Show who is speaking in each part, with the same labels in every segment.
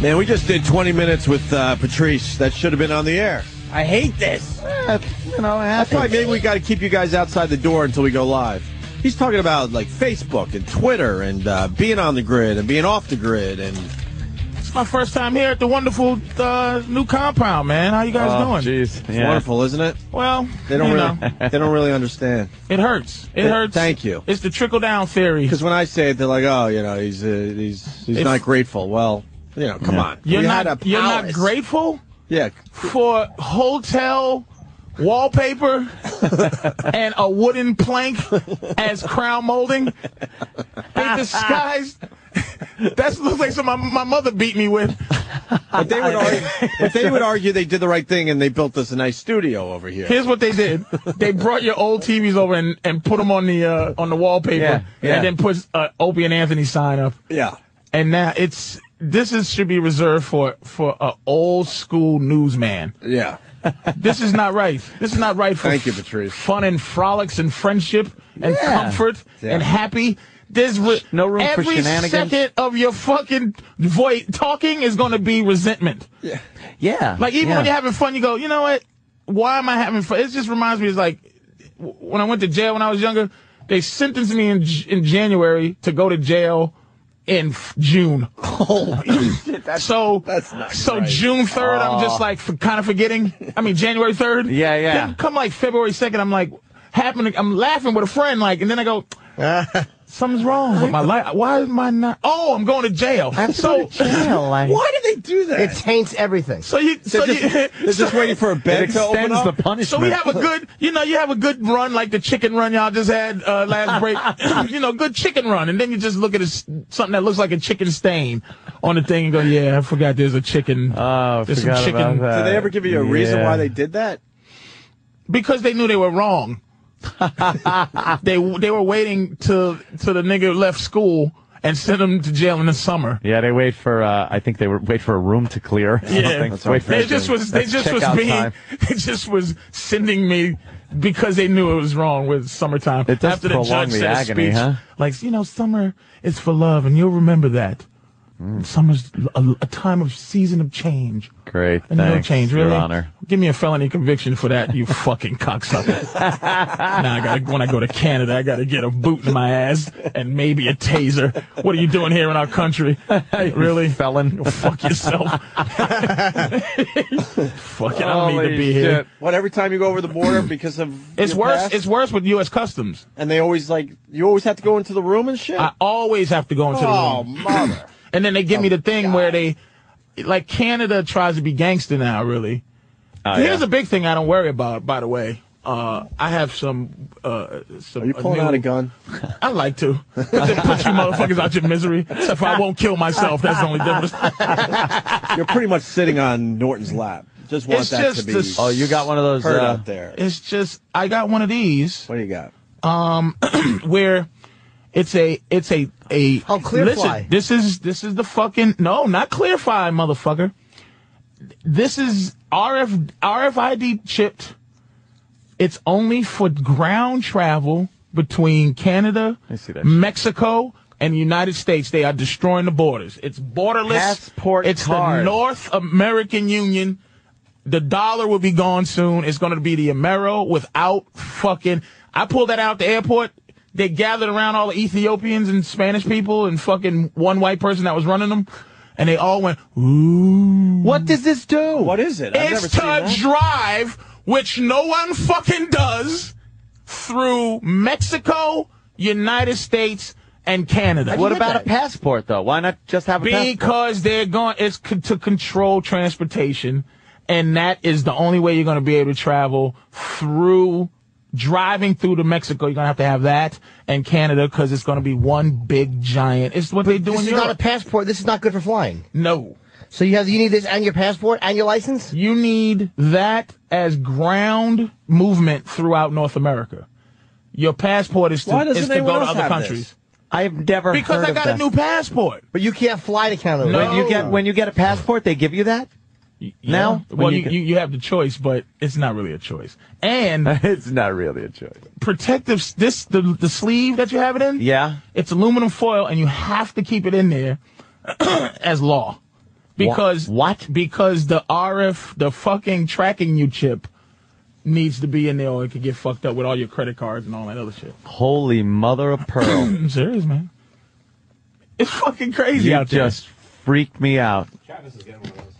Speaker 1: Man, we just did 20 minutes with uh, Patrice. That should have been on the air.
Speaker 2: I hate this.
Speaker 1: Eh, you know, it happens. That's why maybe we got to keep you guys outside the door until we go live. He's talking about like Facebook and Twitter and uh, being on the grid and being off the grid and
Speaker 2: It's my first time here at the wonderful uh, new compound, man. How you guys
Speaker 3: Oh,
Speaker 2: doing?
Speaker 3: Jeez.
Speaker 1: it's
Speaker 3: Yeah.
Speaker 1: wonderful, isn't it?
Speaker 2: Well,
Speaker 1: They don't
Speaker 2: you
Speaker 1: really,
Speaker 2: know,
Speaker 1: they don't really understand.
Speaker 2: it hurts. It
Speaker 1: Th-
Speaker 2: hurts.
Speaker 1: thank you.
Speaker 2: It's the trickle down theory.
Speaker 1: Because when I say it, they're like, "Oh, you know, he's uh, he's he's
Speaker 2: If-
Speaker 1: not grateful." Well, you know, come on.
Speaker 2: You're
Speaker 1: We
Speaker 2: not.
Speaker 1: had a
Speaker 2: you're not
Speaker 1: palace.
Speaker 2: grateful
Speaker 1: Yeah,
Speaker 2: for hotel wallpaper and a wooden plank as crown molding. They disguised. That looks like something my, my mother beat me with.
Speaker 1: but they would argue, but they would argue they did the right thing and they built us a nice studio over here.
Speaker 2: Here's what they did. They brought your old TVs over and, and put them on the uh, on the wallpaper,
Speaker 3: Yeah, yeah.
Speaker 2: and then put uh, Opie and Anthony sign up.
Speaker 1: Yeah.
Speaker 2: And now it's this is should be reserved for for a old school newsman.
Speaker 1: Yeah.
Speaker 2: This is not right. This is not right for
Speaker 1: Thank you, Patrice.
Speaker 2: fun and frolics and friendship and
Speaker 3: Yeah.
Speaker 2: comfort
Speaker 1: Yeah.
Speaker 2: and happy. There's re-
Speaker 3: No room for
Speaker 2: every
Speaker 3: shenanigans.
Speaker 2: second of your fucking voice talking is going to be resentment.
Speaker 3: Yeah.
Speaker 2: Like even
Speaker 3: yeah.
Speaker 2: when you're having fun, you go, you know what? Why am I having fun? It just reminds me. It's like w- when I went to jail when I was younger. They sentenced me in J- in January to go to jail in f- June. so
Speaker 1: that's not
Speaker 2: so
Speaker 1: right.
Speaker 2: June third, I'm just like for, kind of forgetting. I mean January third.
Speaker 3: Oh. Yeah, yeah.
Speaker 2: Then come like February second, I'm like happening. I'm laughing with a friend, like, and then I go. Something's wrong with my life. Why am I not? Oh, I'm going to jail.
Speaker 4: I'm
Speaker 2: so
Speaker 4: so jail. Like,
Speaker 1: Why did they do that?
Speaker 4: It taints everything.
Speaker 2: so you so
Speaker 1: they're just,
Speaker 2: you,
Speaker 1: they're just waiting for a
Speaker 3: it
Speaker 1: bed to open
Speaker 3: extends
Speaker 1: up.
Speaker 3: the punishment.
Speaker 2: So we have a good, you know, you have a good run like the chicken run y'all just had uh, last break. you know, good chicken run, and then you just look at a s something that looks like a chicken stain on the thing and go, "Yeah, I forgot there's a chicken."
Speaker 3: Oh,
Speaker 2: There's some
Speaker 3: forgot
Speaker 2: chicken-
Speaker 3: about that.
Speaker 1: Did they ever give you a reason
Speaker 3: Yeah.
Speaker 1: why they did that?
Speaker 2: because they knew they were wrong. they they were waiting till till the nigga left school and sent him to jail in the summer.
Speaker 3: Yeah, they wait for. Uh, I think they were wait for a room to clear.
Speaker 2: Yeah,
Speaker 3: That's wait for
Speaker 2: they just was they
Speaker 3: That's
Speaker 2: just was
Speaker 3: checkout
Speaker 2: being
Speaker 3: time.
Speaker 2: they just was sending me because they knew it was wrong with summertime.
Speaker 3: It does
Speaker 2: After the judge
Speaker 3: prolong the
Speaker 2: said a
Speaker 3: agony,
Speaker 2: speech,
Speaker 3: huh?
Speaker 2: Like you know, summer is for love, and you'll remember that.
Speaker 3: Mm.
Speaker 2: Summer's a, a time of season of change.
Speaker 3: Great.
Speaker 2: And
Speaker 3: thanks,
Speaker 2: no change,
Speaker 3: Your
Speaker 2: really.
Speaker 3: Honor.
Speaker 2: Give me a felony conviction for that, you fucking cocksucker. now I gotta when I go to Canada, I gotta get a boot in my ass and maybe a taser. What are you doing here in our country? really?
Speaker 3: Felon.
Speaker 2: Go fuck yourself. fuck it. I don't need to be here.
Speaker 1: What every time you go over the border because of
Speaker 2: It's
Speaker 1: your
Speaker 2: worse.
Speaker 1: past?
Speaker 2: It's worse with U.S. Customs.
Speaker 1: and they always like you always have to go into the room and shit.
Speaker 2: I always have to go into the
Speaker 1: oh
Speaker 2: room,
Speaker 1: mother! Oh,
Speaker 2: and then they give me the thing where they, like Canada tries to be gangster now. Really,
Speaker 3: Oh,
Speaker 2: here's
Speaker 3: yeah.
Speaker 2: a big thing I don't worry about. By the way, uh, I have some. Uh, some
Speaker 1: Are you pulling
Speaker 2: new-
Speaker 1: out a gun?
Speaker 2: I like to. Put, the, put you motherfuckers out your misery. Except for I won't kill myself. That's the only difference.
Speaker 1: You're pretty much sitting on Norton's lap. Just want
Speaker 2: It's
Speaker 1: that
Speaker 2: just
Speaker 1: to be
Speaker 2: this-
Speaker 3: Oh, you got one of those.
Speaker 1: heard
Speaker 3: uh,
Speaker 1: out there.
Speaker 2: It's just I got one of these. Um,
Speaker 1: What do you got?
Speaker 2: where it's a it's a a
Speaker 4: Oh, Clearfly.
Speaker 2: Listen, this is this is the fucking no, not Clearfly, motherfucker. This is RF RFID chipped. It's only for ground travel between Canada,
Speaker 3: I see that shit.
Speaker 2: Mexico, and the United States. They are destroying the borders. It's borderless.
Speaker 3: Passport
Speaker 2: it's the
Speaker 3: card.
Speaker 2: North American Union. The dollar will be gone soon. It's going to be the Amero without fucking. I pulled that out at the airport. They gathered around all the Ethiopians and Spanish people and fucking one white person that was running them. And they all went, ooh.
Speaker 3: What does this do?
Speaker 1: What is it? I've never
Speaker 2: It's
Speaker 1: seen
Speaker 2: to
Speaker 1: that.
Speaker 2: drive, which no one fucking does, through Mexico, United States, and Canada.
Speaker 3: What about a passport though? Why not just have a passport?
Speaker 2: Because they're going, it's c- to control transportation, and that is the only way you're going to be able to travel through driving through to Mexico. You're going to have to have that and Canada because it's going to be one big giant. It's what they do in
Speaker 4: This is
Speaker 2: Europe.
Speaker 4: not a passport. This is not good for flying.
Speaker 2: no,
Speaker 4: So you have you need this and your passport and your license.
Speaker 2: you need that as ground movement throughout North America. Your passport is to,
Speaker 1: Why doesn't
Speaker 2: is to
Speaker 1: anyone
Speaker 2: go to
Speaker 1: else
Speaker 2: other
Speaker 1: have
Speaker 2: countries
Speaker 1: this?
Speaker 3: I've never
Speaker 2: because
Speaker 3: heard
Speaker 2: I
Speaker 3: of
Speaker 2: got
Speaker 3: that.
Speaker 2: a new passport.
Speaker 4: But you can't fly to Canada.
Speaker 2: No.
Speaker 4: right?
Speaker 3: When you get when you get a passport, they give you that. Now?
Speaker 2: well,
Speaker 3: When
Speaker 2: you,
Speaker 3: you
Speaker 2: you,
Speaker 3: get-
Speaker 2: you, have the choice, but it's not really a choice. And
Speaker 3: it's not really a choice.
Speaker 2: protective this the the sleeve that you have it in
Speaker 3: Yeah.
Speaker 2: it's aluminum foil and you have to keep it in there as law Because
Speaker 3: what?
Speaker 2: Because the RF, the fucking tracking you chip, needs to be in there, or it could get fucked up with all your credit cards and all that other shit.
Speaker 3: Holy mother of pearl.
Speaker 2: I'm serious, man. It's fucking crazy
Speaker 3: you
Speaker 2: out there.
Speaker 3: just freaked me out.
Speaker 5: Travis is getting one of those.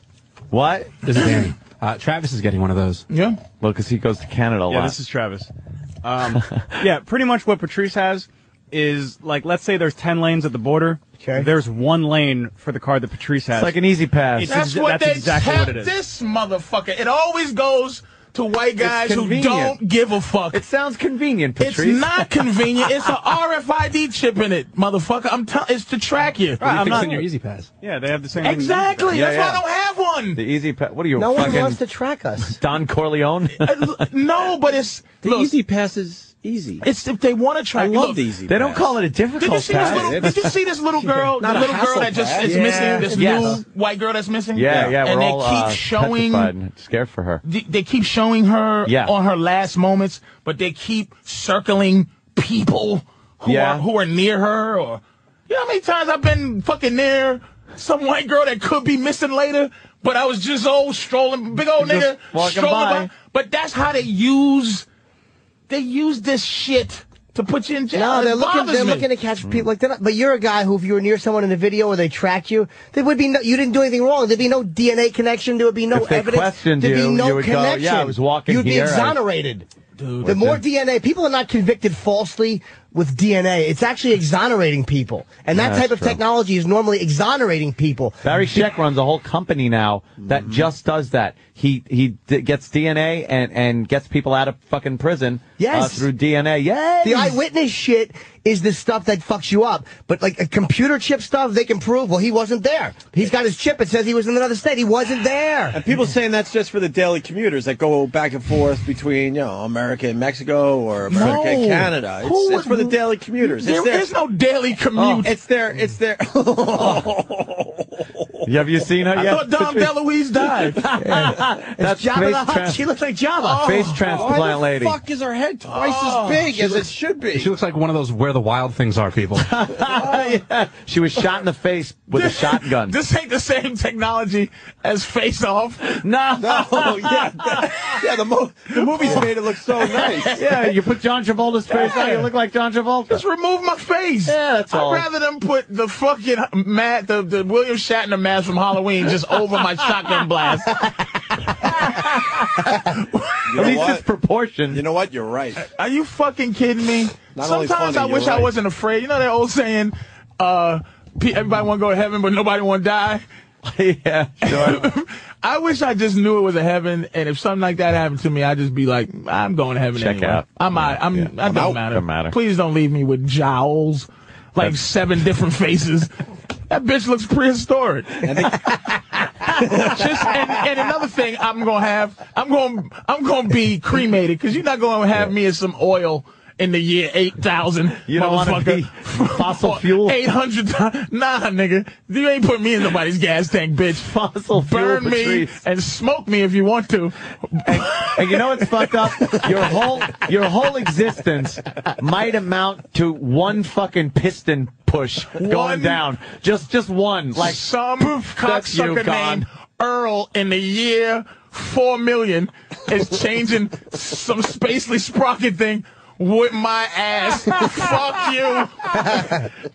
Speaker 3: What?
Speaker 5: This is Danny. Uh, Travis is getting one of those.
Speaker 2: yeah.
Speaker 3: Well, because he goes to Canada a
Speaker 6: Yeah,
Speaker 3: lot.
Speaker 6: this is Travis. Um, yeah, pretty much what Patrice has is like, let's say there's 10 lanes at the border.
Speaker 4: Okay.
Speaker 6: There's one lane for the car that Patrice has.
Speaker 3: it's like an easy pass.
Speaker 6: It's-
Speaker 2: That's
Speaker 6: exa-
Speaker 2: what
Speaker 6: that's
Speaker 2: they
Speaker 6: exactly
Speaker 2: tell
Speaker 6: what it is.
Speaker 2: this motherfucker. It always goes to white guys who
Speaker 3: convenient.
Speaker 2: don't give a fuck.
Speaker 3: it sounds convenient,
Speaker 2: It's
Speaker 3: Patrice.
Speaker 2: not convenient. It's an RFID chip in it, motherfucker. I'm telling. It's to track you.
Speaker 6: I'm
Speaker 5: Fixing
Speaker 6: not-
Speaker 5: your Easy Pass.
Speaker 6: yeah, they have the same.
Speaker 2: Exactly.
Speaker 3: Yeah,
Speaker 2: That's
Speaker 3: yeah.
Speaker 2: why I don't have one.
Speaker 3: the easy pass. What are you,
Speaker 4: No one
Speaker 3: fucking
Speaker 4: wants to track us.
Speaker 3: Don Corleone?
Speaker 2: Uh, no, but it's
Speaker 5: The
Speaker 2: look,
Speaker 5: Easy Pass is easy.
Speaker 2: It's if they want to track.
Speaker 5: I love
Speaker 2: look,
Speaker 5: the Easy
Speaker 3: they don't
Speaker 5: Pass.
Speaker 3: call it a
Speaker 2: Did you
Speaker 3: difficult
Speaker 2: see this
Speaker 3: pass.
Speaker 2: little? Did you see this little girl?
Speaker 5: Not
Speaker 2: the
Speaker 5: a
Speaker 2: little girl that
Speaker 5: Hasselblad.
Speaker 2: just is
Speaker 5: Yeah.
Speaker 2: missing. This
Speaker 3: Yes.
Speaker 2: new white girl that's missing.
Speaker 3: Yeah, yeah,
Speaker 2: And
Speaker 3: we're
Speaker 2: they
Speaker 3: all
Speaker 2: keep
Speaker 3: uh,
Speaker 2: showing.
Speaker 3: petrified and scared for her.
Speaker 2: They, they keep showing her
Speaker 3: Yeah.
Speaker 2: on her last moments, but they keep circling people who
Speaker 3: Yeah.
Speaker 2: are who are near her. Or you know how many times I've been fucking near some white girl that could be missing later, but I was just old strolling, big old
Speaker 3: Just
Speaker 2: nigga
Speaker 3: walking
Speaker 2: strolling
Speaker 3: by.
Speaker 2: But that's how they use they use this shit to put you in jail.
Speaker 4: No,
Speaker 2: It
Speaker 4: they're looking.
Speaker 2: bothers
Speaker 4: They're
Speaker 2: me.
Speaker 4: looking to
Speaker 3: Hmm.
Speaker 4: catch people like that. But you're a guy who, if you were near someone in a video where they tracked you, there would be no. You didn't do anything wrong. There'd be no DNA connection. There would be no
Speaker 3: If they
Speaker 4: evidence.
Speaker 3: questioned
Speaker 4: there'd
Speaker 3: you,
Speaker 4: be no
Speaker 3: you would go,
Speaker 4: connection.
Speaker 3: "Yeah, I was walking
Speaker 4: You'd
Speaker 3: here, I-
Speaker 4: be exonerated.
Speaker 2: Dude.
Speaker 4: the more DNA, people are not convicted falsely with DNA. It's actually exonerating people, and that type
Speaker 3: Yeah, that's
Speaker 4: of
Speaker 3: true.
Speaker 4: technology is normally exonerating people.
Speaker 3: Barry Sheck runs a whole company now that
Speaker 2: Mm-hmm.
Speaker 3: just does that. He he d- gets DNA and and gets people out of fucking prison.
Speaker 4: Yes.
Speaker 3: uh, through DNA. Yes,
Speaker 4: The eyewitness shit is the stuff that fucks you up. But like a computer chip stuff, they can prove, well, he wasn't there. He's got his chip. It says he was in another state. He wasn't there.
Speaker 1: And people saying that's just for the daily commuters that go back and forth between, you know, America and Mexico or America and
Speaker 2: No.
Speaker 1: Canada. It's,
Speaker 2: Who
Speaker 1: it's for the
Speaker 2: would-
Speaker 1: daily commuters.
Speaker 2: There
Speaker 1: it's their,
Speaker 2: is no daily commute.
Speaker 1: It's their. It's their.
Speaker 3: Have you seen her
Speaker 2: I
Speaker 3: yet?
Speaker 2: thought Dom DeLuise died.
Speaker 3: That's
Speaker 4: Jabba
Speaker 3: face,
Speaker 4: the Hutt.
Speaker 3: trans-
Speaker 4: She looks like Jabba.
Speaker 3: face
Speaker 1: Why
Speaker 3: transplant
Speaker 1: the
Speaker 3: lady.
Speaker 1: fuck is her head twice
Speaker 2: Oh,
Speaker 1: as big
Speaker 2: she
Speaker 1: as it should be?
Speaker 5: She looks like one of those where the wild things are people.
Speaker 1: Oh,
Speaker 3: She was shot in the face with a shotgun.
Speaker 2: This ain't the same technology as Face Off.
Speaker 3: no.
Speaker 1: oh yeah, that- yeah. The, mo- the movie's made it look so nice.
Speaker 3: Yeah, you put John Travolta's face on, you look like John
Speaker 2: Just
Speaker 3: Travolta.
Speaker 2: remove my face.
Speaker 3: Yeah, that's
Speaker 2: I'd
Speaker 3: all.
Speaker 2: rather them put the fucking Matt, the, the William Shatner mask from Halloween just over my shotgun blast.
Speaker 1: You
Speaker 3: At
Speaker 1: know
Speaker 3: least it's
Speaker 1: what?
Speaker 3: proportioned.
Speaker 1: You know what? You're right.
Speaker 2: Are you fucking kidding me?
Speaker 1: Not only
Speaker 2: Sometimes
Speaker 1: funny,
Speaker 2: I
Speaker 1: you're
Speaker 2: wish I
Speaker 1: right.
Speaker 2: wasn't afraid. You know that old saying, uh, pe- everybody want to go to heaven, but nobody want to die?
Speaker 3: yeah, sure.
Speaker 2: I wish I just knew it was a heaven, and if something like that happened to me, I'd just be like, I'm going to heaven
Speaker 3: Check
Speaker 2: anyway.
Speaker 3: out.
Speaker 2: I'm out. I'm.
Speaker 3: Yeah.
Speaker 2: That
Speaker 3: I'm
Speaker 2: don't
Speaker 3: out.
Speaker 2: matter.
Speaker 3: Don't matter.
Speaker 2: Please don't leave me with jowls, like
Speaker 3: That's-
Speaker 2: seven different faces. that bitch looks prehistoric. just and, and another thing, I'm gonna have. I'm gonna. I'm gonna be cremated because you're not gonna have me as some oil. In the year 8000,
Speaker 3: You don't wanna
Speaker 2: motherfucker.
Speaker 3: be fossil fuel?
Speaker 2: 800 times. Nah, nigga. You ain't put me in nobody's gas tank, bitch
Speaker 3: Fossil fuel
Speaker 2: burn me
Speaker 3: Patrice.
Speaker 2: and smoke me if you want to.
Speaker 3: And you know what's fucked up? Your whole your whole existence might amount to one fucking piston push going
Speaker 2: One-
Speaker 3: down. Just just one. Like
Speaker 2: Like some
Speaker 3: that's you,
Speaker 2: cocksucker
Speaker 3: Con.
Speaker 2: named Earl in the year four million is changing some spacely sprocket thing with my ass. Fuck you.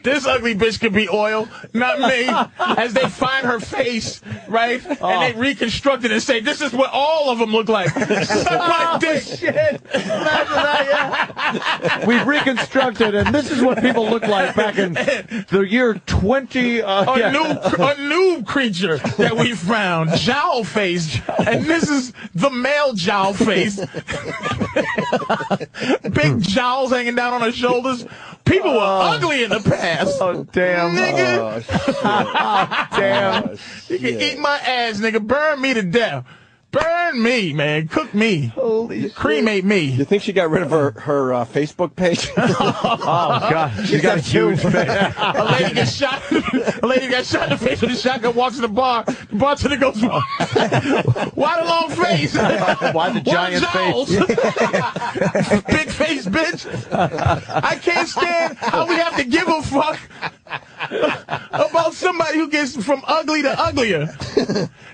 Speaker 2: this ugly bitch could be oil, not me. As they find her face, right?
Speaker 3: Oh.
Speaker 2: And they reconstruct it and say, this is what all of them look like. Suck my dick.
Speaker 3: we've reconstructed and this is what people look like back in the year twenty uh,
Speaker 2: a
Speaker 3: yeah.
Speaker 2: new a new creature that we found, jowl face, and this is the male jowl face. Big jowls hanging down on her shoulders. People were ugly in the past.
Speaker 3: Oh damn.
Speaker 2: Nigga,
Speaker 1: Oh, shit.
Speaker 3: Damn.
Speaker 1: Oh,
Speaker 2: you can
Speaker 1: shit.
Speaker 2: eat my ass, nigga. Burn me to death. Burn me, man. Cook me.
Speaker 3: Holy
Speaker 2: Cremate
Speaker 1: You
Speaker 2: me.
Speaker 1: think she got rid of her her uh, Facebook page?
Speaker 3: Oh god. She's got a huge face.
Speaker 2: A lady gets shot. A lady got shot in the face with a shotgun. Walks in the bar. The bartender goes, "Why the long face?
Speaker 3: Oh. Why the giant
Speaker 2: What
Speaker 3: face?
Speaker 2: jowls? Big face bitch. I can't stand how we have to give a fuck
Speaker 7: about somebody who gets from ugly to uglier.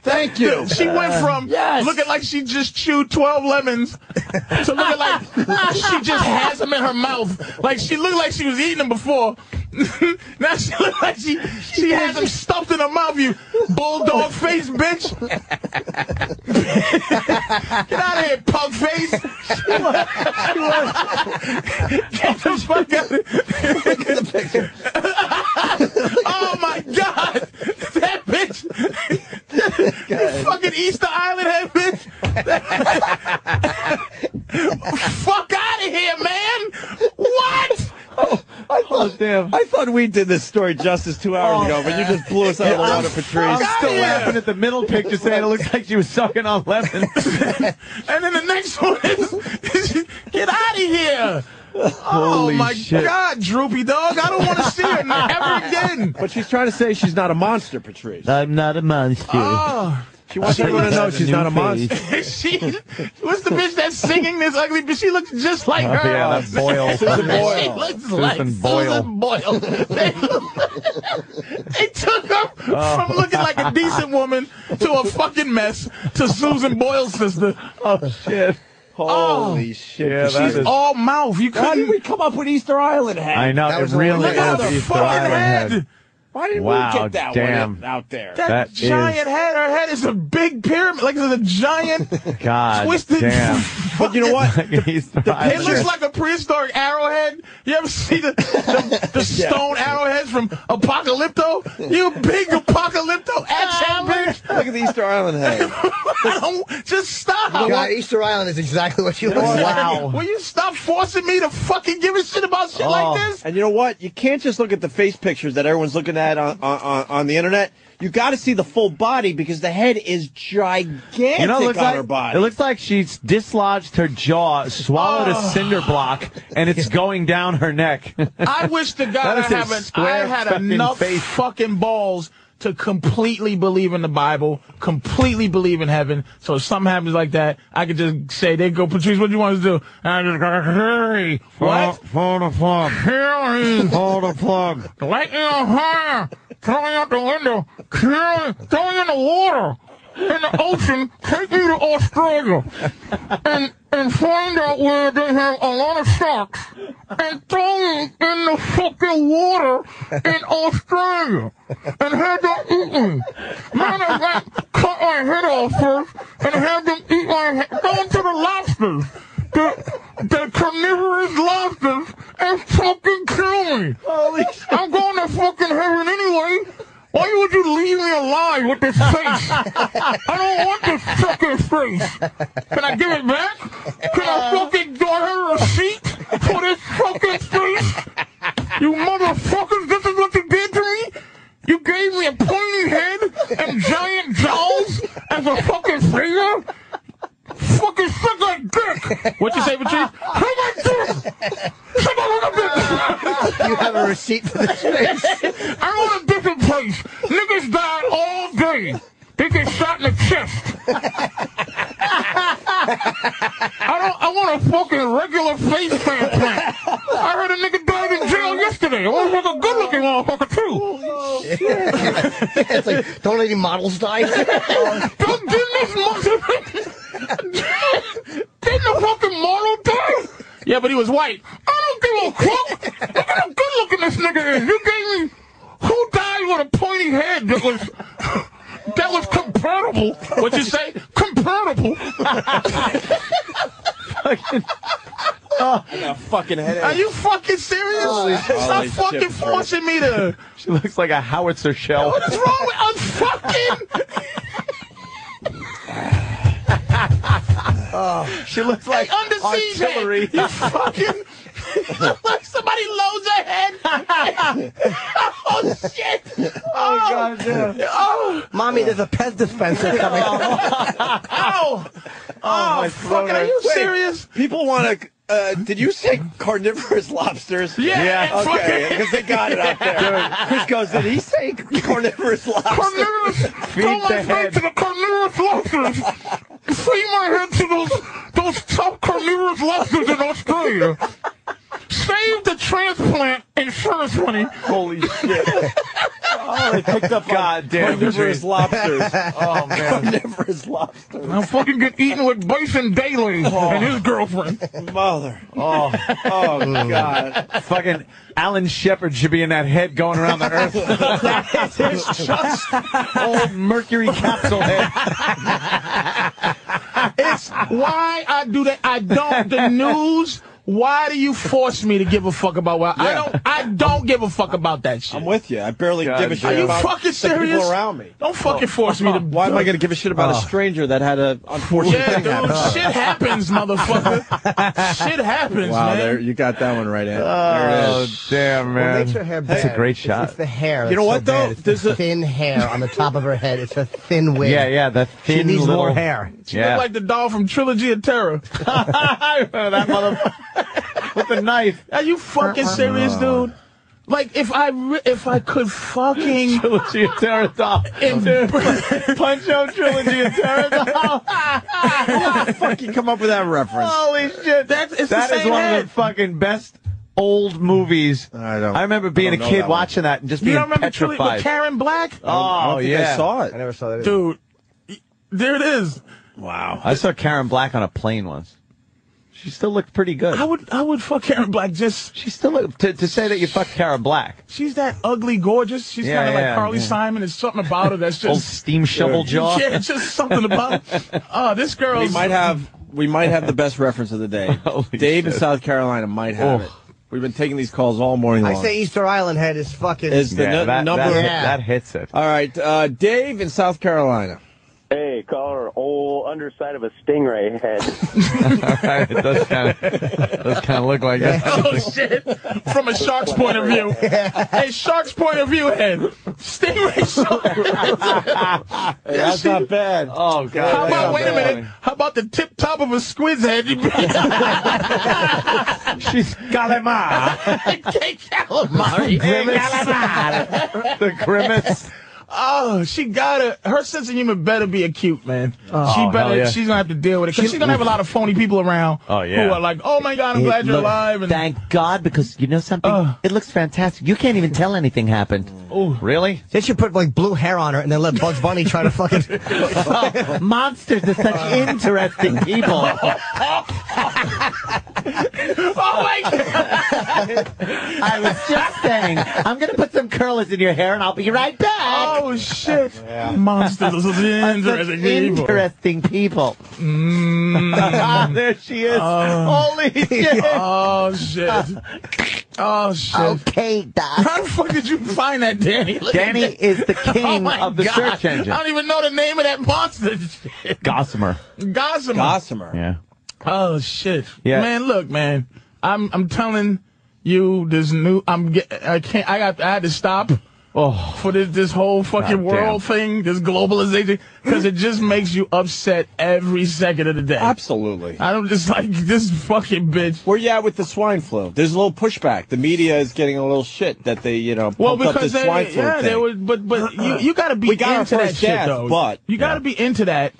Speaker 2: Thank you.
Speaker 7: She went from
Speaker 2: yes.
Speaker 7: looking like she just chewed 12 lemons to looking like she just has them in her mouth. Like she looked like she was eating them before. now she looked like she, she has them stuffed in her mouth, you bulldog face bitch. Get out of here, punk face. Get the fuck out of oh my god! That bitch! you fucking Easter Island head bitch! Fuck out of here, man! What?
Speaker 3: Oh, damn. Oh,
Speaker 1: I thought we did this story justice two hours ago, but you just blew us out of the water, Patrice.
Speaker 3: I'm still
Speaker 7: here.
Speaker 3: laughing at the middle picture saying it looks like she was sucking on lemon.
Speaker 7: And then the next one is get out of here! oh
Speaker 3: Holy
Speaker 7: my
Speaker 3: shit.
Speaker 7: god, droopy dog! I don't want to see her ever again.
Speaker 1: But she's trying to say she's not a monster, Patrice.
Speaker 3: I'm not a monster.
Speaker 7: Oh,
Speaker 1: She wants everyone to know she's not a monster.
Speaker 7: she what's the bitch that's singing this ugly? But she looks just like her.
Speaker 3: yeah, that boil.
Speaker 1: Susan
Speaker 7: She
Speaker 1: Boyle.
Speaker 7: looks like Susan Boyle.
Speaker 3: Boyle.
Speaker 7: They, they took her from looking like a decent woman to a fucking mess to Susan Boyle's sister. Oh.
Speaker 1: Holy shit.
Speaker 3: Yeah, that
Speaker 7: She's
Speaker 3: is-
Speaker 7: all mouth. You
Speaker 2: How did
Speaker 7: couldn't
Speaker 2: we come up with Easter Island hat?
Speaker 3: I know,
Speaker 4: That
Speaker 3: it
Speaker 4: was
Speaker 3: really
Speaker 4: hilarious.
Speaker 7: look at
Speaker 3: is.
Speaker 7: her
Speaker 3: Easter
Speaker 7: fucking
Speaker 3: Island
Speaker 7: head.
Speaker 3: head.
Speaker 2: Why didn't
Speaker 3: Wow,
Speaker 2: we get that
Speaker 3: damn.
Speaker 2: one out there?
Speaker 7: That,
Speaker 3: That is-
Speaker 7: giant head. Her head is a big pyramid. Like it's a giant
Speaker 3: God
Speaker 7: twisted.
Speaker 3: damn.
Speaker 1: But you know what?
Speaker 3: Easter
Speaker 7: It looks
Speaker 3: Island.
Speaker 7: like a prehistoric arrowhead. You ever see the, the, the stone arrowheads from Apocalypto? You big Apocalypto action bitch.
Speaker 1: Look at the Easter Island head.
Speaker 7: I don't. Just stop.
Speaker 4: God, Easter Island is exactly what she looks like.
Speaker 3: Wow.
Speaker 7: Will you stop forcing me to fucking give a shit about shit
Speaker 3: Oh.
Speaker 7: like this?
Speaker 1: And you know what? You can't just look at the face pictures that everyone's looking at on, on- on, on the internet. You got to see the full body because the head is gigantic
Speaker 3: You know, it looks,
Speaker 1: on her
Speaker 3: like,
Speaker 1: body.
Speaker 3: it looks like she's dislodged her jaw, swallowed a cinder block, and it's going down her neck.
Speaker 7: I wish to God
Speaker 3: That
Speaker 7: I,
Speaker 3: is a
Speaker 7: haven't, I
Speaker 3: square
Speaker 7: had
Speaker 3: fucking
Speaker 7: enough
Speaker 3: face.
Speaker 7: fucking balls to completely believe in the Bible, completely believe in heaven. So if something happens like that, I could just say, they go, Patrice, what do you want us to do? And I just go, hey, what?
Speaker 3: Pull the plug.
Speaker 7: Kill me.
Speaker 3: Pull the plug.
Speaker 7: Light me on fire. Throw me out the window. Kill me. Throw me in the water. In the ocean. Take me to Australia. And, and find out where they have a lot of sharks. And throw me in the fucking water in Australia. And have them eat me. Matter of fact, cut my head off first and have them eat my head. Go into the lobsters. The, the carnivorous lobsters and fucking kill me. I'm going to fucking heaven anyway. Why would you leave me alive with this face? I don't want this fucking face. Can I give it back? Can I fucking get her a seat for this fucking face? You motherfuckers, this is what you did to me? You gave me a pointy head and giant jaws as a fucking finger? Fucking suck my dick! What you say, Patrice? Suck my dick! Suck my little dick!
Speaker 4: You have a receipt for this face.
Speaker 7: I'm on a different place. Niggas died all day. They get shot in the chest. I don't. I want a fucking regular face transplant. I heard a nigga died in jail yesterday. I want to a good-looking motherfucker too.
Speaker 4: it's like, don't any models die?
Speaker 7: Don't give this motherfucker. Didn't the fucking model die? Yeah, but he was white. I don't give a fuck. Look at how good-looking this nigga is. You gave me who died with a pointy head that was. That was comparable. What'd you say? Comparable.
Speaker 1: a fucking headache.
Speaker 7: Are you fucking serious?
Speaker 3: Oh,
Speaker 7: Stop
Speaker 1: Holy shit,
Speaker 7: fucking
Speaker 1: Patrice.
Speaker 7: forcing me to.
Speaker 3: She looks like a howitzer shell.
Speaker 7: What is wrong with I'm fucking?
Speaker 3: She looks like
Speaker 7: under siege
Speaker 3: artillery.
Speaker 7: head. You fucking. like somebody loads their head. oh shit!
Speaker 3: Oh, God, damn.
Speaker 7: Oh,
Speaker 4: Mommy, there's a pest dispenser coming.
Speaker 7: ow! Oh,
Speaker 3: my
Speaker 7: fucking! Are you
Speaker 1: Wait.
Speaker 7: serious?
Speaker 1: People want to. Uh, did you say carnivorous lobsters?
Speaker 7: Yeah.
Speaker 3: Yeah,
Speaker 7: fucking-
Speaker 1: Okay, because they got it out there. Chris goes, did he say carnivorous lobsters?
Speaker 7: Carnivorous. Throw my
Speaker 3: the
Speaker 7: head.
Speaker 3: head.
Speaker 7: to the carnivorous lobsters. Free my head to those those top carnivorous lobsters in Australia. Save
Speaker 2: saved the transplant insurance money.
Speaker 1: Holy shit. oh, they picked up God damn carnivorous lobsters. oh, man. Carnivorous lobsters.
Speaker 2: I'm fucking get eaten with Bison Daly and his girlfriend.
Speaker 1: Mother. Oh, oh God.
Speaker 3: Fucking Alan Shepard should be in that head going around the earth. It's just old mercury capsule head.
Speaker 2: It's why I do that. I don't the news. Why do you force me to give a fuck about why? I don't. I don't give a fuck about that shit.
Speaker 1: I'm with you. I barely give a shit
Speaker 2: Are you
Speaker 1: about
Speaker 2: fucking
Speaker 1: the
Speaker 2: serious?
Speaker 1: people around me.
Speaker 2: Don't fucking force me to.
Speaker 1: Why am I going to Oh. give a shit about a stranger that had a unfortunate
Speaker 2: Yeah,
Speaker 1: thing
Speaker 2: dude.
Speaker 1: happen?
Speaker 2: Shit happens, motherfucker. shit happens,
Speaker 1: Wow,
Speaker 2: man.
Speaker 1: there you got that one right, Ed. there it
Speaker 3: Oh,
Speaker 1: is.
Speaker 3: damn, man.
Speaker 4: makes her hair
Speaker 3: That's a
Speaker 4: bad.
Speaker 3: great
Speaker 4: It's-
Speaker 3: shot.
Speaker 4: It's the hair.
Speaker 1: You know
Speaker 4: that's
Speaker 1: what,
Speaker 4: so bad.
Speaker 1: though?
Speaker 4: It's
Speaker 1: There's a-
Speaker 4: the thin hair on the top of her head. It's a thin wig.
Speaker 3: yeah, yeah, the thin
Speaker 4: She needs
Speaker 3: little...
Speaker 4: more hair.
Speaker 2: She
Speaker 3: Yeah.
Speaker 2: looked like the doll from Trilogy of Terror.
Speaker 3: I remember that motherfucker with the knife.
Speaker 2: Are you fucking serious, dude? Like if I re- if I could fucking
Speaker 3: Trilogy of Pterodon. Punch out Trilogy of Pterodon.
Speaker 1: How the fuck you come up with that reference?
Speaker 3: Holy shit.
Speaker 2: That is the
Speaker 3: That is
Speaker 2: same
Speaker 3: one
Speaker 2: head.
Speaker 3: of the fucking best old movies.
Speaker 1: I don't-
Speaker 3: remember being
Speaker 1: I don't
Speaker 3: a
Speaker 1: know
Speaker 3: kid
Speaker 1: that one.
Speaker 3: watching that and just
Speaker 2: you
Speaker 3: being
Speaker 2: don't remember Trilogy
Speaker 3: petrified.
Speaker 2: with Karen Black?
Speaker 1: I
Speaker 3: oh,
Speaker 1: don't think
Speaker 3: yeah.
Speaker 1: I saw
Speaker 4: I
Speaker 1: it.
Speaker 4: never saw that. Either.
Speaker 2: Dude, y- there it is.
Speaker 1: Wow.
Speaker 3: I saw Karen Black on a plane once.
Speaker 2: Oh
Speaker 3: She still looked pretty good.
Speaker 2: I would I would fuck Karen Black just
Speaker 3: she still looked to, to say that you fucked Karen Black.
Speaker 2: she's that ugly Oh, gorgeous. She's
Speaker 3: Yeah,
Speaker 2: kind of
Speaker 3: yeah,
Speaker 2: like Carly
Speaker 3: yeah.
Speaker 2: Simon. There's something about her that's
Speaker 3: Old
Speaker 2: just
Speaker 3: steam shovel jaw.
Speaker 2: Yeah, it's just something about Oh, this
Speaker 1: We
Speaker 2: girl's
Speaker 1: might have we might have the best reference of the day.
Speaker 3: Holy
Speaker 1: Dave in
Speaker 3: shit.
Speaker 1: South Carolina might have
Speaker 3: Oh.
Speaker 1: it. We've been taking these calls all morning
Speaker 4: I
Speaker 1: long.
Speaker 4: say Easter Island head is fucking.
Speaker 1: Is the
Speaker 3: Yeah,
Speaker 1: nu-
Speaker 3: that,
Speaker 1: number?
Speaker 3: that,
Speaker 4: Yeah.
Speaker 3: that hits it.
Speaker 1: All right, uh, Dave in South Carolina.
Speaker 8: Hey, caller, old underside of a stingray head.
Speaker 3: it does kind of does kind of look like that.
Speaker 2: Oh shit! From a shark's point of view, a shark's point of view head, stingray shark.
Speaker 1: Hey, that's not bad.
Speaker 3: Oh god!
Speaker 2: How
Speaker 1: that's
Speaker 2: about
Speaker 1: not
Speaker 2: wait a
Speaker 1: bad.
Speaker 2: minute? How about the tip top of a squid's head? You
Speaker 3: She's Calamar,
Speaker 2: Hey, calamari.
Speaker 3: Grimace.
Speaker 2: Hey, calamari.
Speaker 3: the grimace.
Speaker 2: Oh, she gotta. Her sense of humor better be acute, man. she better.
Speaker 3: Oh, hell yeah.
Speaker 2: She's gonna have to deal with it. 'cause she's gonna have a lot of phony people around.
Speaker 3: Oh, yeah.
Speaker 2: Who are like, oh my god, I'm glad you're
Speaker 3: Look,
Speaker 2: alive. And
Speaker 3: Thank God, because you know something? it looks fantastic. You can't even tell anything happened. Oh, really?
Speaker 4: They should put like blue hair on her and then let Bugs Bunny try to fucking.
Speaker 3: Monsters are such interesting people.
Speaker 2: oh my god,
Speaker 3: I was just saying, I'm gonna put some curlers in your hair, and I'll be right back.
Speaker 2: oh shit, monsters is interesting people.
Speaker 3: interesting people.
Speaker 2: Mm.
Speaker 3: there she is.
Speaker 2: Um,
Speaker 3: Holy shit.
Speaker 2: Uh, Oh shit. Oh shit.
Speaker 3: okay, Doc.
Speaker 2: How the fuck did you find that, Danny? Look at
Speaker 3: Danny
Speaker 2: that.
Speaker 3: is the
Speaker 2: Oh
Speaker 3: king
Speaker 2: my
Speaker 3: of the
Speaker 2: God.
Speaker 3: search engine.
Speaker 2: I don't even know the name of that monster.
Speaker 3: Gossamer.
Speaker 2: Gossamer.
Speaker 1: Gossamer.
Speaker 3: Yeah.
Speaker 2: Oh shit.
Speaker 3: Yeah.
Speaker 2: Man, look, man. I'm I'm telling you this new I'm get, I can't I got I had to stop
Speaker 3: Oh,
Speaker 2: for this this whole fucking
Speaker 3: God
Speaker 2: world thing, this globalization cuz it just makes you upset every second of the day.
Speaker 1: Absolutely.
Speaker 2: I don't just like this fucking bitch.
Speaker 1: Where you at with the swine flu? There's a little pushback. The media is getting a little shit that they, you know, pumped
Speaker 2: Well,
Speaker 1: up
Speaker 2: because
Speaker 1: this
Speaker 2: they,
Speaker 1: swine flu
Speaker 2: yeah,
Speaker 1: thing. Uh-uh.
Speaker 2: they were, but but you, you got to be
Speaker 1: We got our
Speaker 2: into that
Speaker 1: first
Speaker 2: shit
Speaker 1: death,
Speaker 2: though.
Speaker 1: but-
Speaker 2: you got to be into that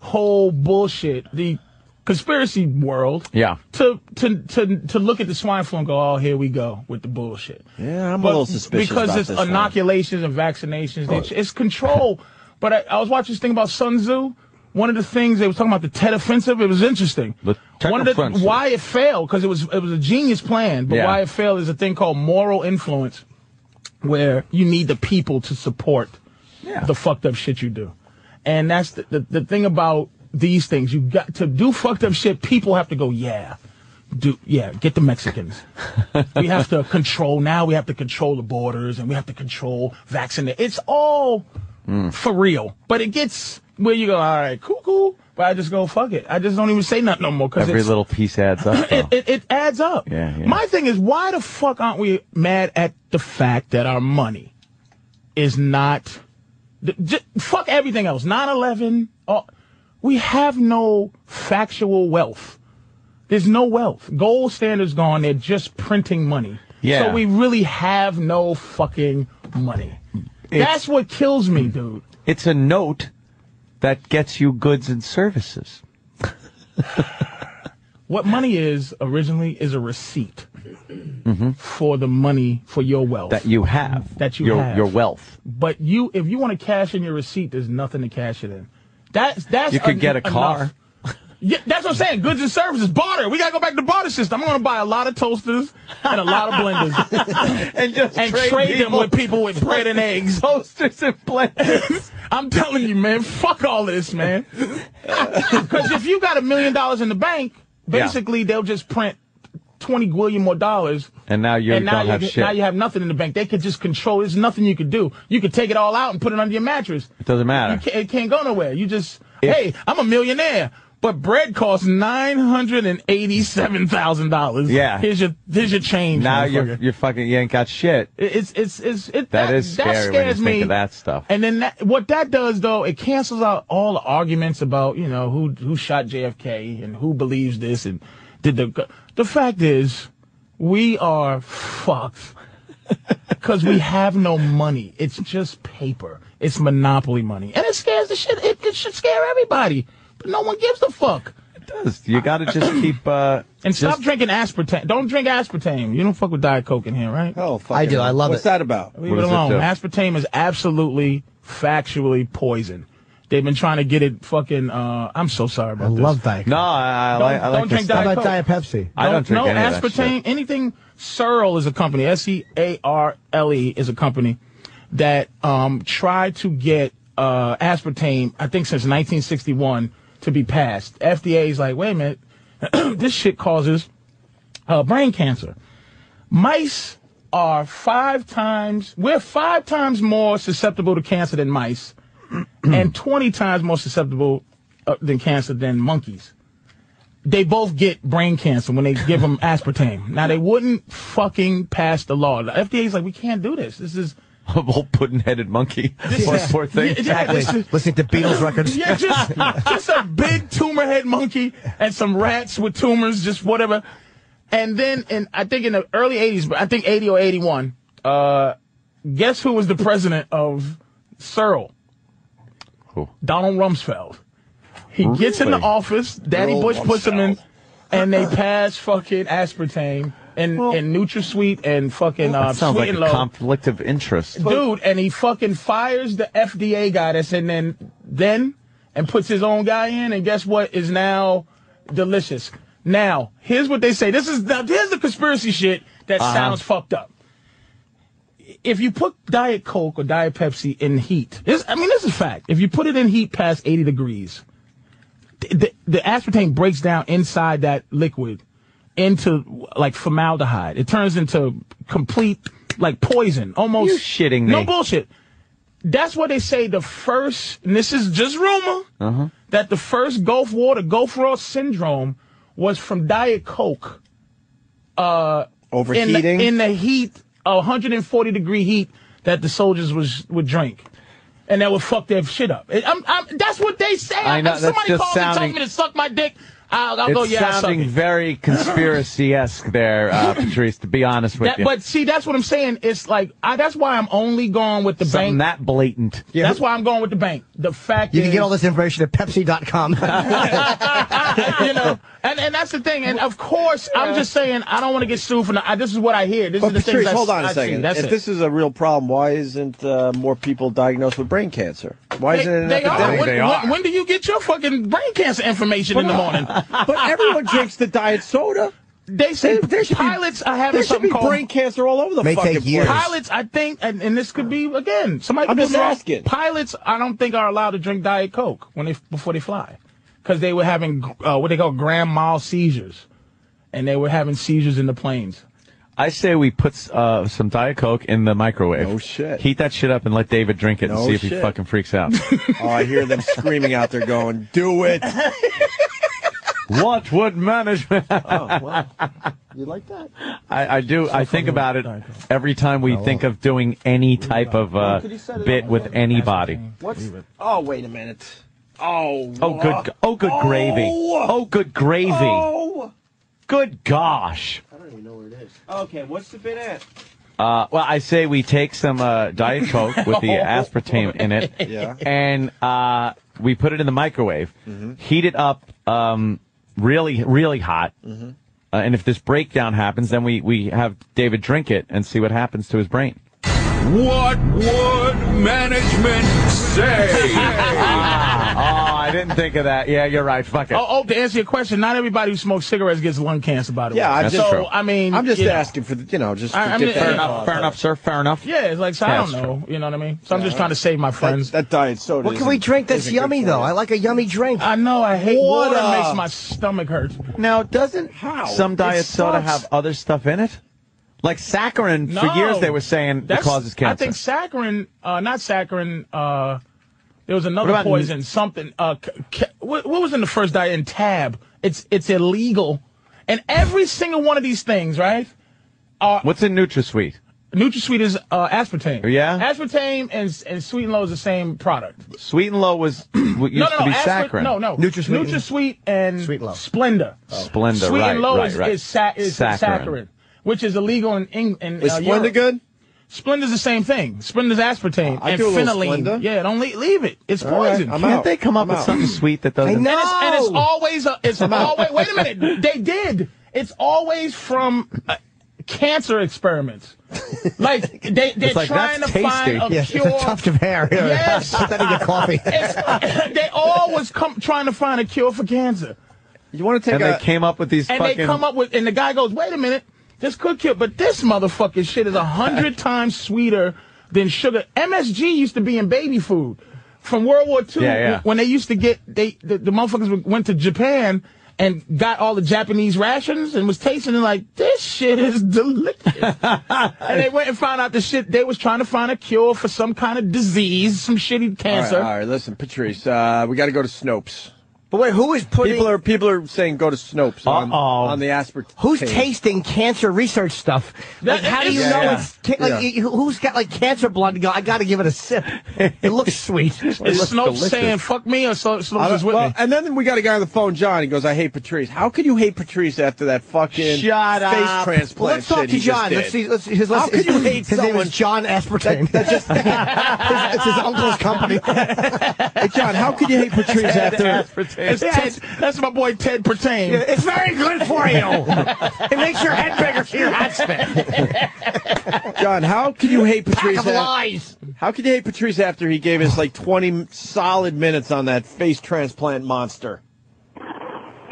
Speaker 2: whole bullshit, the conspiracy world.
Speaker 3: Yeah.
Speaker 2: To to to to look at the swine flu and go, oh, here we go with the bullshit.
Speaker 1: Yeah, I'm a
Speaker 2: But
Speaker 1: little suspicious
Speaker 2: because
Speaker 1: about
Speaker 2: it's
Speaker 1: this one.
Speaker 2: inoculations and vaccinations. It's, it's control. but I, I was watching this thing about Sun Tzu. One of the things they was talking about the Tet Offensive. It was interesting.
Speaker 3: The Tet
Speaker 2: One of the
Speaker 3: Offensive.
Speaker 2: why it failed because it was it was a genius plan, but
Speaker 3: Yeah.
Speaker 2: why it failed is a thing called moral influence where you need the people to support the fucked up shit you do. And that's the, the, the thing about these things. You got to do fucked up shit, people have to go, yeah. Do yeah, get the Mexicans. we have to control now we have to control the borders and we have to control vaccinate. It's all
Speaker 3: Hmm.
Speaker 2: for real. But it gets where you go, all right, cool, cool. But I just go, fuck it. I just don't even say nothing no more. Cause
Speaker 3: every
Speaker 2: it's,
Speaker 3: little piece adds up.
Speaker 2: it,
Speaker 3: though.
Speaker 2: it, it adds up.
Speaker 3: Yeah, yeah.
Speaker 2: My thing is, why the fuck aren't we mad at the fact that our money is not. th- j- fuck everything else. 9 11. We have no factual wealth. There's no wealth. Gold standard's gone. They're just printing money.
Speaker 3: Yeah.
Speaker 2: So we really have no fucking money. That's what kills me, dude.
Speaker 3: It's a note that gets you goods and services.
Speaker 2: What money is originally is a receipt. for the money for your wealth.
Speaker 3: Mm-hmm. that you have.
Speaker 2: That you
Speaker 3: your,
Speaker 2: have.
Speaker 3: Your wealth.
Speaker 2: but you, if you want to cash in your receipt, there's nothing to cash it in. That's that's
Speaker 3: You could
Speaker 2: en-
Speaker 3: get a
Speaker 2: enough.
Speaker 3: car.
Speaker 2: Yeah, that's what I'm saying. Goods and services, barter. We gotta go back to barter system. I'm gonna buy a lot of toasters and a lot of blenders
Speaker 3: And just
Speaker 2: and trade, them with people with bread and eggs.
Speaker 3: posters and plans.
Speaker 2: I'm telling you, man, fuck all this, man. Because if you got a million dollars in the bank,
Speaker 3: Yeah.
Speaker 2: basically they'll just print twenty billion more dollars.
Speaker 3: And now you
Speaker 2: and now
Speaker 3: don't
Speaker 2: you
Speaker 3: have shit.
Speaker 2: now you have nothing in the bank. They could just control. There's nothing you could do. You could take it all out and put it under your mattress.
Speaker 3: it doesn't
Speaker 2: You
Speaker 3: matter.
Speaker 2: can't, it can't go nowhere. You just hey, I'm a millionaire, but bread costs nine hundred and eighty-seven thousand dollars.
Speaker 3: Yeah.
Speaker 2: here's your here's your change.
Speaker 3: Now you're
Speaker 2: motherfucker.
Speaker 3: you're fucking you ain't got shit.
Speaker 2: It- It's it's it's it.
Speaker 3: That is scary when you
Speaker 2: scares
Speaker 3: think
Speaker 2: me.
Speaker 3: of that stuff.
Speaker 2: And then that, what that does though, it cancels out all the arguments about you know who who shot JFK and who believes this and did the the fact is we are fucked because we have no money. It's just paper. It's monopoly money, and it scares the shit. It, it should scare everybody, but no one gives a fuck.
Speaker 3: You got to just keep. Uh,
Speaker 2: And
Speaker 3: just,
Speaker 2: stop drinking aspartame. Don't drink aspartame. You don't fuck with diet coke in here, right?
Speaker 1: Oh, fuck
Speaker 4: I do. I love
Speaker 1: What's
Speaker 4: it.
Speaker 1: that about?
Speaker 2: Leave
Speaker 3: What
Speaker 2: it
Speaker 3: does it
Speaker 2: alone.
Speaker 3: do?
Speaker 2: Aspartame is absolutely factually poison. They've been trying to get it fucking. Uh, I'm so sorry about
Speaker 4: I
Speaker 2: this.
Speaker 4: love Diet Coke.
Speaker 3: No, I, I like.
Speaker 2: Don't-
Speaker 3: I like
Speaker 2: don't
Speaker 3: this
Speaker 2: drink
Speaker 3: stuff.
Speaker 4: How
Speaker 2: Diet
Speaker 4: about
Speaker 2: Coke.
Speaker 4: Diet Pepsi?
Speaker 3: I don't drink
Speaker 2: no
Speaker 3: any of that
Speaker 2: aspartame.
Speaker 3: shit.
Speaker 2: Anything. Searle is a company. S e a r l e is a company that um tried to get uh aspartame. I think since 1961 to be passed. FDA is like, wait a minute, this shit causes uh, brain cancer. Mice are five times. We're five times more susceptible to cancer than mice, and 20 times more susceptible uh, than cancer than monkeys they both get brain cancer when they give them aspartame. Now they wouldn't fucking pass the law. The FDA's like, we can't do this. This is
Speaker 3: Old puddin-headed monkey. Poor, poor thing.
Speaker 2: Yeah, yeah, this is-
Speaker 4: Listening to Beatles records.
Speaker 2: yeah, just just a big tumor head monkey and some rats with tumors, just whatever. And then, in I think in the early '80s, but I think '80 or '81, uh, guess who was the president of Searle?
Speaker 3: Who?
Speaker 2: Donald Rumsfeld. He gets in the
Speaker 3: Really?
Speaker 2: office. Daddy
Speaker 1: Donald
Speaker 2: Bush puts him in,
Speaker 1: Rumsfeld.
Speaker 2: and they pass fucking aspartame and and NutraSweet and fucking uh,
Speaker 3: That sounds
Speaker 2: Sweet
Speaker 3: like
Speaker 2: and
Speaker 3: a
Speaker 2: Low
Speaker 3: conflict of interest.
Speaker 2: dude, and he fucking fires the FDA guy that's in then then and puts his own guy in, and guess what is now delicious. Now, here's what they say. This is now here's the conspiracy shit that sounds fucked up. If you put Diet Coke or Diet Pepsi in heat, this, I mean, this is fact. If you put it in heat past 80 degrees, th- the, the aspartame breaks down inside that liquid into like formaldehyde. It turns into complete like poison, almost.
Speaker 3: You shitting
Speaker 2: No
Speaker 3: me.
Speaker 2: bullshit. That's what they say. The first, and this is just rumor,
Speaker 3: Uh-huh.
Speaker 2: that the first Gulf War, the Gulf War syndrome, was from Diet Coke in
Speaker 1: Overheating.
Speaker 2: the, in the heat, 140 degree heat that the soldiers was would drink. And that would fuck their shit up. It- I'm- I'm- that's what they say.
Speaker 3: I know,
Speaker 2: If somebody
Speaker 3: that's just
Speaker 2: calls and
Speaker 3: sounding-
Speaker 2: tells me to suck my dick. I'll, I'll
Speaker 3: It's
Speaker 2: go, yeah, I suck
Speaker 3: sounding
Speaker 2: it.
Speaker 3: very conspiracy-esque there, uh, Patrice. To be honest with
Speaker 2: That-
Speaker 3: you,
Speaker 2: But see, that's what I'm saying. It's like I, that's why I'm only going with the
Speaker 3: something
Speaker 2: bank.
Speaker 3: that blatant.
Speaker 2: that's why I'm going with the bank. The fact
Speaker 4: You
Speaker 2: is,
Speaker 4: can get all this information at Pepsi.com.
Speaker 2: you know, and, and that's the thing. And of course, I'm just saying I don't want to get sued for. no- I, this is what I hear. This
Speaker 1: But
Speaker 2: is the
Speaker 1: Patrice,
Speaker 2: thing.
Speaker 1: hold on
Speaker 2: a
Speaker 1: a second.
Speaker 2: That's
Speaker 1: if
Speaker 2: it.
Speaker 1: this is a real problem, why isn't uh, more people diagnosed with brain cancer? Why
Speaker 2: they,
Speaker 1: isn't it an
Speaker 2: they are.
Speaker 1: epidemic?
Speaker 2: When, When, when do you get your fucking brain cancer information in the morning?
Speaker 1: but everyone drinks the diet soda.
Speaker 2: They say
Speaker 1: There- there should be-
Speaker 2: pilots are having
Speaker 1: There should
Speaker 2: something
Speaker 1: be
Speaker 2: called
Speaker 1: brain cancer all over the
Speaker 4: May
Speaker 1: fucking
Speaker 4: take years.
Speaker 1: place.
Speaker 2: pilots. I think, and, and this could be again. Somebody
Speaker 1: I'm
Speaker 2: could be
Speaker 1: just
Speaker 2: wrong.
Speaker 1: asking.
Speaker 2: Pilots, I don't think are allowed to drink diet coke when they before they fly, because they were having uh, what they call grand mal seizures, and they were having seizures in the planes.
Speaker 3: I say we put uh, some Diet Coke in the microwave.
Speaker 1: No shit.
Speaker 3: Heat that shit up and let David drink it and
Speaker 1: No
Speaker 3: see if he
Speaker 1: shit.
Speaker 3: fucking freaks out.
Speaker 1: Oh, I hear them screaming out there, going, "Do it!"
Speaker 3: what would management?
Speaker 1: Oh, You like that?
Speaker 3: I, I do. I think about it
Speaker 2: Diet Coke.
Speaker 3: every time we think of doing any type of uh,
Speaker 1: could you set it
Speaker 3: bit
Speaker 1: up?
Speaker 3: with anybody.
Speaker 1: What's? Oh, wait a minute. Oh.
Speaker 3: Oh good. Oh good gravy. Oh good gravy.
Speaker 1: Oh.
Speaker 3: Good gosh.
Speaker 1: I don't even know where it is. Okay, what's the bit at?
Speaker 3: Uh, well, I say we take some uh, Diet Coke with the aspartame in it,
Speaker 1: Yeah.
Speaker 3: and uh, we put it in the microwave, heat it up um, really, really hot, Uh, and if this breakdown happens, then we, we have David drink it and see what happens to his brain.
Speaker 7: What would management say?
Speaker 3: oh, I didn't think of that. Yeah, you're right. Fuck it.
Speaker 2: Oh, oh, to answer your question, not everybody who smokes cigarettes gets lung cancer, by the way.
Speaker 1: Yeah, I'm That's
Speaker 2: so,
Speaker 1: just- true.
Speaker 2: I mean,
Speaker 1: I'm just
Speaker 2: you know.
Speaker 1: asking for the, you know, just.
Speaker 2: I-
Speaker 1: to
Speaker 2: I'm
Speaker 1: get
Speaker 2: just-
Speaker 1: fair
Speaker 2: yeah.
Speaker 1: enough.
Speaker 3: Fair enough, sir. Fair enough.
Speaker 2: Yeah, it's like, so I don't
Speaker 3: That's
Speaker 2: know. You know what I mean? So I'm just trying to save my friends.
Speaker 1: That, that diet soda.
Speaker 4: What can we
Speaker 1: isn't-
Speaker 4: drink that's
Speaker 1: isn't good
Speaker 4: yummy
Speaker 1: for
Speaker 4: though?
Speaker 1: you.
Speaker 4: I like a yummy drink.
Speaker 2: I know, I hate water.
Speaker 1: Water.
Speaker 7: uh,
Speaker 2: makes my stomach hurt.
Speaker 3: Now, doesn't some diet soda
Speaker 2: sucks.
Speaker 3: have other stuff in it? Like saccharin,
Speaker 2: No.
Speaker 3: for years they were saying it
Speaker 2: That's-
Speaker 3: causes cancer.
Speaker 2: I think saccharin, uh, not saccharin, uh, there was
Speaker 3: What
Speaker 2: another
Speaker 3: about
Speaker 2: poison, something. Uh, c- c- what, what was in the first diet in Tab? It's, it's illegal. And every single one of these things, right?
Speaker 3: What's in NutraSweet?
Speaker 2: NutraSweet is uh, aspartame.
Speaker 3: Yeah?
Speaker 2: Aspartame and, and Sweet and Low is the same product.
Speaker 3: Sweet and low was what used
Speaker 2: no, no,
Speaker 3: to be
Speaker 2: no, Aspirin-
Speaker 3: saccharin.
Speaker 2: No, no.
Speaker 4: NutraSweet.
Speaker 2: NutraSweet and
Speaker 4: Sweet Low.
Speaker 2: Splenda.
Speaker 3: Oh. Splenda,
Speaker 2: Sweet
Speaker 3: right,
Speaker 2: and Low
Speaker 3: right,
Speaker 2: is,
Speaker 3: right.
Speaker 2: is, sa- is saccharin.
Speaker 3: Saccharin.
Speaker 2: which is illegal in England.
Speaker 1: Is
Speaker 2: uh,
Speaker 1: Splenda
Speaker 2: Europe.
Speaker 1: good?
Speaker 2: Splenda's the same thing. Splenda's aspartame
Speaker 1: I
Speaker 2: and
Speaker 1: do a little
Speaker 2: phenylene.
Speaker 1: Splenda.
Speaker 2: Yeah, don't leave, leave it. It's
Speaker 1: All right,
Speaker 2: poison.
Speaker 1: I'm
Speaker 3: Can't
Speaker 1: out.
Speaker 3: they come up
Speaker 1: I'm
Speaker 3: with
Speaker 1: out.
Speaker 3: something sweet that doesn't?
Speaker 4: I know.
Speaker 2: And it's, and it's
Speaker 4: No.
Speaker 2: always a, it's always wait a minute they did it's always from uh, cancer experiments like they they're
Speaker 3: like,
Speaker 2: trying to
Speaker 3: that's
Speaker 2: find a
Speaker 3: tasty.
Speaker 4: yes,
Speaker 2: cure
Speaker 4: it's a tuft of hair. Yeah.
Speaker 2: Yes.
Speaker 4: Put that in your coffee.
Speaker 2: It's- they always come trying to find a cure for cancer
Speaker 1: You want to take
Speaker 3: And they
Speaker 1: a.
Speaker 3: came up with these
Speaker 2: and
Speaker 3: fucking.
Speaker 2: they come up with and the guy goes wait a minute this could kill but this motherfucking shit is a hundred times sweeter than sugar msg used to be in baby food from world war ii
Speaker 3: Yeah, yeah.
Speaker 2: when they used to get they the, the motherfuckers went to japan and got all the Japanese rations and was tasting it like this shit is delicious. and they went and found out the shit they was trying to find a cure for some kind of disease, some shitty
Speaker 1: all, right,
Speaker 2: cancer.
Speaker 1: all right, listen, Patrice, uh, we got to go to Snopes.
Speaker 4: But wait, who is putting?
Speaker 1: People are people are saying go to Snopes on,
Speaker 3: Uh-oh.
Speaker 1: on the aspartame.
Speaker 4: Who's tasting cancer research stuff? Like,
Speaker 2: That-
Speaker 4: how do you
Speaker 2: yeah,
Speaker 4: know
Speaker 2: yeah.
Speaker 4: it's ca- like
Speaker 1: Yeah.
Speaker 4: you- who's got like cancer blood to go? I got to give it a sip. It looks sweet.
Speaker 2: Is
Speaker 3: looks
Speaker 2: Snopes
Speaker 3: delicious.
Speaker 2: saying fuck me or Sno- Snopes
Speaker 1: I
Speaker 2: is
Speaker 1: don't-
Speaker 2: with
Speaker 1: well,
Speaker 2: me?
Speaker 1: and then we got a guy on the phone, John. He goes, "I hate Patrice. How could you hate Patrice after that fucking
Speaker 3: Shut
Speaker 1: face
Speaker 3: up.
Speaker 1: transplant?"
Speaker 4: Ah, Well, let's talk
Speaker 1: shit
Speaker 4: to
Speaker 1: he just
Speaker 4: John.
Speaker 1: did?
Speaker 4: Let's see. Let's, his
Speaker 1: How
Speaker 4: last,
Speaker 1: could you hate
Speaker 4: his name
Speaker 1: someone-
Speaker 4: is John Aspartame. That, just it's, it's his uncle's company.
Speaker 1: Hey, John, how could you hate Patrice after?
Speaker 2: It's Ted, that's my boy Ted Pertain.
Speaker 4: It's very good for you. It makes your head bigger for your hot spit.
Speaker 1: John, how could you hate Patrice?
Speaker 4: Pack of
Speaker 1: af-
Speaker 4: lies.
Speaker 1: how could you hate Patrice after he gave us like 20 solid minutes on that face transplant monster?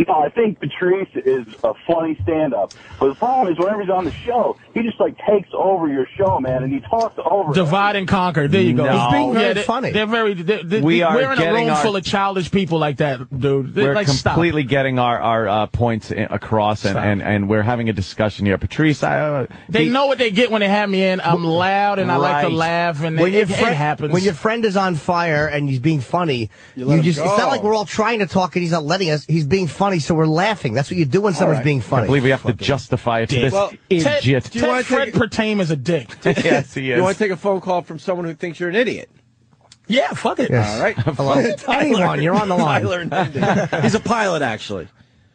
Speaker 8: No, I think Patrice is a funny stand-up, but the problem is whenever he's on the show, he just like takes over your show, man, and he talks over. it.
Speaker 2: Divide and conquer. There you go.
Speaker 3: No. He's being
Speaker 4: very
Speaker 2: they-
Speaker 4: funny.
Speaker 2: They're very. They're, they're,
Speaker 3: We are
Speaker 2: we're in a
Speaker 3: getting
Speaker 2: room
Speaker 3: our-
Speaker 2: full of childish people like that, dude. They're
Speaker 3: we're
Speaker 2: like,
Speaker 3: completely getting our our uh, points i- across, and,
Speaker 2: Stop.
Speaker 3: and and we're having a discussion here. Patrice, I, uh,
Speaker 2: stop. They
Speaker 3: he-
Speaker 2: know what they get when they have me in. I'm loud and I like to
Speaker 3: Right.
Speaker 2: laugh, and
Speaker 4: When
Speaker 2: it,
Speaker 4: your,
Speaker 2: it,
Speaker 4: friend,
Speaker 2: happens.
Speaker 4: when your friend is on fire and he's being funny, you,
Speaker 1: let him
Speaker 4: just, it's
Speaker 1: go.
Speaker 4: not like we're all trying to talk and he's not letting us. He's being funny, so we're laughing. That's what you do when someone's
Speaker 1: right.
Speaker 4: being
Speaker 3: I
Speaker 4: funny.
Speaker 3: believe we have to justify it to this
Speaker 1: Well,
Speaker 2: Ted,
Speaker 3: idiot.
Speaker 2: Ted
Speaker 1: you wanna take
Speaker 2: Fred
Speaker 1: it-
Speaker 2: Pertain is a dick.
Speaker 3: yes, he
Speaker 1: You want
Speaker 3: is.
Speaker 1: to take a phone call from someone who thinks you're an idiot?
Speaker 2: yeah, fuck it.
Speaker 4: Yes.
Speaker 1: All right.
Speaker 4: Hello? Anyone, you're on the line.
Speaker 1: Tyler Hernandez. He's a pilot, actually.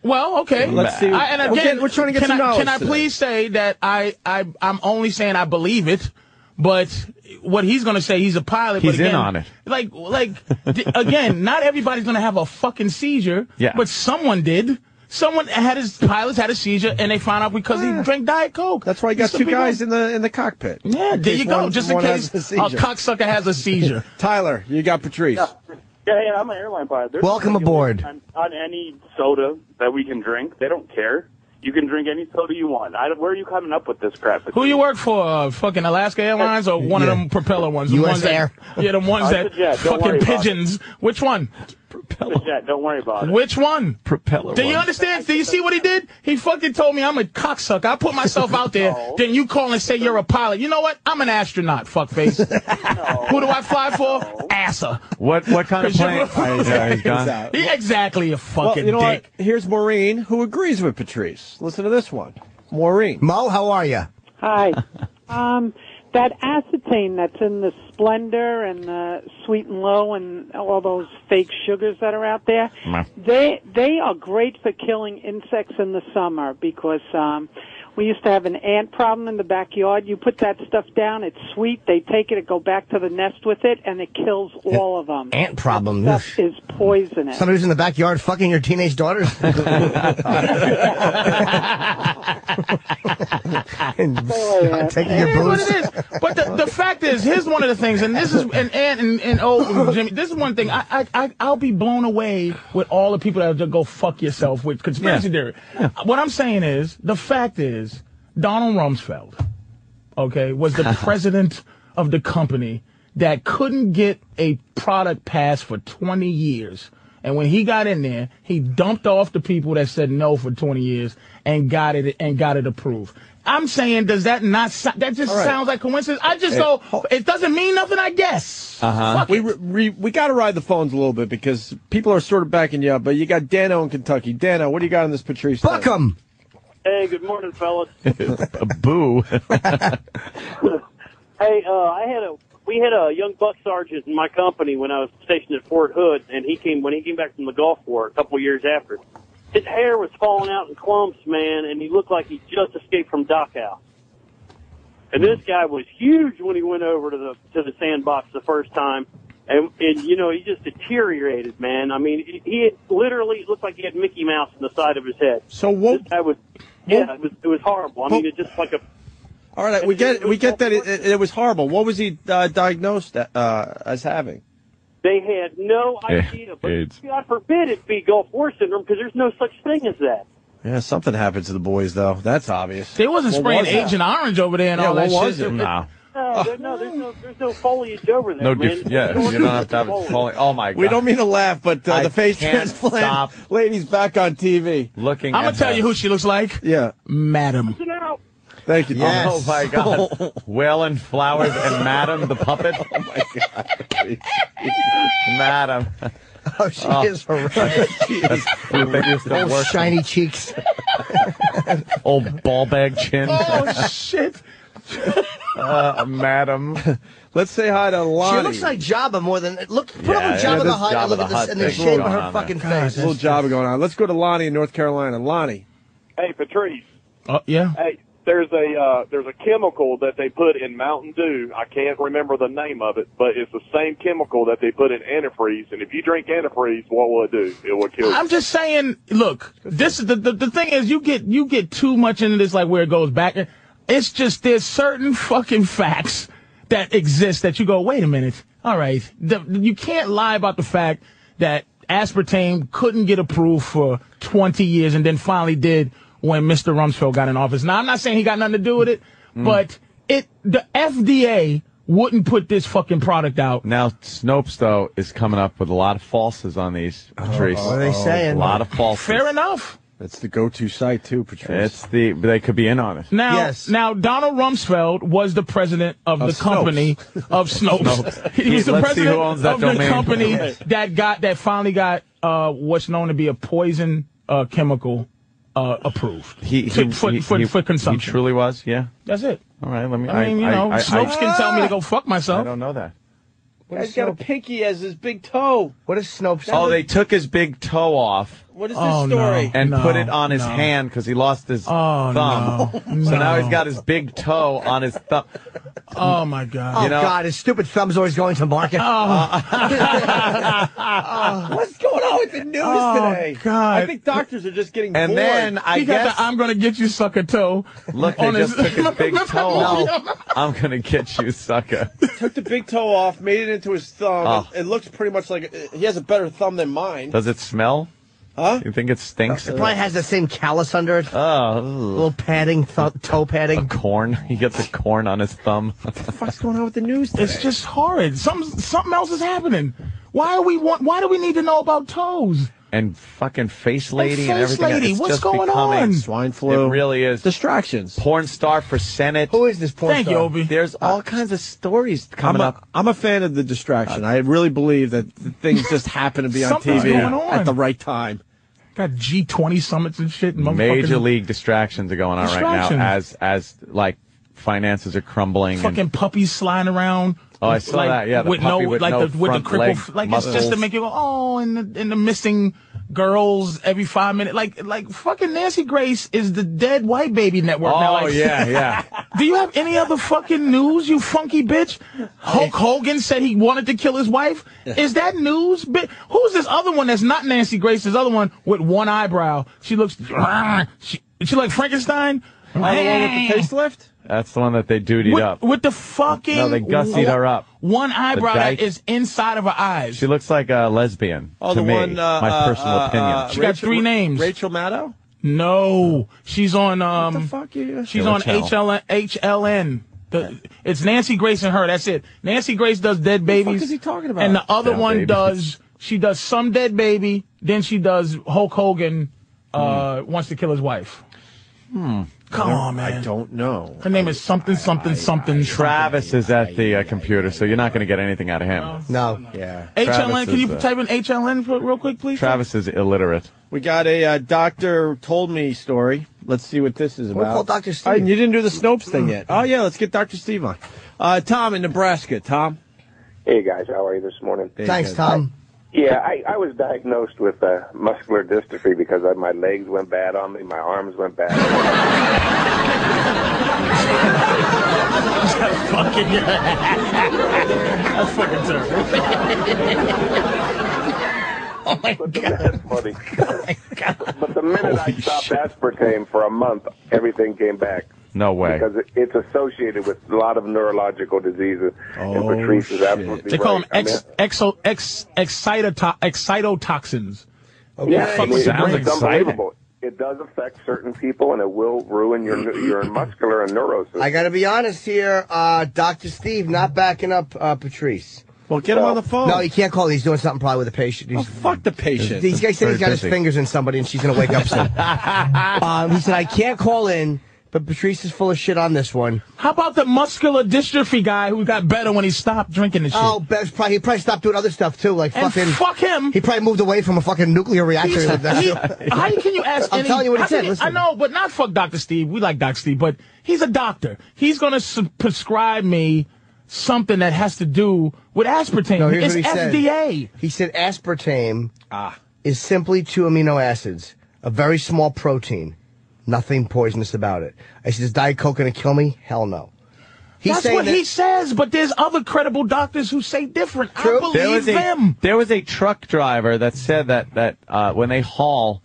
Speaker 2: Well, okay.
Speaker 1: Let's see.
Speaker 2: I, and
Speaker 1: We're
Speaker 2: again,
Speaker 1: getting- we're trying to get
Speaker 2: can
Speaker 1: some
Speaker 2: I,
Speaker 1: knowledge
Speaker 2: Can I
Speaker 1: today.
Speaker 2: please say that I, I I'm only saying I believe it, but what he's going to say, he's a pilot.
Speaker 3: He's
Speaker 2: but
Speaker 3: in
Speaker 2: again,
Speaker 3: on it.
Speaker 2: Like like d- again, not everybody's going to have a fucking seizure.
Speaker 3: Yeah.
Speaker 2: But someone did. Someone had his pilots had a seizure, and they found out because
Speaker 1: Ah.
Speaker 2: he drank diet coke.
Speaker 1: That's why you got two guys in the in the cockpit.
Speaker 2: Yeah, there you
Speaker 1: case
Speaker 2: go.
Speaker 1: one-
Speaker 2: just in
Speaker 1: one has
Speaker 2: case
Speaker 1: a seizure.
Speaker 2: cocksucker has a seizure.
Speaker 1: Tyler, you got Patrice.
Speaker 8: Yeah, yeah, yeah, I'm an airline pilot. There's
Speaker 4: Welcome
Speaker 8: no
Speaker 4: aboard.
Speaker 8: regulation On, on any soda that we can drink, they don't care. You can drink any soda you want. I, don't- where are you coming up with this crap?
Speaker 2: Who you work for? Uh, fucking Alaska Airlines or one
Speaker 4: Yeah.
Speaker 2: of them propeller ones? The
Speaker 4: US
Speaker 2: ones that-
Speaker 4: Air.
Speaker 2: yeah, the ones
Speaker 8: I
Speaker 2: that
Speaker 8: said, yeah, don't worry about
Speaker 2: fucking
Speaker 8: it.
Speaker 2: pigeons. Which one?
Speaker 8: Yeah, don't worry about it.
Speaker 2: Which one?
Speaker 3: Propeller.
Speaker 2: Do you
Speaker 3: one.
Speaker 2: understand? Do you see what he did? He fucking told me I'm a cocksucker. I put myself out there.
Speaker 8: No.
Speaker 2: Then you call and say you're a pilot. You know what? I'm an astronaut, fuckface. Who do I fly for? NASA.
Speaker 3: What what kind of
Speaker 2: Is your-
Speaker 3: plane? All right, yeah, he's gone.
Speaker 1: out.
Speaker 2: He exactly a
Speaker 1: Well,
Speaker 2: fucking
Speaker 1: you know
Speaker 2: dick.
Speaker 1: what? Here's Maureen, who agrees with Patrice. Listen to this one. Maureen.
Speaker 4: Mo, how are you?
Speaker 9: Hi. um, that acetane that's in the Splendor and the Sweet and Low and all those fake sugars that are out there,
Speaker 3: Mm.
Speaker 9: they they are great for killing insects in the summer because um, We used to have an ant problem in the backyard. You put that stuff down, it's sweet. They take it and go back to the nest with it, and it kills all of them.
Speaker 4: Ant problem.
Speaker 9: Stuff is poisonous.
Speaker 4: Somebody's in the backyard fucking your teenage daughters. and taking your
Speaker 2: It is what
Speaker 4: booze.
Speaker 2: it is. But the, the fact is, here's one of the things, and this is and and and, and oh Jimmy, this is one thing. I, I I I'll be blown away with all the people that just go fuck yourself with conspiracy
Speaker 10: Yeah.
Speaker 2: theory. What I'm saying is, the fact is, Donald Rumsfeld, okay, was the president of the company that couldn't get a product passed for 20 years. And when he got in there, he dumped off the people that said no for 20 years and got it and got it approved. I'm saying, does that not so- that just
Speaker 11: All right.
Speaker 2: sounds like coincidence? I just
Speaker 1: Hey,
Speaker 2: go, it doesn't mean nothing. I guess.
Speaker 1: Uh-huh. We re- re- we got to ride the phones a little bit because people are sort of backing you up. But you got Dano in Kentucky. Dano, what do you got on this Patrice? Fuck
Speaker 4: him.
Speaker 8: Hey, good morning, fellas.
Speaker 1: Boo.
Speaker 8: Hey, uh, I had a we had a young buck sergeant in my company when I was stationed at Fort Hood, and he came when he came back from the Gulf War a couple years after. His hair was falling out in clumps, man, and he looked like he just escaped from Dachau. And this guy was huge when he went over to the to the sandbox the first time, and and you know he just deteriorated, man. I mean, he, he had literally looked like he had Mickey Mouse on the side of his head.
Speaker 1: So what?
Speaker 8: This guy was, yeah, it was it was horrible. I mean, it just like a
Speaker 1: All right, we get we get that it, it, it was horrible. What was he uh, diagnosed uh, as having?
Speaker 8: They had no
Speaker 1: Eh,
Speaker 8: idea. But
Speaker 1: AIDS.
Speaker 8: God forbid it be Gulf War syndrome because there's no such thing as that.
Speaker 1: Yeah, something happened to the boys though. That's obvious.
Speaker 2: They wasn't
Speaker 1: What
Speaker 2: spraying
Speaker 1: was that?
Speaker 2: Agent Orange over there and
Speaker 1: Yeah,
Speaker 2: all
Speaker 1: what
Speaker 2: that
Speaker 1: was
Speaker 2: shit.
Speaker 1: it?
Speaker 2: Nah.
Speaker 8: No, there- no, there's no, there's no foliage over there.
Speaker 1: No
Speaker 8: man.
Speaker 1: dif-
Speaker 8: There's no
Speaker 1: yeah, you don't have to have it
Speaker 8: foliage.
Speaker 1: falling- oh, my We God. don't mean to laugh, but uh,
Speaker 8: I
Speaker 1: the face
Speaker 8: can't
Speaker 1: transplant.
Speaker 8: stop.
Speaker 1: Ladies back on TV.
Speaker 3: Looking.
Speaker 2: I'm gonna tell you who she looks like.
Speaker 1: Yeah,
Speaker 2: Madam.
Speaker 1: Thank you.
Speaker 2: Yes.
Speaker 3: Oh my God! Well and flowers and Madam the puppet. oh my God! Madam.
Speaker 4: Oh, she is horrendous.
Speaker 3: That's, I think it's the
Speaker 4: Those
Speaker 3: worst.
Speaker 4: shiny cheeks.
Speaker 3: Old ball bag chin.
Speaker 2: Oh shit!
Speaker 3: uh, madam.
Speaker 1: Let's say hi to Lonnie.
Speaker 4: She looks like Jabba more than look. Put
Speaker 1: Yeah,
Speaker 4: up with
Speaker 1: yeah,
Speaker 4: Jabba
Speaker 1: this
Speaker 4: the Hutt
Speaker 1: Jabba
Speaker 4: and look
Speaker 1: the
Speaker 4: at this
Speaker 1: Hutt
Speaker 4: and the
Speaker 1: thing's
Speaker 4: shape of
Speaker 1: going
Speaker 4: her
Speaker 1: on there.
Speaker 4: fucking
Speaker 1: Gosh,
Speaker 4: face.
Speaker 1: little job going on. Let's go to Lonnie in North Carolina. Lonnie.
Speaker 12: Hey, Patrice.
Speaker 1: Uh,
Speaker 2: Oh yeah.
Speaker 12: Hey, there's a uh, there's a chemical that they put in Mountain Dew. I can't remember the name of it, but it's the same chemical that they put in antifreeze. And if you drink antifreeze, what will it do? It will kill you.
Speaker 2: I'm just saying, look, this is the, the the thing is you get you get too much into this like where it goes back. It's just there's certain fucking facts that exist that you go, wait a minute, all right, The- you can't lie about the fact that aspartame couldn't get approved for 20 years and then finally did when Mr. Rumsfeld got in office. Now I'm not saying he got nothing to do with it, but it the FDA wouldn't put this fucking product out.
Speaker 3: Now Snopes though is coming up with a lot of falses on these. Patrice.
Speaker 1: Oh, what are they saying?
Speaker 3: A lot of falses.
Speaker 2: Fair enough.
Speaker 1: That's the go-to site too, Patrice.
Speaker 3: It's the they could be in on it.
Speaker 2: Now, now Donald Rumsfeld was the president of,
Speaker 3: Of
Speaker 2: the company of Snopes.
Speaker 3: Snopes.
Speaker 2: He was the
Speaker 3: Let's see who
Speaker 2: president
Speaker 3: owns that
Speaker 2: of the
Speaker 3: domain.
Speaker 2: company
Speaker 3: Right.
Speaker 2: that got that finally got uh, what's known to be a poison uh, chemical uh, approved.
Speaker 3: He,
Speaker 2: To-
Speaker 3: he,
Speaker 2: for,
Speaker 3: he,
Speaker 2: for,
Speaker 3: he-
Speaker 2: for consumption.
Speaker 3: He truly was. Yeah.
Speaker 2: That's it.
Speaker 3: All right. Let me.
Speaker 2: I mean, you know, Snopes can tell me to go fuck myself.
Speaker 3: I don't know that.
Speaker 1: Guy's got a pinky as his big toe.
Speaker 4: What is Snopes?
Speaker 3: Oh, they took his big toe off.
Speaker 1: What is this
Speaker 3: Oh, no.
Speaker 1: story?
Speaker 3: And
Speaker 1: No,
Speaker 3: put it on his
Speaker 1: no. Oh,
Speaker 3: hand because he lost his thumb. So now he's got his big toe on his thumb.
Speaker 2: Oh my god! Oh.
Speaker 4: Oh
Speaker 3: You know-
Speaker 4: God, his stupid thumb's always going to market. Uh,
Speaker 7: Ah,
Speaker 1: What's going on with the news
Speaker 2: Oh,
Speaker 1: today?
Speaker 2: God.
Speaker 1: I think doctors are just getting
Speaker 3: And
Speaker 1: bored.
Speaker 3: then I
Speaker 2: he got
Speaker 3: guess-
Speaker 2: the I'm gonna get you sucker toe.
Speaker 3: Look, they
Speaker 2: on
Speaker 3: just took his big toe
Speaker 2: No.
Speaker 3: off. I'm gonna get you, sucker.
Speaker 1: took the big toe off, made it into his thumb.
Speaker 3: Oh.
Speaker 1: It, it looks pretty much like he has a better thumb than mine.
Speaker 3: Does it smell?
Speaker 1: Huh?
Speaker 3: You think it stinks?
Speaker 4: It probably has the same callus under it.
Speaker 3: Oh,
Speaker 4: little padding, th- toe padding.
Speaker 3: corn. He gets a corn on his thumb.
Speaker 1: What's going on with the news?
Speaker 2: It's just horrid. Some something else is happening. Why are we want? Why do we need to know about toes?
Speaker 3: and fucking face lady and,
Speaker 2: face
Speaker 3: everything.
Speaker 2: lady,
Speaker 3: It's
Speaker 2: what's
Speaker 3: just
Speaker 2: going
Speaker 3: becoming-
Speaker 2: on?
Speaker 1: Swine flu.
Speaker 3: It really is.
Speaker 1: Distractions.
Speaker 3: Porn star for Senate.
Speaker 4: Who is this porn
Speaker 3: Thank
Speaker 4: star?
Speaker 3: you, Obi.
Speaker 2: Uh,
Speaker 3: There's all kinds of stories
Speaker 1: I'm
Speaker 3: coming
Speaker 1: a,
Speaker 3: up.
Speaker 1: I'm a fan of the distraction. I really believe that th- things just happen to be on
Speaker 2: Something's
Speaker 1: TV
Speaker 2: going on.
Speaker 1: at the right time.
Speaker 2: Got G twenty summits and shit. And
Speaker 3: Major
Speaker 2: motherfucking-
Speaker 3: league distractions are going on right now
Speaker 2: Distractions.
Speaker 3: as as like finances are crumbling. and-
Speaker 2: fucking puppies sliding around.
Speaker 3: Oh, I saw
Speaker 2: like,
Speaker 3: that, yeah, the
Speaker 2: with
Speaker 3: puppy
Speaker 2: no,
Speaker 3: with
Speaker 2: like
Speaker 3: no
Speaker 2: the with the
Speaker 3: front leg
Speaker 2: cripple, like it's just to
Speaker 3: muscles.
Speaker 2: make you go, oh, and the, and the missing girls every five minutes. Like, like fucking Nancy Grace is the dead white baby network now.
Speaker 10: Oh,
Speaker 2: Like,
Speaker 10: yeah, yeah.
Speaker 2: Do you have any other fucking news, you funky bitch? Hulk Hogan said he wanted to kill his wife. Is that news? Bi- Who's this other one that's not Nancy Grace? This other one with one eyebrow. She looks. She, she like Frankenstein.
Speaker 3: Oh, the one with the
Speaker 2: facelift?
Speaker 3: That's the one that they dutied
Speaker 2: With,
Speaker 3: up.
Speaker 2: with the fucking.
Speaker 3: No, they gussied her up.
Speaker 2: One eyebrow
Speaker 3: The
Speaker 2: that
Speaker 3: dyke.
Speaker 2: is inside of her eyes.
Speaker 3: She looks like a lesbian
Speaker 2: Oh,
Speaker 3: to
Speaker 2: the
Speaker 3: me.
Speaker 2: one, uh,
Speaker 3: my
Speaker 2: uh,
Speaker 3: personal
Speaker 2: uh,
Speaker 3: opinion.
Speaker 2: uh, She got Rachel- three names.
Speaker 1: Rachel Maddow?
Speaker 2: No, she's on. Um,
Speaker 1: the fuck you-
Speaker 2: She's
Speaker 1: Yeah,
Speaker 2: on
Speaker 1: what channel?
Speaker 2: HLN. HLN. The, it's Nancy Grace and her. That's it. Nancy Grace does dead babies.
Speaker 1: is he talking about?
Speaker 2: And the other
Speaker 1: Dead
Speaker 2: one
Speaker 1: babies.
Speaker 2: does. She does some dead baby. Then she does Hulk Hogan. Uh, wants to kill his wife.
Speaker 3: Hmm.
Speaker 2: Come on, man. I
Speaker 1: don't know.
Speaker 2: Her name is something something something.
Speaker 3: Travis is at the uh, computer, so you're not going to get anything out of him.
Speaker 4: No.
Speaker 1: Yeah.
Speaker 2: HLN. Can you
Speaker 3: Travis is, uh,
Speaker 2: type in HLN for- real quick, please?
Speaker 3: Travis is illiterate.
Speaker 1: We got a uh, doctor told me story. Let's see what this is
Speaker 4: We'll
Speaker 1: about.
Speaker 4: call Dr. Steve.
Speaker 1: Oh, you didn't do the Snopes thing yet. Oh yeah, let's get Dr. Steve on. Uh, Tom in Nebraska. Tom.
Speaker 13: Hey guys, how are you this morning?
Speaker 4: Thanks, Tom.
Speaker 13: Yeah, I, I was diagnosed with uh, muscular dystrophy because I, my legs went bad on me, my arms went bad.
Speaker 2: fucking. That's fucking
Speaker 11: terrible.
Speaker 13: oh my god. Funny. but the minute I stopped aspartame for a month, everything came back.
Speaker 3: No way.
Speaker 13: Because it, it's associated with a lot of neurological diseases. and
Speaker 3: Oh,
Speaker 13: Patrice is absolutely
Speaker 2: They call
Speaker 13: right.
Speaker 2: them ex, exo, ex, excitoto- excitotoxins.
Speaker 13: I mean, yeah,
Speaker 2: Fuck
Speaker 13: it,
Speaker 2: with
Speaker 13: it's
Speaker 2: your brain.
Speaker 13: unbelievable. It does affect certain people, and it will ruin your your muscular and neuro system.
Speaker 4: I got to be honest here. Uh, Dr. Steve not backing up uh, Patrice.
Speaker 1: Well, get him on the phone.
Speaker 4: No, he can't call. He's doing something probably with a patient.
Speaker 2: Oh,
Speaker 4: He's,
Speaker 1: fuck the patient.
Speaker 4: He said
Speaker 1: Very
Speaker 4: he's got
Speaker 1: busy.
Speaker 4: his fingers in somebody and she's going to wake up soon. um, he said, I can't call in, but Patrice is full of shit on this one.
Speaker 2: How about the muscular dystrophy guy who got better when he stopped drinking this shit?
Speaker 4: Oh, Bez probably, he probably stopped doing other stuff too, like
Speaker 2: And
Speaker 4: fucking.
Speaker 2: fuck him.
Speaker 4: He probably moved away from a fucking nuclear reactor.
Speaker 2: He's-
Speaker 4: He lived next
Speaker 2: he-
Speaker 4: to.
Speaker 2: how you- can you ask
Speaker 4: I'm
Speaker 2: any-
Speaker 4: telling you what he
Speaker 2: how can
Speaker 4: said. Listen.
Speaker 2: I know, but not fuck Dr. Steve. We like Dr. Steve, but he's a doctor. He's going to s prescribe me something that has to do with aspartame.
Speaker 4: No, here's
Speaker 2: it's
Speaker 4: what he said.
Speaker 2: FDA.
Speaker 4: He said aspartame
Speaker 2: Ah.
Speaker 4: is simply two amino acids, a very small protein. Nothing poisonous about it. I said, is Diet Coke going to kill me? Hell no. He's
Speaker 2: That's
Speaker 4: saying
Speaker 2: what
Speaker 4: that-
Speaker 2: he says, but there's other credible doctors who say different. I
Speaker 3: There was
Speaker 2: believe
Speaker 3: a,
Speaker 2: them.
Speaker 3: There was a truck driver that said that that uh, when they haul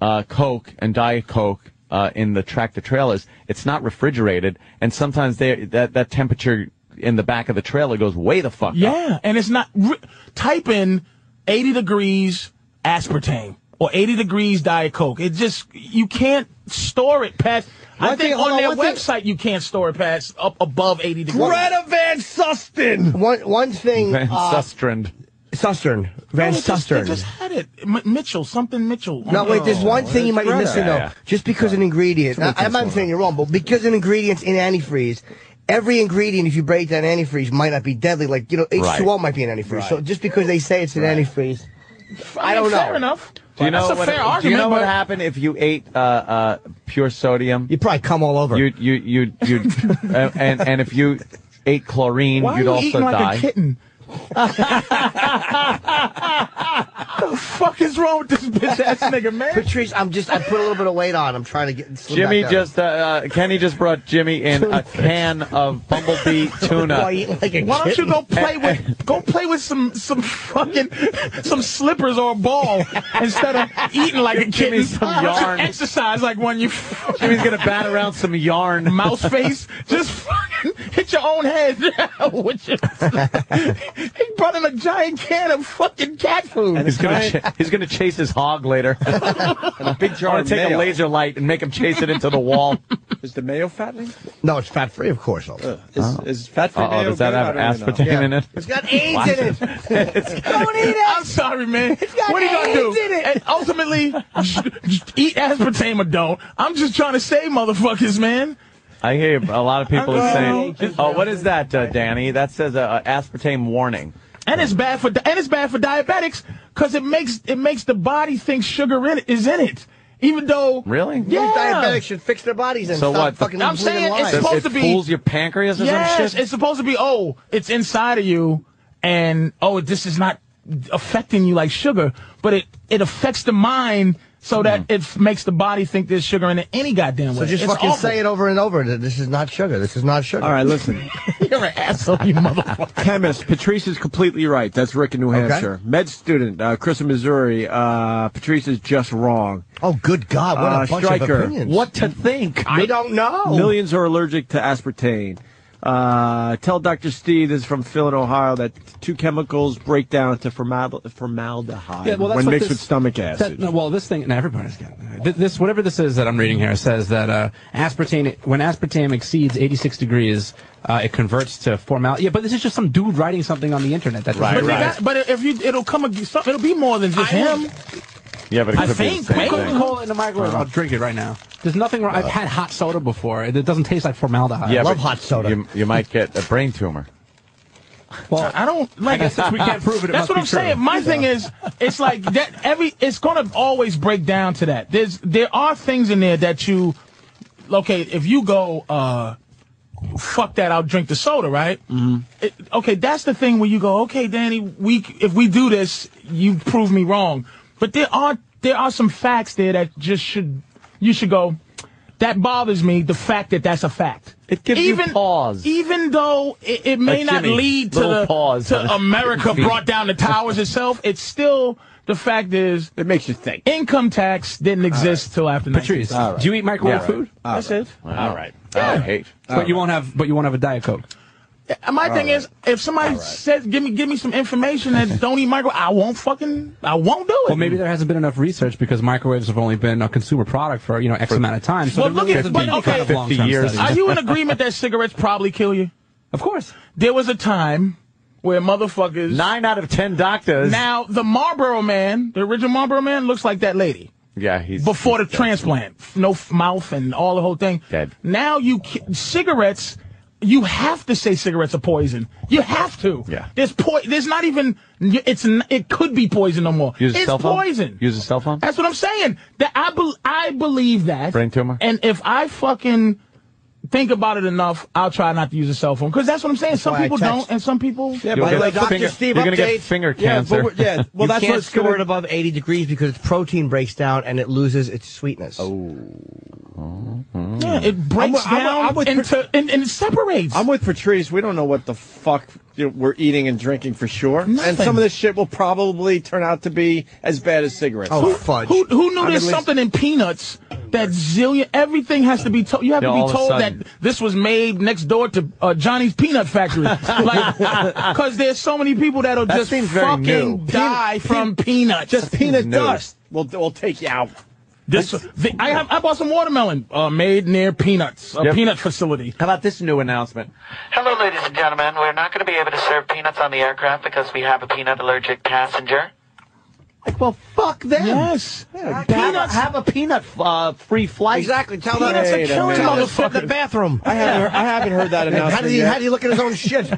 Speaker 3: uh, Coke and Diet Coke uh, in the tractor trailers, it's not refrigerated, and sometimes they, that that temperature in the back of the trailer goes way the fuck up.
Speaker 2: Yeah, and it's not. Re- type in 80 degrees aspartame or 80 degrees Diet Coke. It just, you can't store it, Pat. I
Speaker 4: One
Speaker 2: think
Speaker 4: thing- hold
Speaker 2: on
Speaker 4: on,
Speaker 2: their
Speaker 4: one thing-
Speaker 2: website you can't store it, Pat, up above 80 degrees.
Speaker 1: Van Susten.
Speaker 4: One one thing.
Speaker 3: Van
Speaker 4: uh,
Speaker 3: Sustrand.
Speaker 4: Sustern. Van
Speaker 2: No, they just-
Speaker 4: Sustern.
Speaker 2: They just had it. M- Mitchell, something Mitchell. Oh,
Speaker 4: No, wait, there's one thing you might be
Speaker 2: Greta.
Speaker 4: missing, though. Just because an ingredient,
Speaker 2: Somebody
Speaker 4: now, I'm
Speaker 2: takes
Speaker 4: not saying you're wrong, but because an ingredient's in antifreeze, every ingredient, if you break down antifreeze, might not be deadly. Like, you know,
Speaker 3: Right.
Speaker 4: H2O might be in antifreeze. So just because they say it's in antifreeze, I,
Speaker 2: mean,
Speaker 4: don't know.
Speaker 2: fair enough.
Speaker 3: Do you know
Speaker 2: That's a
Speaker 3: what,
Speaker 2: fair
Speaker 3: do
Speaker 2: argument.
Speaker 3: you know what
Speaker 2: but-
Speaker 3: happened if you ate uh, uh, pure sodium?
Speaker 4: You'd probably come all over.
Speaker 3: You you you you, uh, and and if you ate chlorine,
Speaker 2: Why are
Speaker 3: you'd
Speaker 2: you
Speaker 3: also
Speaker 2: eating like
Speaker 3: die.
Speaker 2: a kitten? the fuck is wrong with this bitch ass nigga, man?
Speaker 4: Patrice, I'm just, I put a little bit of weight on. I'm trying to get. slim
Speaker 3: Jimmy
Speaker 4: back down.
Speaker 3: just uh, uh, Kenny just brought Jimmy in a can of bumblebee tuna.
Speaker 4: Why you eating like a
Speaker 2: Why don't you go
Speaker 4: kitten?
Speaker 2: play with go play with some some fucking some slippers or a ball instead of eating like a
Speaker 3: Give me
Speaker 2: kitten?
Speaker 3: some
Speaker 2: Why don't you
Speaker 3: yarn.
Speaker 2: Exercise like one you
Speaker 3: Jimmy's gonna bat around some yarn.
Speaker 2: mouse face. Just fucking hit your own head with your. he brought in a giant can of fucking cat food.
Speaker 3: He's gonna cha- he's gonna chase his hog later. a big
Speaker 1: jar of
Speaker 3: Take
Speaker 1: mayo.
Speaker 3: a laser light and make him chase it into the wall.
Speaker 1: Is the mayo fattening?
Speaker 4: No, it's fat free, of course. also.
Speaker 1: Is, is fat free
Speaker 3: Oh. Uh-oh,
Speaker 1: mayo?
Speaker 3: does that
Speaker 1: good?
Speaker 3: have
Speaker 1: I don't
Speaker 3: aspartame
Speaker 1: even know.
Speaker 3: in it?
Speaker 4: It's got AIDS in it.
Speaker 2: Don't eat it. I'm sorry, man.
Speaker 4: got
Speaker 2: What are you gonna do?
Speaker 4: AIDS in it.
Speaker 2: And ultimately, eat aspartame or don't. I'm just trying to save motherfuckers, man.
Speaker 3: I hear a lot of people are
Speaker 2: Hello.
Speaker 3: saying, "Oh, what is that, uh, Danny? That says uh, aspartame warning."
Speaker 2: And it's bad for and it's bad for diabetics because it makes it makes the body think sugar in it is in it, even though
Speaker 3: Really?
Speaker 2: Yeah.
Speaker 4: Diabetics should fix their bodies and
Speaker 3: So
Speaker 4: stop
Speaker 3: what, the-
Speaker 4: fucking
Speaker 2: I'm
Speaker 4: bleeding
Speaker 2: saying it's
Speaker 4: lines.
Speaker 2: supposed
Speaker 3: it
Speaker 2: to be
Speaker 3: fools your pancreas or
Speaker 2: yes,
Speaker 3: some shit.
Speaker 2: it's supposed to be oh, it's inside of you, and oh, this is not affecting you like sugar, but it, it affects the mind so
Speaker 3: Hmm.
Speaker 2: that it f- makes the body think there's sugar in it any goddamn way.
Speaker 4: So just
Speaker 2: It's
Speaker 4: fucking
Speaker 2: awful.
Speaker 4: say it over and over that this is not sugar. This is not sugar.
Speaker 1: All right, listen.
Speaker 2: You're an asshole, you motherfucker.
Speaker 1: Chemist, Patrice is completely right. That's Rick in New
Speaker 4: Okay.
Speaker 1: Hampshire. Med student, uh, Chris in Missouri. Uh, Patrice is just wrong.
Speaker 4: Oh, good God. What a
Speaker 3: Uh,
Speaker 4: bunch of
Speaker 1: Stryker,
Speaker 4: opinions.
Speaker 1: What to think?
Speaker 4: I don't know.
Speaker 1: Millions are allergic to aspartame. Uh, tell Dr. Steve, this is from Phil in Ohio, that two chemicals break down into formal- formaldehyde when
Speaker 5: what
Speaker 1: mixed
Speaker 5: this-
Speaker 1: with stomach
Speaker 5: that-
Speaker 1: acid.
Speaker 5: no, well, this thing, and everybody's got th- this. Whatever this is that I'm reading here says that uh, aspartame, when aspartame exceeds 86 degrees, uh, it converts to formal. Yeah, but this is just some dude writing something on the internet. That doesn't-
Speaker 2: but, they got- but if you, it'll come, ag- some- it'll be more than just him.
Speaker 3: Yeah, but it
Speaker 5: I
Speaker 3: could be Uh-huh. the
Speaker 5: think
Speaker 3: same
Speaker 5: put
Speaker 3: thing.
Speaker 5: Coca-Cola in the microwave. I'll drink it right now. There's nothing wrong. I've had hot soda before. It doesn't taste like formaldehyde.
Speaker 3: Uh, Yeah, but You, you might get a brain tumor.
Speaker 5: Well,
Speaker 2: I don't like.
Speaker 5: it. Since we can't prove it, it must
Speaker 2: That's what
Speaker 5: be
Speaker 2: I'm
Speaker 5: true.
Speaker 2: saying. My thing is, it's like that. Every it's gonna always break down to that. There's there are things in there that you, okay, if you go, uh, fuck that, I'll drink the soda, right? Mm-hmm. It, okay, that's the thing where you go, okay, Danny, we c- if we do this, you prove me wrong. But there are there are some facts there that just should you should go. That bothers me. The fact that that's a fact. It
Speaker 3: gives you pause.
Speaker 2: Even though it, it may
Speaker 3: Like
Speaker 2: not
Speaker 3: Jimmy,
Speaker 2: lead to
Speaker 3: little
Speaker 2: the,
Speaker 3: pause.
Speaker 2: to America brought down the towers itself. It's still the fact is
Speaker 1: it makes you think.
Speaker 2: Income tax didn't exist till after
Speaker 5: Patrice,
Speaker 2: 1960.
Speaker 5: do you eat microwave
Speaker 2: Yeah.
Speaker 5: food?
Speaker 2: That's it.
Speaker 3: All right.
Speaker 2: Yeah.
Speaker 3: I hate.
Speaker 5: But you won't have. But you won't have a diet coke.
Speaker 2: Uh, My
Speaker 5: All
Speaker 2: thing
Speaker 5: right.
Speaker 2: is, if somebody says, "Give me, give me some information that don't eat microwave," I won't fucking, I won't do it.
Speaker 5: Well, maybe there hasn't been enough research because microwaves have only been a consumer product for you know X amount of time. So
Speaker 2: well,
Speaker 5: there
Speaker 2: look
Speaker 5: really
Speaker 2: at,
Speaker 5: hasn't
Speaker 2: but
Speaker 5: been any
Speaker 2: okay,
Speaker 5: kind of long-term studies.
Speaker 2: Are you in agreement that cigarettes probably kill you?
Speaker 5: Of course.
Speaker 2: There was a time where motherfuckers.
Speaker 3: Nine out of ten doctors.
Speaker 2: Now the Marlboro man, the original Marlboro man, looks like that lady
Speaker 3: Yeah, he's
Speaker 2: before the transplant, no f- mouth and all the whole thing.
Speaker 3: Dead.
Speaker 2: Now you ki- cigarettes. You have to say cigarettes are poison. You have to.
Speaker 3: Yeah.
Speaker 2: There's po- There's not even. It's. n- It could be poison no more.
Speaker 3: Use a
Speaker 2: it's
Speaker 3: cell phone.
Speaker 2: poison.
Speaker 3: Use a cell phone.
Speaker 2: That's what I'm saying. That I bel I believe that
Speaker 3: Brain tumor?
Speaker 2: And if I fucking think about it enough, I'll try not to use a cell phone because that's what I'm saying. some
Speaker 1: why I
Speaker 2: people
Speaker 1: text.
Speaker 2: don't, and some people.
Speaker 1: Yeah, by the way, Dr. Steve
Speaker 3: you're gonna get
Speaker 1: update.
Speaker 3: finger
Speaker 1: Yeah, but
Speaker 3: cancer.
Speaker 1: we're- yeah,
Speaker 4: Well,
Speaker 1: well,
Speaker 4: you
Speaker 1: that's
Speaker 4: can't
Speaker 1: what's
Speaker 4: store
Speaker 1: gonna-
Speaker 4: it above 80 degrees because its protein breaks down and it loses its sweetness. Oh.
Speaker 2: Yeah, it breaks
Speaker 1: I'm with- I'm with-
Speaker 2: down
Speaker 1: I'm with
Speaker 2: into and, and it separates.
Speaker 1: I'm with Patrice. We don't know what the fuck you know, we're eating and drinking for sure. And some of this shit will probably turn out to be as bad as cigarettes.
Speaker 2: who, Who, who knew
Speaker 1: Oh, I mean,
Speaker 2: there's
Speaker 1: at least-
Speaker 2: something in peanuts that zillion? Everything has to be told. You have
Speaker 1: Yeah,
Speaker 2: to
Speaker 1: all
Speaker 2: be
Speaker 1: of a
Speaker 2: told that
Speaker 1: sudden.
Speaker 2: this was made next door to uh, Johnny's Peanut Factory, like because there's so many people that'll
Speaker 1: That
Speaker 2: just
Speaker 1: seems very new.
Speaker 2: fucking die
Speaker 1: Peanut-
Speaker 2: from peanuts.
Speaker 1: Just peanut
Speaker 2: No.
Speaker 1: dust will will take you out.
Speaker 2: This, the, I have. I bought some watermelon uh, made near peanuts, a
Speaker 3: Yep.
Speaker 2: peanut facility.
Speaker 3: How about this new announcement?
Speaker 10: Hello, ladies and gentlemen. We're not going to be able to serve peanuts on the aircraft because we have a peanut allergic passenger.
Speaker 3: Like, well, fuck them.
Speaker 2: Yes.
Speaker 3: peanuts. Have, a peanut uh, free flight.
Speaker 4: Exactly. Tell
Speaker 3: them
Speaker 4: that
Speaker 3: that's
Speaker 4: that's a killing motherfucker. In the bathroom.
Speaker 1: I haven't, I haven't heard that announcement
Speaker 4: How does he?
Speaker 1: yet.
Speaker 4: How do you look at his own shit?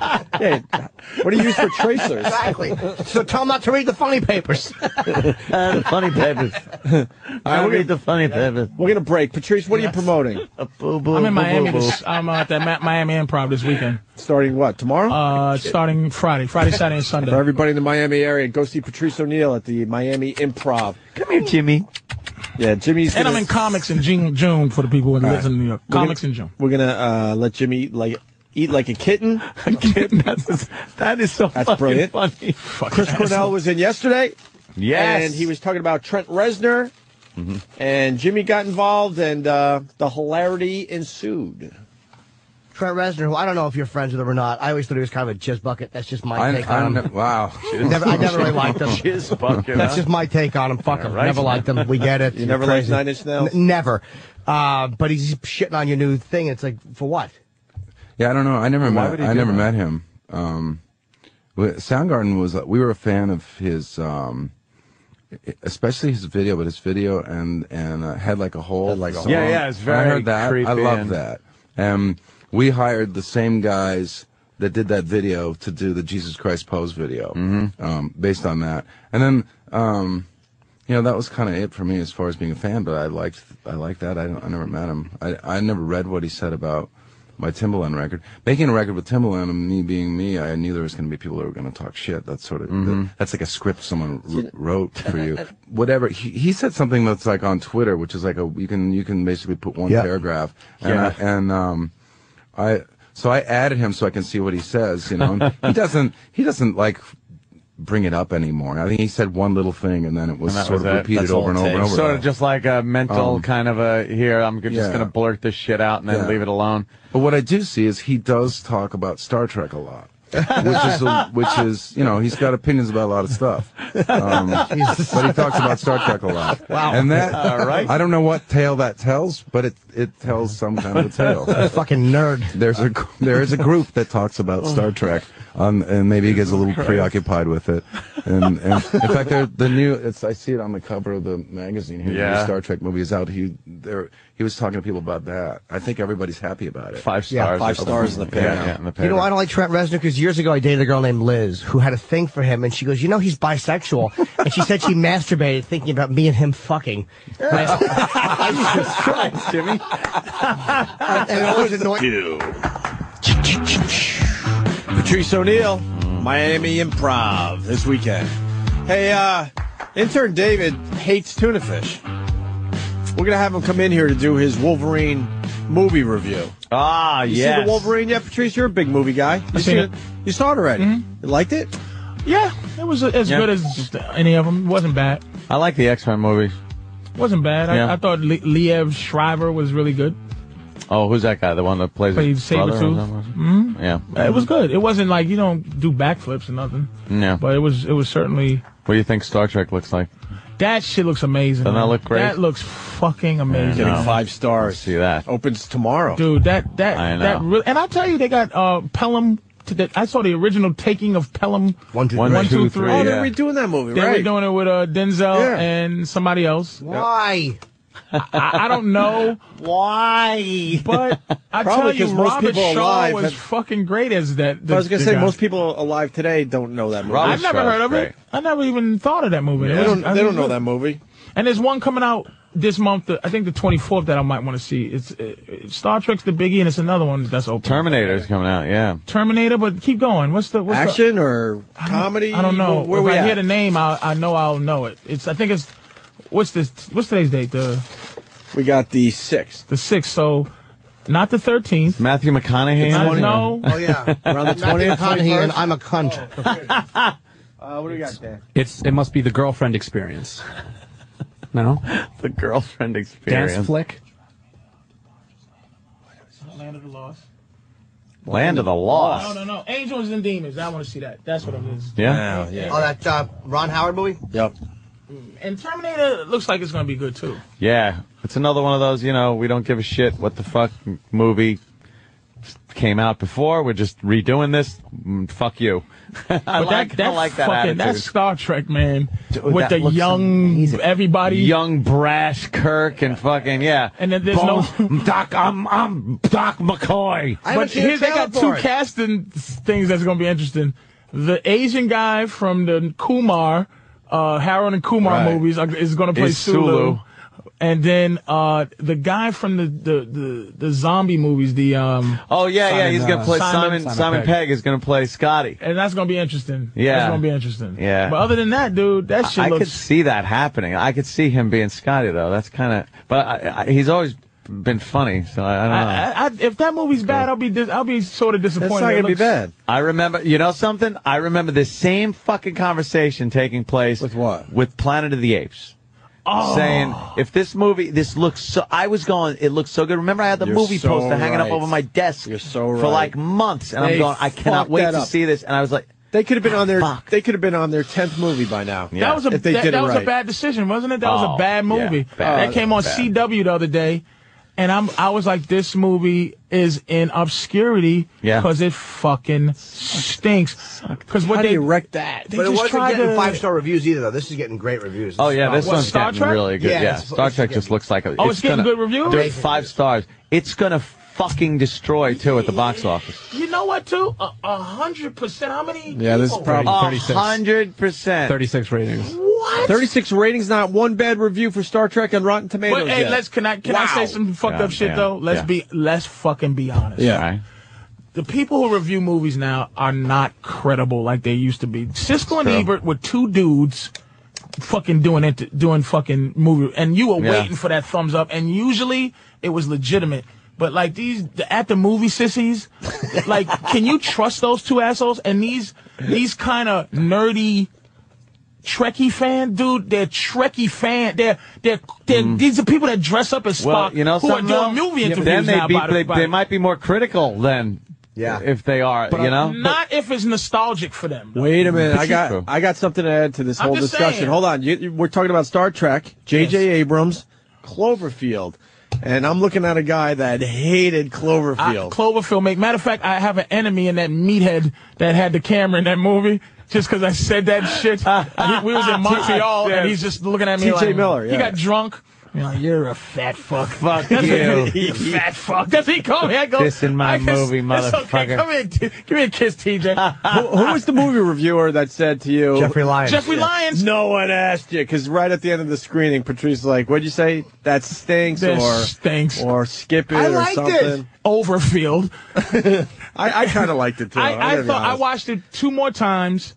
Speaker 1: What do you use for tracers?
Speaker 4: exactly. So tell him not to read the funny papers.
Speaker 3: Uh, the funny papers. I read the funny papers.
Speaker 1: We're gonna break. Patrice, what are you promoting?
Speaker 2: I'm in Miami. This, I'm uh, at that Ma- Miami Improv this weekend.
Speaker 1: Starting what tomorrow?
Speaker 2: Uh, starting Friday, Friday, Saturday, and Sunday.
Speaker 1: For everybody in the Miami area, go see Patrice O'Neill at the Miami Improv.
Speaker 3: Come here, Jimmy.
Speaker 1: Yeah, Jimmy's.
Speaker 2: And I'm
Speaker 1: gonna-
Speaker 2: in comics in June, June for the people who
Speaker 1: All right.
Speaker 2: live in New York.
Speaker 1: We're gonna-
Speaker 2: Comics in June.
Speaker 1: We're gonna uh, let Jimmy eat like eat like a kitten.
Speaker 3: A kitten. That's, that is so
Speaker 1: That's
Speaker 3: fucking
Speaker 1: brilliant.
Speaker 3: funny.
Speaker 1: Chris Cornell was in yesterday.
Speaker 3: Yes.
Speaker 1: And he was talking about Trent Reznor. And Jimmy got involved, and uh, the hilarity ensued.
Speaker 4: Trent Reznor, who I don't know if you're friends with him or not. I always thought he was kind of a jizz bucket. That's just my
Speaker 5: I-
Speaker 4: take
Speaker 5: I
Speaker 4: on
Speaker 5: don't
Speaker 4: him.
Speaker 5: know. Wow.
Speaker 4: Never, I never really liked him.
Speaker 3: Jizz bucket,
Speaker 4: That's
Speaker 3: huh?
Speaker 4: just my take on him. Fuck him.
Speaker 3: right.
Speaker 4: Never liked him. We get it.
Speaker 1: You never
Speaker 4: Crazy.
Speaker 1: liked Nine Inch Nails?
Speaker 4: N- never. Uh, but he's shitting on your new thing. It's like for what?
Speaker 14: Yeah, I don't know. I never
Speaker 4: would
Speaker 14: met.
Speaker 4: he
Speaker 14: I
Speaker 4: do
Speaker 14: never
Speaker 4: that?
Speaker 14: met him. Um, w- Soundgarden was. We were a fan of his, um, especially his video, but his video and and uh, had like a whole.
Speaker 3: a
Speaker 14: song.
Speaker 3: Hole. Yeah, yeah, it's
Speaker 14: I
Speaker 3: very
Speaker 14: heard that.
Speaker 3: creepy
Speaker 14: I love
Speaker 3: and-
Speaker 14: that. Um, we hired the same guys that did that video to do the Jesus Christ pose video,
Speaker 4: Mm-hmm.
Speaker 14: um, based on that. And then, um, you know, that was kind of it for me as far as being a fan. But I liked, I liked that. I, don't- I never met him. I, I never read what he said about my Timbaland record. Making a record with Timbaland and me being me, I knew there was going to be people who were going to talk shit. That's sort of
Speaker 4: Mm-hmm.
Speaker 3: Mhm.
Speaker 14: that's like a script someone w- wrote for you. Whatever he, he said something that's like on Twitter, which is like a you can you can basically put one
Speaker 4: Yeah.
Speaker 14: paragraph. And,
Speaker 4: Yeah.
Speaker 14: I, and um, I so I added him so I can see what he says. You know, And he doesn't he doesn't like bring it up anymore. I think he said one little thing and then it was
Speaker 3: And that
Speaker 14: sort
Speaker 3: was
Speaker 14: of
Speaker 3: it.
Speaker 14: repeated
Speaker 3: That's all
Speaker 14: over and
Speaker 3: it
Speaker 14: over and
Speaker 3: takes.
Speaker 14: over.
Speaker 3: Sort of just like a mental
Speaker 14: Um,
Speaker 3: kind of a here. I'm just
Speaker 14: yeah.
Speaker 3: gonna blurt this shit out and then
Speaker 14: Yeah.
Speaker 3: leave it alone.
Speaker 14: But what I do see is he does talk about Star Trek a lot, which is a, which is you know he's got opinions about a lot of stuff. Um,
Speaker 4: Jesus.
Speaker 14: but he talks about Star Trek a lot.
Speaker 4: Wow.
Speaker 14: And that
Speaker 4: All right.
Speaker 14: I don't know what tale that tells, but it it tells some kind of a tale.
Speaker 4: Fucking nerd.
Speaker 14: There's a there is a group that talks about Star Trek, um, and maybe he gets a little
Speaker 4: Christ.
Speaker 14: preoccupied with it. And, and in fact, they're- the new it's I see it on the cover of the magazine here. The
Speaker 3: Yeah.
Speaker 14: new Star Trek movie is out. He there he was talking to people about that. I think everybody's happy about it.
Speaker 3: Five stars. or something. Yeah, yeah,
Speaker 4: You
Speaker 3: in the
Speaker 4: know,
Speaker 3: paper.
Speaker 4: I don't like Trent Reznor because years ago I dated a girl named Liz who had a thing for him, and she goes, "You know, he's bisexual," and she said she masturbated thinking about me and him fucking. And I- Jesus Christ, Jimmy! and it always annoyed.
Speaker 1: Patrice O'Neill, Miami Improv this weekend. Hey, uh, intern David hates tuna fish. We're gonna have him come in here to do his Wolverine movie review.
Speaker 3: Ah,
Speaker 1: you see
Speaker 3: yes.
Speaker 1: the Wolverine yet, Patrice? You're a big movie guy. You
Speaker 2: seen it. Mm-hmm.
Speaker 1: You saw it already. You liked it?
Speaker 2: Yeah, it was as
Speaker 3: Yeah.
Speaker 2: good as uh, any of them. wasn't bad.
Speaker 3: I like the X Men movies.
Speaker 2: wasn't bad.
Speaker 3: Yeah.
Speaker 2: I, I thought Le- Liev Shriver was really good.
Speaker 3: Oh, who's that guy? The one that plays
Speaker 2: Played
Speaker 3: his brother or
Speaker 2: Sabretooth.
Speaker 3: something?
Speaker 2: hmm
Speaker 3: Yeah,
Speaker 2: It was good. It wasn't like you don't do backflips or nothing.
Speaker 3: Yeah.
Speaker 2: But it was it was certainly
Speaker 3: What do you think Star Trek looks like?
Speaker 2: that shit looks amazing.
Speaker 3: Doesn't that
Speaker 2: man.
Speaker 3: look great?
Speaker 2: That looks fucking
Speaker 3: I
Speaker 2: amazing.
Speaker 3: know.
Speaker 1: stars.
Speaker 3: See that?
Speaker 1: Opens tomorrow.
Speaker 2: Dude, that that
Speaker 3: I know.
Speaker 2: that really, and I tell you, they got uh Pelham. To the, I saw the original taking of Pelham. One
Speaker 1: two,
Speaker 2: one
Speaker 1: three.
Speaker 2: two, three.
Speaker 1: Oh, they're redoing that movie,
Speaker 2: They were
Speaker 1: right?
Speaker 2: doing it with uh, Denzel
Speaker 1: Yeah.
Speaker 2: and somebody else.
Speaker 4: Why?
Speaker 2: I, I don't know.
Speaker 1: Why?
Speaker 2: But I
Speaker 1: Probably
Speaker 2: tell
Speaker 1: 'cause
Speaker 2: you,
Speaker 1: most
Speaker 2: Robert
Speaker 1: people
Speaker 2: Shaw
Speaker 1: alive
Speaker 2: was
Speaker 1: have-
Speaker 2: fucking great as that.
Speaker 1: I was gonna
Speaker 2: the
Speaker 1: say
Speaker 2: guy.
Speaker 1: most people alive today don't know that movie.
Speaker 2: I've never heard of it. I never even thought of that movie.
Speaker 1: Yeah.
Speaker 2: It
Speaker 1: They
Speaker 2: was-
Speaker 1: don't-
Speaker 2: I
Speaker 1: they
Speaker 2: mean,
Speaker 1: don't know that movie.
Speaker 2: And there's one coming out this month. uh, I think the 24th that I might want to see. It's uh, uh, Star Trek's the biggie, and it's another one that's open.
Speaker 3: Terminator's coming out. Yeah.
Speaker 2: Terminator, but keep going. What's the what's the-
Speaker 1: Action or comedy?
Speaker 2: I don't know.
Speaker 1: Where
Speaker 2: if
Speaker 1: we
Speaker 2: I
Speaker 1: at?
Speaker 2: hear the name, I I know I'll know it. It's I think it's what's this? What's today's date? The
Speaker 1: we got the sixth.
Speaker 2: The sixth. So not the 13th.
Speaker 3: Matthew McConaughey.
Speaker 2: Not-
Speaker 3: in it?
Speaker 2: no.
Speaker 4: Oh yeah,
Speaker 1: around
Speaker 4: Matthew McConaughey and I'm a cunt.
Speaker 1: Oh, Uh, what do we got there?
Speaker 5: It's it must be the girlfriend experience. No,
Speaker 3: the girlfriend experience.
Speaker 5: dance flick.
Speaker 2: Land of the Lost.
Speaker 3: Land of the Lost.
Speaker 2: No, no, no. Angels and Demons. I want to see that. That's what it is.
Speaker 3: Yeah.
Speaker 4: Oh, that uh, Ron Howard movie.
Speaker 1: Yep.
Speaker 2: And Terminator looks like it's going to be good too.
Speaker 3: Yeah, it's another one of those, you know, we don't give a shit what the fuck movie came out before. We're just redoing this. Mm, fuck you. I
Speaker 2: But
Speaker 3: like, I
Speaker 2: that's
Speaker 3: like that
Speaker 2: fucking,
Speaker 3: attitude.
Speaker 2: That's Star Trek, man.
Speaker 3: Dude,
Speaker 2: with
Speaker 3: that
Speaker 2: the
Speaker 3: looks
Speaker 2: young everybody.
Speaker 3: Young brash Kirk and fucking yeah,
Speaker 2: And then there's no-
Speaker 3: Doc. I'm I'm Doc McCoy.
Speaker 2: but here they got two casting things that's going to be interesting. The Asian guy from the Kumar, uh, Harold and Kumar
Speaker 3: Right.
Speaker 2: movies are, is going to play
Speaker 3: Is Sulu.
Speaker 2: Sulu. And then uh, the guy from the, the, the, the zombie movies, the um,
Speaker 3: Oh yeah, yeah. He's gonna play Simon. Simon, Pegg. is gonna play Scotty.
Speaker 2: and that's gonna be interesting.
Speaker 3: Yeah.
Speaker 2: that's gonna be interesting.
Speaker 3: Yeah.
Speaker 2: But other than that, dude, that shit
Speaker 3: I
Speaker 2: looks.
Speaker 3: could see that happening. I could see him being Scotty though. That's kind of. But I, I, he's always been funny, so I, I don't know.
Speaker 2: I, I, if that movie's bad, I'll be dis- I'll be sort of disappointed. It looks-
Speaker 3: I remember, you know something? I remember this same fucking conversation taking place with what? With Planet of the Apes.
Speaker 2: Oh.
Speaker 3: Saying if this movie, this looks so. I was going, it looks so good. Remember, I had the
Speaker 1: You're
Speaker 3: movie
Speaker 1: so
Speaker 3: poster hanging up
Speaker 1: right.
Speaker 3: over my desk
Speaker 1: so
Speaker 3: for
Speaker 1: right.
Speaker 3: like months, and
Speaker 1: They
Speaker 3: I'm going, I cannot
Speaker 1: fucked
Speaker 3: wait
Speaker 1: that
Speaker 3: to
Speaker 1: up.
Speaker 3: see this. And I was like,
Speaker 1: They could have been on their. They could have been on their tenth movie by now.
Speaker 2: That was a
Speaker 1: if they
Speaker 2: that,
Speaker 1: did
Speaker 2: that
Speaker 1: it
Speaker 2: was
Speaker 1: right.
Speaker 2: a bad decision, wasn't it? That was
Speaker 1: Oh,
Speaker 2: a bad
Speaker 1: yeah,
Speaker 2: movie.
Speaker 1: bad.
Speaker 2: that came on
Speaker 1: Bad.
Speaker 2: CW the other day, and I'm I was like, this movie is in obscurity
Speaker 3: Yeah.
Speaker 2: because it fucking stinks. Because what
Speaker 4: How do
Speaker 2: they
Speaker 4: you
Speaker 2: wrecked that? They
Speaker 4: but it
Speaker 2: just
Speaker 4: wasn't
Speaker 2: tried
Speaker 4: getting
Speaker 2: to-
Speaker 4: five star reviews either, though. This is getting great reviews.
Speaker 3: Oh yeah,
Speaker 4: Star
Speaker 3: this
Speaker 4: Wars.
Speaker 3: one's getting really good. Yeah, Star Trek just looks like a.
Speaker 4: Oh, it's getting
Speaker 3: gonna-
Speaker 4: good reviews?
Speaker 3: Dude, five stars. It's gonna fucking destroy too at the box office.
Speaker 2: You know what, too? A a hundred percent. How many? people-
Speaker 3: Oh, hundred percent.
Speaker 5: 36 ratings.
Speaker 2: What?
Speaker 1: 36 ratings, not one bad review for Star Trek on Rotten Tomatoes.
Speaker 2: But, hey,
Speaker 1: yet.
Speaker 2: let's can I can I
Speaker 1: Wow.
Speaker 2: say some fucked
Speaker 1: Yeah,
Speaker 2: up shit
Speaker 1: yeah,
Speaker 2: though? Let's
Speaker 1: yeah.
Speaker 2: be let's fucking be honest.
Speaker 1: Yeah.
Speaker 2: The people who review movies now are not credible like they used to be. Siskel and
Speaker 3: True.
Speaker 2: Ebert were two dudes fucking doing it doing fucking movie and you were
Speaker 3: Yeah.
Speaker 2: waiting for that thumbs up and usually it was legitimate. But like these the, at the movie sissies, like can you trust those two assholes and these these kind of nerdy Trekkie fan, dude. They're Trekkie fan. They're they're they're these are people that dress up as Spock
Speaker 3: Mm. Well, you know,
Speaker 2: who are
Speaker 3: something, though?
Speaker 2: doing movie interviews
Speaker 3: then they,
Speaker 2: now.
Speaker 3: be,
Speaker 2: by the-
Speaker 3: they,
Speaker 2: by the-
Speaker 3: they might be more critical then. Yeah, if they are, you know.
Speaker 2: not if it's nostalgic for them.
Speaker 1: Wait a minute. I got
Speaker 3: True.
Speaker 1: I got something to add to this
Speaker 2: I'm
Speaker 1: whole
Speaker 2: just
Speaker 1: discussion.
Speaker 2: saying.
Speaker 1: Hold on. You, you- we're talking about Star Trek, J.J. Abrams, Cloverfield. And I'm looking at a guy that hated
Speaker 2: I,
Speaker 1: Cloverfield.
Speaker 2: Cloverfield make. Matter of fact, I have an enemy in that meathead that had the camera in that movie. Just because I said that shit,
Speaker 3: Ah,
Speaker 2: He- we was in Montreal,
Speaker 1: Yes.
Speaker 2: and he's just looking at me
Speaker 1: T.J.
Speaker 2: like
Speaker 1: Miller,
Speaker 2: he
Speaker 1: yeah.
Speaker 2: got drunk. You know, you're a fat fuck. Fuck
Speaker 3: you.
Speaker 2: you fat fuck. That's he come here. I Go,
Speaker 3: This in my
Speaker 2: I guess-
Speaker 3: movie,
Speaker 2: it's Okay,
Speaker 3: motherfucker.
Speaker 2: come here, t- give me a kiss, TJ.
Speaker 1: who, who was the movie reviewer that said to you?
Speaker 2: Jeffrey Lyons. Jeffrey Lyons.
Speaker 1: No one asked you because right at the end of the screening, Patrice was like, "What'd you say? That stinks
Speaker 2: That
Speaker 1: or
Speaker 2: stinks
Speaker 1: or skip it
Speaker 2: I
Speaker 1: or
Speaker 2: liked
Speaker 1: something."
Speaker 2: it. Overfield.
Speaker 1: I, I kind of liked it too. I'm
Speaker 2: I,
Speaker 1: gonna
Speaker 2: I
Speaker 1: be
Speaker 2: thought I
Speaker 1: honest.
Speaker 2: watched it two more times,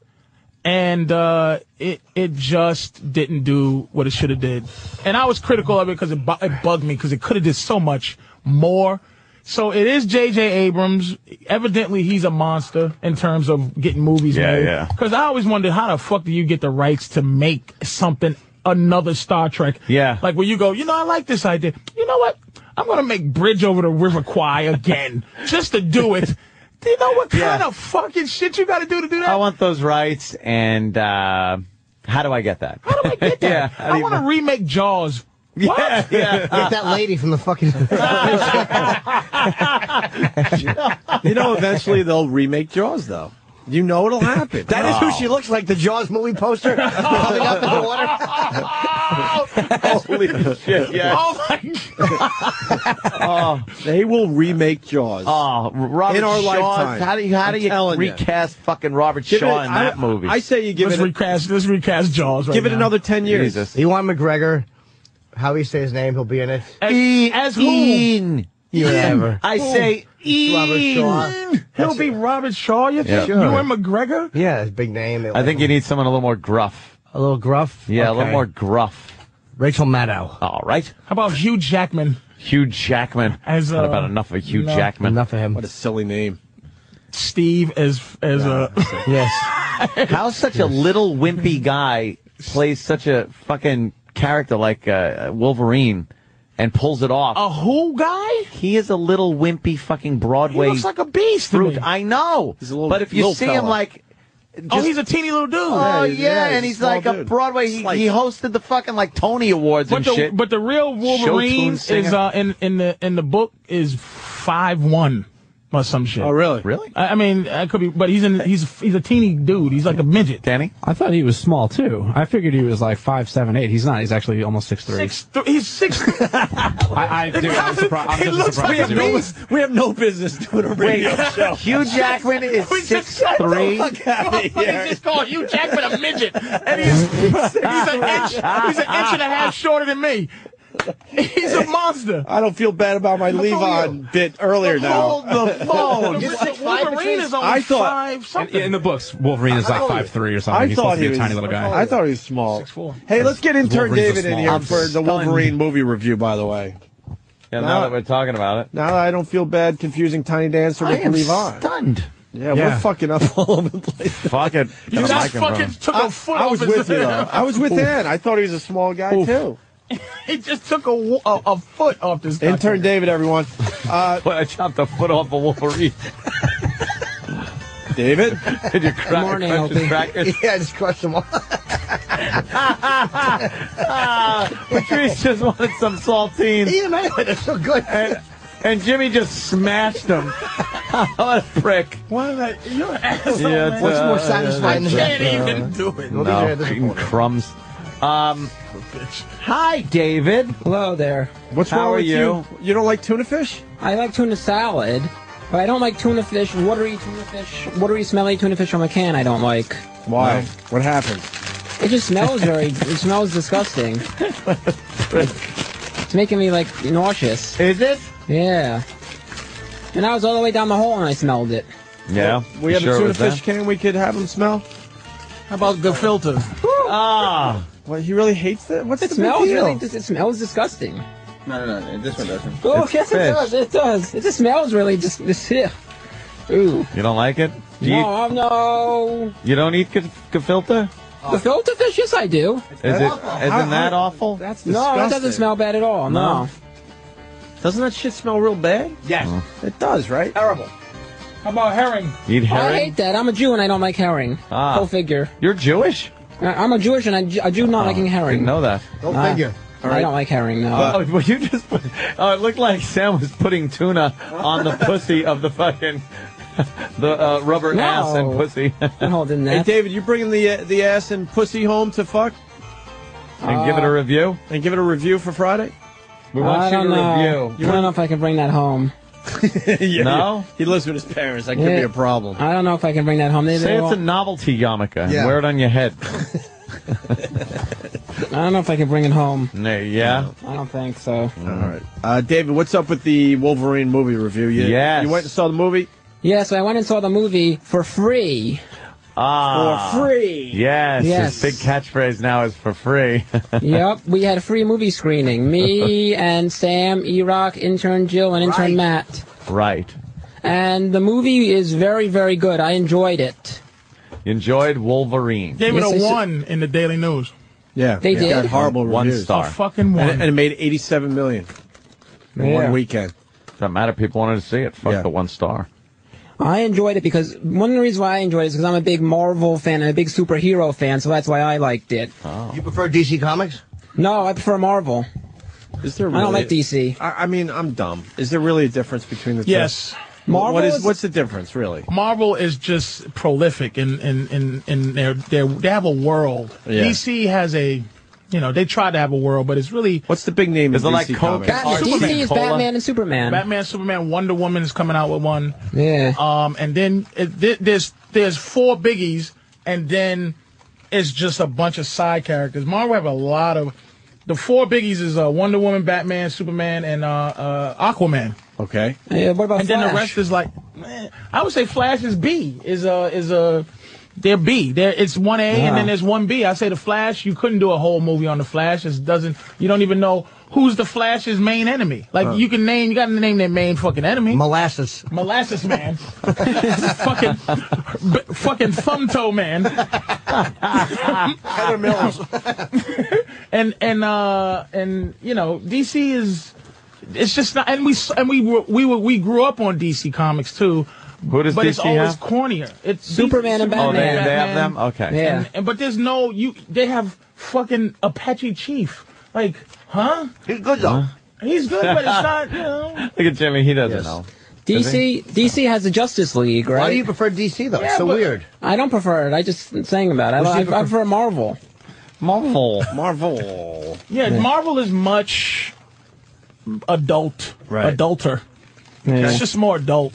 Speaker 2: and uh, it it just didn't do what it should have did. And I was critical of it because it, bu- it bugged me because it could have did so much more. So it is J.J. Abrams. Evidently, he's a monster in terms of getting movies
Speaker 3: Yeah,
Speaker 2: made.
Speaker 3: yeah.
Speaker 2: Because I always wondered how the fuck do you get the rights to make something another Star Trek?
Speaker 3: Yeah.
Speaker 2: Like where you go, you know, I like this idea. You know what? I'm gonna make Bridge over the River Kwai again just to do it. Do you know what kind of fucking shit you gotta do to do that?
Speaker 3: I want those rights, and uh, how do I get that? How do I get that? yeah,
Speaker 2: I want to remake Jaws. What?
Speaker 3: yeah.
Speaker 4: Get that lady from the fucking.
Speaker 1: you know, eventually they'll remake Jaws, though. You know it'll happen. Oh.
Speaker 4: That is who she looks like. The Jaws movie poster coming out the water.
Speaker 1: Holy shit! Yeah.
Speaker 2: Oh my
Speaker 1: Oh, they will remake Jaws.
Speaker 3: Oh, Robert
Speaker 1: in our
Speaker 3: Shaw,
Speaker 1: lifetime.
Speaker 3: Uh, How do you how do
Speaker 1: I'm
Speaker 3: you
Speaker 1: telling
Speaker 3: recast fucking Robert
Speaker 1: Give
Speaker 3: Shaw
Speaker 1: it-
Speaker 3: in
Speaker 1: I-
Speaker 3: that movie?
Speaker 1: I say you give
Speaker 2: let's
Speaker 1: it.
Speaker 2: recast. Let's recast Jaws. Right
Speaker 1: Give it
Speaker 2: now.
Speaker 1: another 10 years. Jesus.
Speaker 4: Ewan McGregor. How he say his name? He'll be in it. E-
Speaker 2: As, as who?
Speaker 3: Ian.
Speaker 4: Whatever.
Speaker 3: I say
Speaker 4: Robert Shaw.
Speaker 3: Ian.
Speaker 2: He'll be Robert Shaw. You
Speaker 3: Yeah.
Speaker 2: think?
Speaker 3: Sure.
Speaker 2: You and McGregor?
Speaker 4: Yeah, his big name.
Speaker 3: I think you need someone a little more gruff.
Speaker 4: a little gruff.
Speaker 3: Yeah, a little
Speaker 4: Okay.
Speaker 3: more gruff.
Speaker 4: Rachel Maddow.
Speaker 3: All right.
Speaker 2: How about Hugh Jackman?
Speaker 3: Hugh Jackman.
Speaker 2: As,
Speaker 3: Not
Speaker 2: uh,
Speaker 3: about enough of Hugh
Speaker 2: no.
Speaker 3: Jackman.
Speaker 4: Enough of him.
Speaker 1: What a silly name.
Speaker 2: Steve as as uh, a
Speaker 4: Yes.
Speaker 3: How such a little wimpy guy plays such a fucking character like uh, Wolverine and pulls it off?
Speaker 2: a who guy?
Speaker 3: He is a little wimpy fucking
Speaker 2: He
Speaker 3: Broadway
Speaker 2: looks like a beast. to me.
Speaker 3: brute. I know.
Speaker 1: He's a little-
Speaker 3: but if you
Speaker 1: little
Speaker 3: see him
Speaker 1: fella.
Speaker 3: like.
Speaker 2: oh,
Speaker 3: just-
Speaker 2: he's a teeny little dude.
Speaker 3: Oh,
Speaker 1: yeah,
Speaker 3: yeah, and
Speaker 1: he's
Speaker 3: he's
Speaker 1: a small
Speaker 3: like a
Speaker 1: dude.
Speaker 3: Broadway. He,
Speaker 1: Slight.
Speaker 3: he hosted the fucking like Tony Awards
Speaker 2: But
Speaker 3: and
Speaker 2: the
Speaker 3: shit.
Speaker 2: but the real Wolverine is
Speaker 3: singer.
Speaker 2: uh, in in the in the book is five one or some shit.
Speaker 1: Oh, really?
Speaker 3: really?
Speaker 2: I, I mean, I could be, but he's in he's he's a teeny dude. He's like a midget.
Speaker 3: Danny?
Speaker 5: I thought he was small too. I figured he was like five, seven, eight. He's not. He's actually almost six, three.
Speaker 2: Six, th- he's six.
Speaker 5: I, I, dude, I'm surprised. I'm
Speaker 2: He
Speaker 5: just
Speaker 2: looks
Speaker 5: surprised
Speaker 2: like a
Speaker 5: he was-
Speaker 2: beast.
Speaker 1: We have no business doing a radio show.
Speaker 3: Hugh Jackman is
Speaker 2: We just
Speaker 3: six
Speaker 2: shut the
Speaker 3: three.
Speaker 2: fuck up. Motherfuckers just called Hugh Jackman a midget, and he's he's an inch he's an inch and a half shorter than me. He's a monster.
Speaker 1: Ah. I don't feel bad about my Levon bit earlier now.
Speaker 3: Hold the phone.
Speaker 2: Wolverine is only
Speaker 1: I thought-
Speaker 2: five
Speaker 5: In,
Speaker 2: something.
Speaker 5: in the books, Wolverine is like five, three or something.
Speaker 1: I
Speaker 5: he's
Speaker 1: thought
Speaker 5: supposed
Speaker 1: he
Speaker 5: to be
Speaker 1: was
Speaker 5: a tiny little guy.
Speaker 1: I thought he was small.
Speaker 2: 6'4".
Speaker 1: Hey, let's get intern
Speaker 5: Wolverine's
Speaker 1: David
Speaker 5: a
Speaker 1: in
Speaker 5: small-
Speaker 1: here
Speaker 5: I'm
Speaker 1: for the
Speaker 3: stunned.
Speaker 1: Wolverine movie review. By the way,
Speaker 3: Yeah, now that we're talking about it,
Speaker 1: now I don't feel bad confusing Tiny Dancer
Speaker 3: I
Speaker 1: with
Speaker 3: am
Speaker 1: Levon.
Speaker 3: stunned.
Speaker 1: yeah, we're
Speaker 5: Yeah.
Speaker 1: fucking up all over the place.
Speaker 3: Fuck it.
Speaker 2: you just fucking took a
Speaker 1: I,
Speaker 2: foot
Speaker 1: I
Speaker 2: off
Speaker 1: was
Speaker 2: his
Speaker 1: with you. Though. I was with Ann. I thought he was a small guy too.
Speaker 2: He just took a, wa- a, a foot off this.
Speaker 1: Intern
Speaker 2: goddamn-
Speaker 1: David, everyone. Uh,
Speaker 3: I chopped the foot off a Wolverine.
Speaker 1: David,
Speaker 3: Did you crack
Speaker 4: Morning,
Speaker 3: crush his
Speaker 4: Opie.
Speaker 3: crackers?
Speaker 4: Yeah, I just crushed them all.
Speaker 3: Patrice just wanted some saltines,
Speaker 4: Eat them anyway. They're so good.
Speaker 3: and, and Jimmy just smashed them. what a prick.
Speaker 2: What is that? You're an asshole,
Speaker 3: Yeah,
Speaker 2: man.
Speaker 3: it's,
Speaker 4: What's
Speaker 3: uh,
Speaker 4: more satisfying
Speaker 2: I
Speaker 4: than that?
Speaker 2: can't even do it.
Speaker 4: Well, these are
Speaker 3: No,
Speaker 4: the-
Speaker 3: eating crumbs. Um, hi, David.
Speaker 15: Hello there.
Speaker 1: What's
Speaker 15: How
Speaker 1: wrong
Speaker 15: are
Speaker 1: with
Speaker 15: you?
Speaker 1: You don't like tuna fish?
Speaker 15: I like tuna salad, but I don't like tuna fish, watery tuna fish, watery smelly tuna fish from a can. I don't like.
Speaker 1: Why? What happened?
Speaker 15: It just smells very. it smells disgusting. it's making me like nauseous.
Speaker 3: Is it?
Speaker 15: Yeah. And I was all the way down the hall and I smelled it.
Speaker 3: Yeah.
Speaker 1: We
Speaker 15: You
Speaker 1: have
Speaker 15: sure
Speaker 1: a
Speaker 15: it
Speaker 1: tuna
Speaker 15: was them?
Speaker 1: fish can we could have him smell?
Speaker 2: How about the filter?
Speaker 1: ah. What, he really hates that? What's
Speaker 15: It
Speaker 1: the
Speaker 15: smells
Speaker 1: big deal?
Speaker 15: really. It smells disgusting.
Speaker 16: No, no, no. This one doesn't.
Speaker 15: Oh
Speaker 3: It's
Speaker 15: yes,
Speaker 3: fish.
Speaker 15: it does. It does. It just smells really just this here. Ooh.
Speaker 3: You don't like it? Do
Speaker 15: no,
Speaker 3: you,
Speaker 15: I'm no.
Speaker 3: you don't eat gef- gefilte?
Speaker 15: The filter fish, yes, I do.
Speaker 3: Is it? Isn't that awful?
Speaker 1: That's
Speaker 15: No, it doesn't smell bad at all. No.
Speaker 1: Doesn't that shit smell real bad?
Speaker 15: Yes.
Speaker 1: It does, right? Terrible.
Speaker 2: How about herring?
Speaker 3: You eat
Speaker 15: Oh, I
Speaker 3: herring?
Speaker 15: hate that. I'm a Jew and I don't like herring.
Speaker 3: Ah.
Speaker 15: Go figure.
Speaker 3: You're Jewish?
Speaker 15: I- I'm a Jewish and I ju- a Jew not
Speaker 3: Oh,
Speaker 15: liking herring.
Speaker 3: Didn't know that.
Speaker 15: Go Ah. figure. I don't like herring, no.
Speaker 3: Oh, well, you just put, oh, it looked like Sam was putting tuna on the pussy of the fucking the uh, rubber
Speaker 1: No.
Speaker 3: ass and pussy.
Speaker 15: holding
Speaker 1: Hey, David, you bringing the uh, the ass and pussy home to fuck?
Speaker 3: And give it a review?
Speaker 1: And give it a review for Friday?
Speaker 3: We
Speaker 15: Uh, I don't know. I don't know if I can bring that home.
Speaker 1: Yeah,
Speaker 3: No?
Speaker 1: He lives with his parents. That could
Speaker 15: Yeah.
Speaker 1: be a problem.
Speaker 15: I don't know if I can bring that home. They, they
Speaker 3: Say it's a
Speaker 15: won't-
Speaker 3: novelty yarmulke. and
Speaker 15: Yeah.
Speaker 3: Wear it on your head.
Speaker 15: I don't know if I can bring it home.
Speaker 3: No, yeah.
Speaker 15: I don't think so.
Speaker 1: All right. Uh, David, what's up with the Wolverine movie review? You,
Speaker 15: Yes.
Speaker 1: You went and saw the movie?
Speaker 15: Yeah, so I went and saw the movie for free.
Speaker 3: Ah.
Speaker 15: For free.
Speaker 3: Yes.
Speaker 15: Yes.
Speaker 3: His big catchphrase now is for free.
Speaker 15: yep, we had a free movie screening. Me and Sam, E-Rock, intern Jill, and intern Matt.
Speaker 3: Right.
Speaker 15: And the movie is very, very good. I enjoyed it.
Speaker 3: You enjoyed Wolverine.
Speaker 2: Gave
Speaker 15: Yes,
Speaker 2: it
Speaker 15: they
Speaker 2: a
Speaker 15: should-
Speaker 2: one in the Daily News.
Speaker 1: Yeah.
Speaker 15: They
Speaker 1: It's
Speaker 15: did?
Speaker 1: Got horrible
Speaker 3: One
Speaker 1: reviews.
Speaker 3: star. A
Speaker 2: fucking one.
Speaker 1: Oh, And, and it made 87 million in
Speaker 15: Yeah.
Speaker 1: one weekend.
Speaker 3: Doesn't matter. People wanted to see it. Fuck the one star.
Speaker 15: I enjoyed it because one of the reasons why I enjoyed it is because I'm a big Marvel fan and a big superhero fan, so that's why I liked it.
Speaker 3: Oh.
Speaker 4: You prefer DC Comics?
Speaker 15: No, I prefer Marvel.
Speaker 1: Is there
Speaker 15: I don't like DC.
Speaker 1: I, I mean, I'm dumb. Is there really a difference between the two?
Speaker 2: Yes.
Speaker 1: Marvel what
Speaker 2: Marvel
Speaker 1: is,
Speaker 2: is-
Speaker 1: what's the difference, really?
Speaker 2: Marvel is just prolific and in, in, in, in their, their they have a world.
Speaker 1: Yeah.
Speaker 2: DC has a you know, they try to have a world, but it's really
Speaker 1: What's the big name?
Speaker 2: Is
Speaker 1: in
Speaker 2: it
Speaker 1: DC
Speaker 2: like Coke
Speaker 1: Comics?
Speaker 2: and Batman- Archie
Speaker 15: DC is
Speaker 2: Cola?
Speaker 15: Batman and Superman.
Speaker 2: Batman, Superman, Wonder Woman is coming out with one.
Speaker 15: Yeah.
Speaker 2: Um, and then it, th- there's there's four biggies, and then it's just a bunch of side characters. Marvel have a lot of the four biggies is uh, Wonder Woman, Batman, Superman, and uh, uh, Aquaman.
Speaker 1: Okay.
Speaker 15: Yeah, what about
Speaker 2: And then the
Speaker 15: Flash?
Speaker 2: rest is like, eh, I would say Flash is B is uh, is a. They're B. There, it's one A,
Speaker 15: Yeah.
Speaker 2: and then there's one B. I say the Flash. You couldn't do a whole movie on the Flash. It doesn't. You don't even know who's the Flash's main enemy. Like
Speaker 3: Uh,
Speaker 4: Huh.
Speaker 2: you can name. You got to name their main fucking enemy.
Speaker 4: Molasses.
Speaker 2: Molasses man. fucking, b- fucking thumb toe man. Heather Mills. and and uh and you know DC is, it's just not. And we s- and we were- we were, we grew up on DC comics too.
Speaker 3: Who does
Speaker 2: but it's
Speaker 3: DC
Speaker 2: always
Speaker 3: have?
Speaker 2: cornier. It's
Speaker 15: Superman and
Speaker 3: Oh, they,
Speaker 15: Batman.
Speaker 3: they have them? Okay.
Speaker 15: Yeah.
Speaker 2: and, and- but there's no you. They have fucking Apache Chief. Like, huh?
Speaker 4: He's good though.
Speaker 2: He's good, but it's not. You know.
Speaker 3: Look at Jimmy. He doesn't
Speaker 15: Yes.
Speaker 3: know. Does he?
Speaker 15: DC DC has the Justice League, right?
Speaker 4: Why do you prefer DC though?
Speaker 15: Yeah,
Speaker 4: it's so
Speaker 15: but-
Speaker 4: weird.
Speaker 15: I don't prefer it. I just saying about it. I,
Speaker 4: Well,
Speaker 15: I,
Speaker 4: she
Speaker 15: I
Speaker 4: prefer-
Speaker 15: prefer Marvel.
Speaker 3: Marvel.
Speaker 1: Marvel.
Speaker 2: Yeah,
Speaker 15: Yeah.
Speaker 2: Marvel is much adult,
Speaker 1: Right.
Speaker 2: adulter.
Speaker 15: Yeah.
Speaker 2: It's just more adult.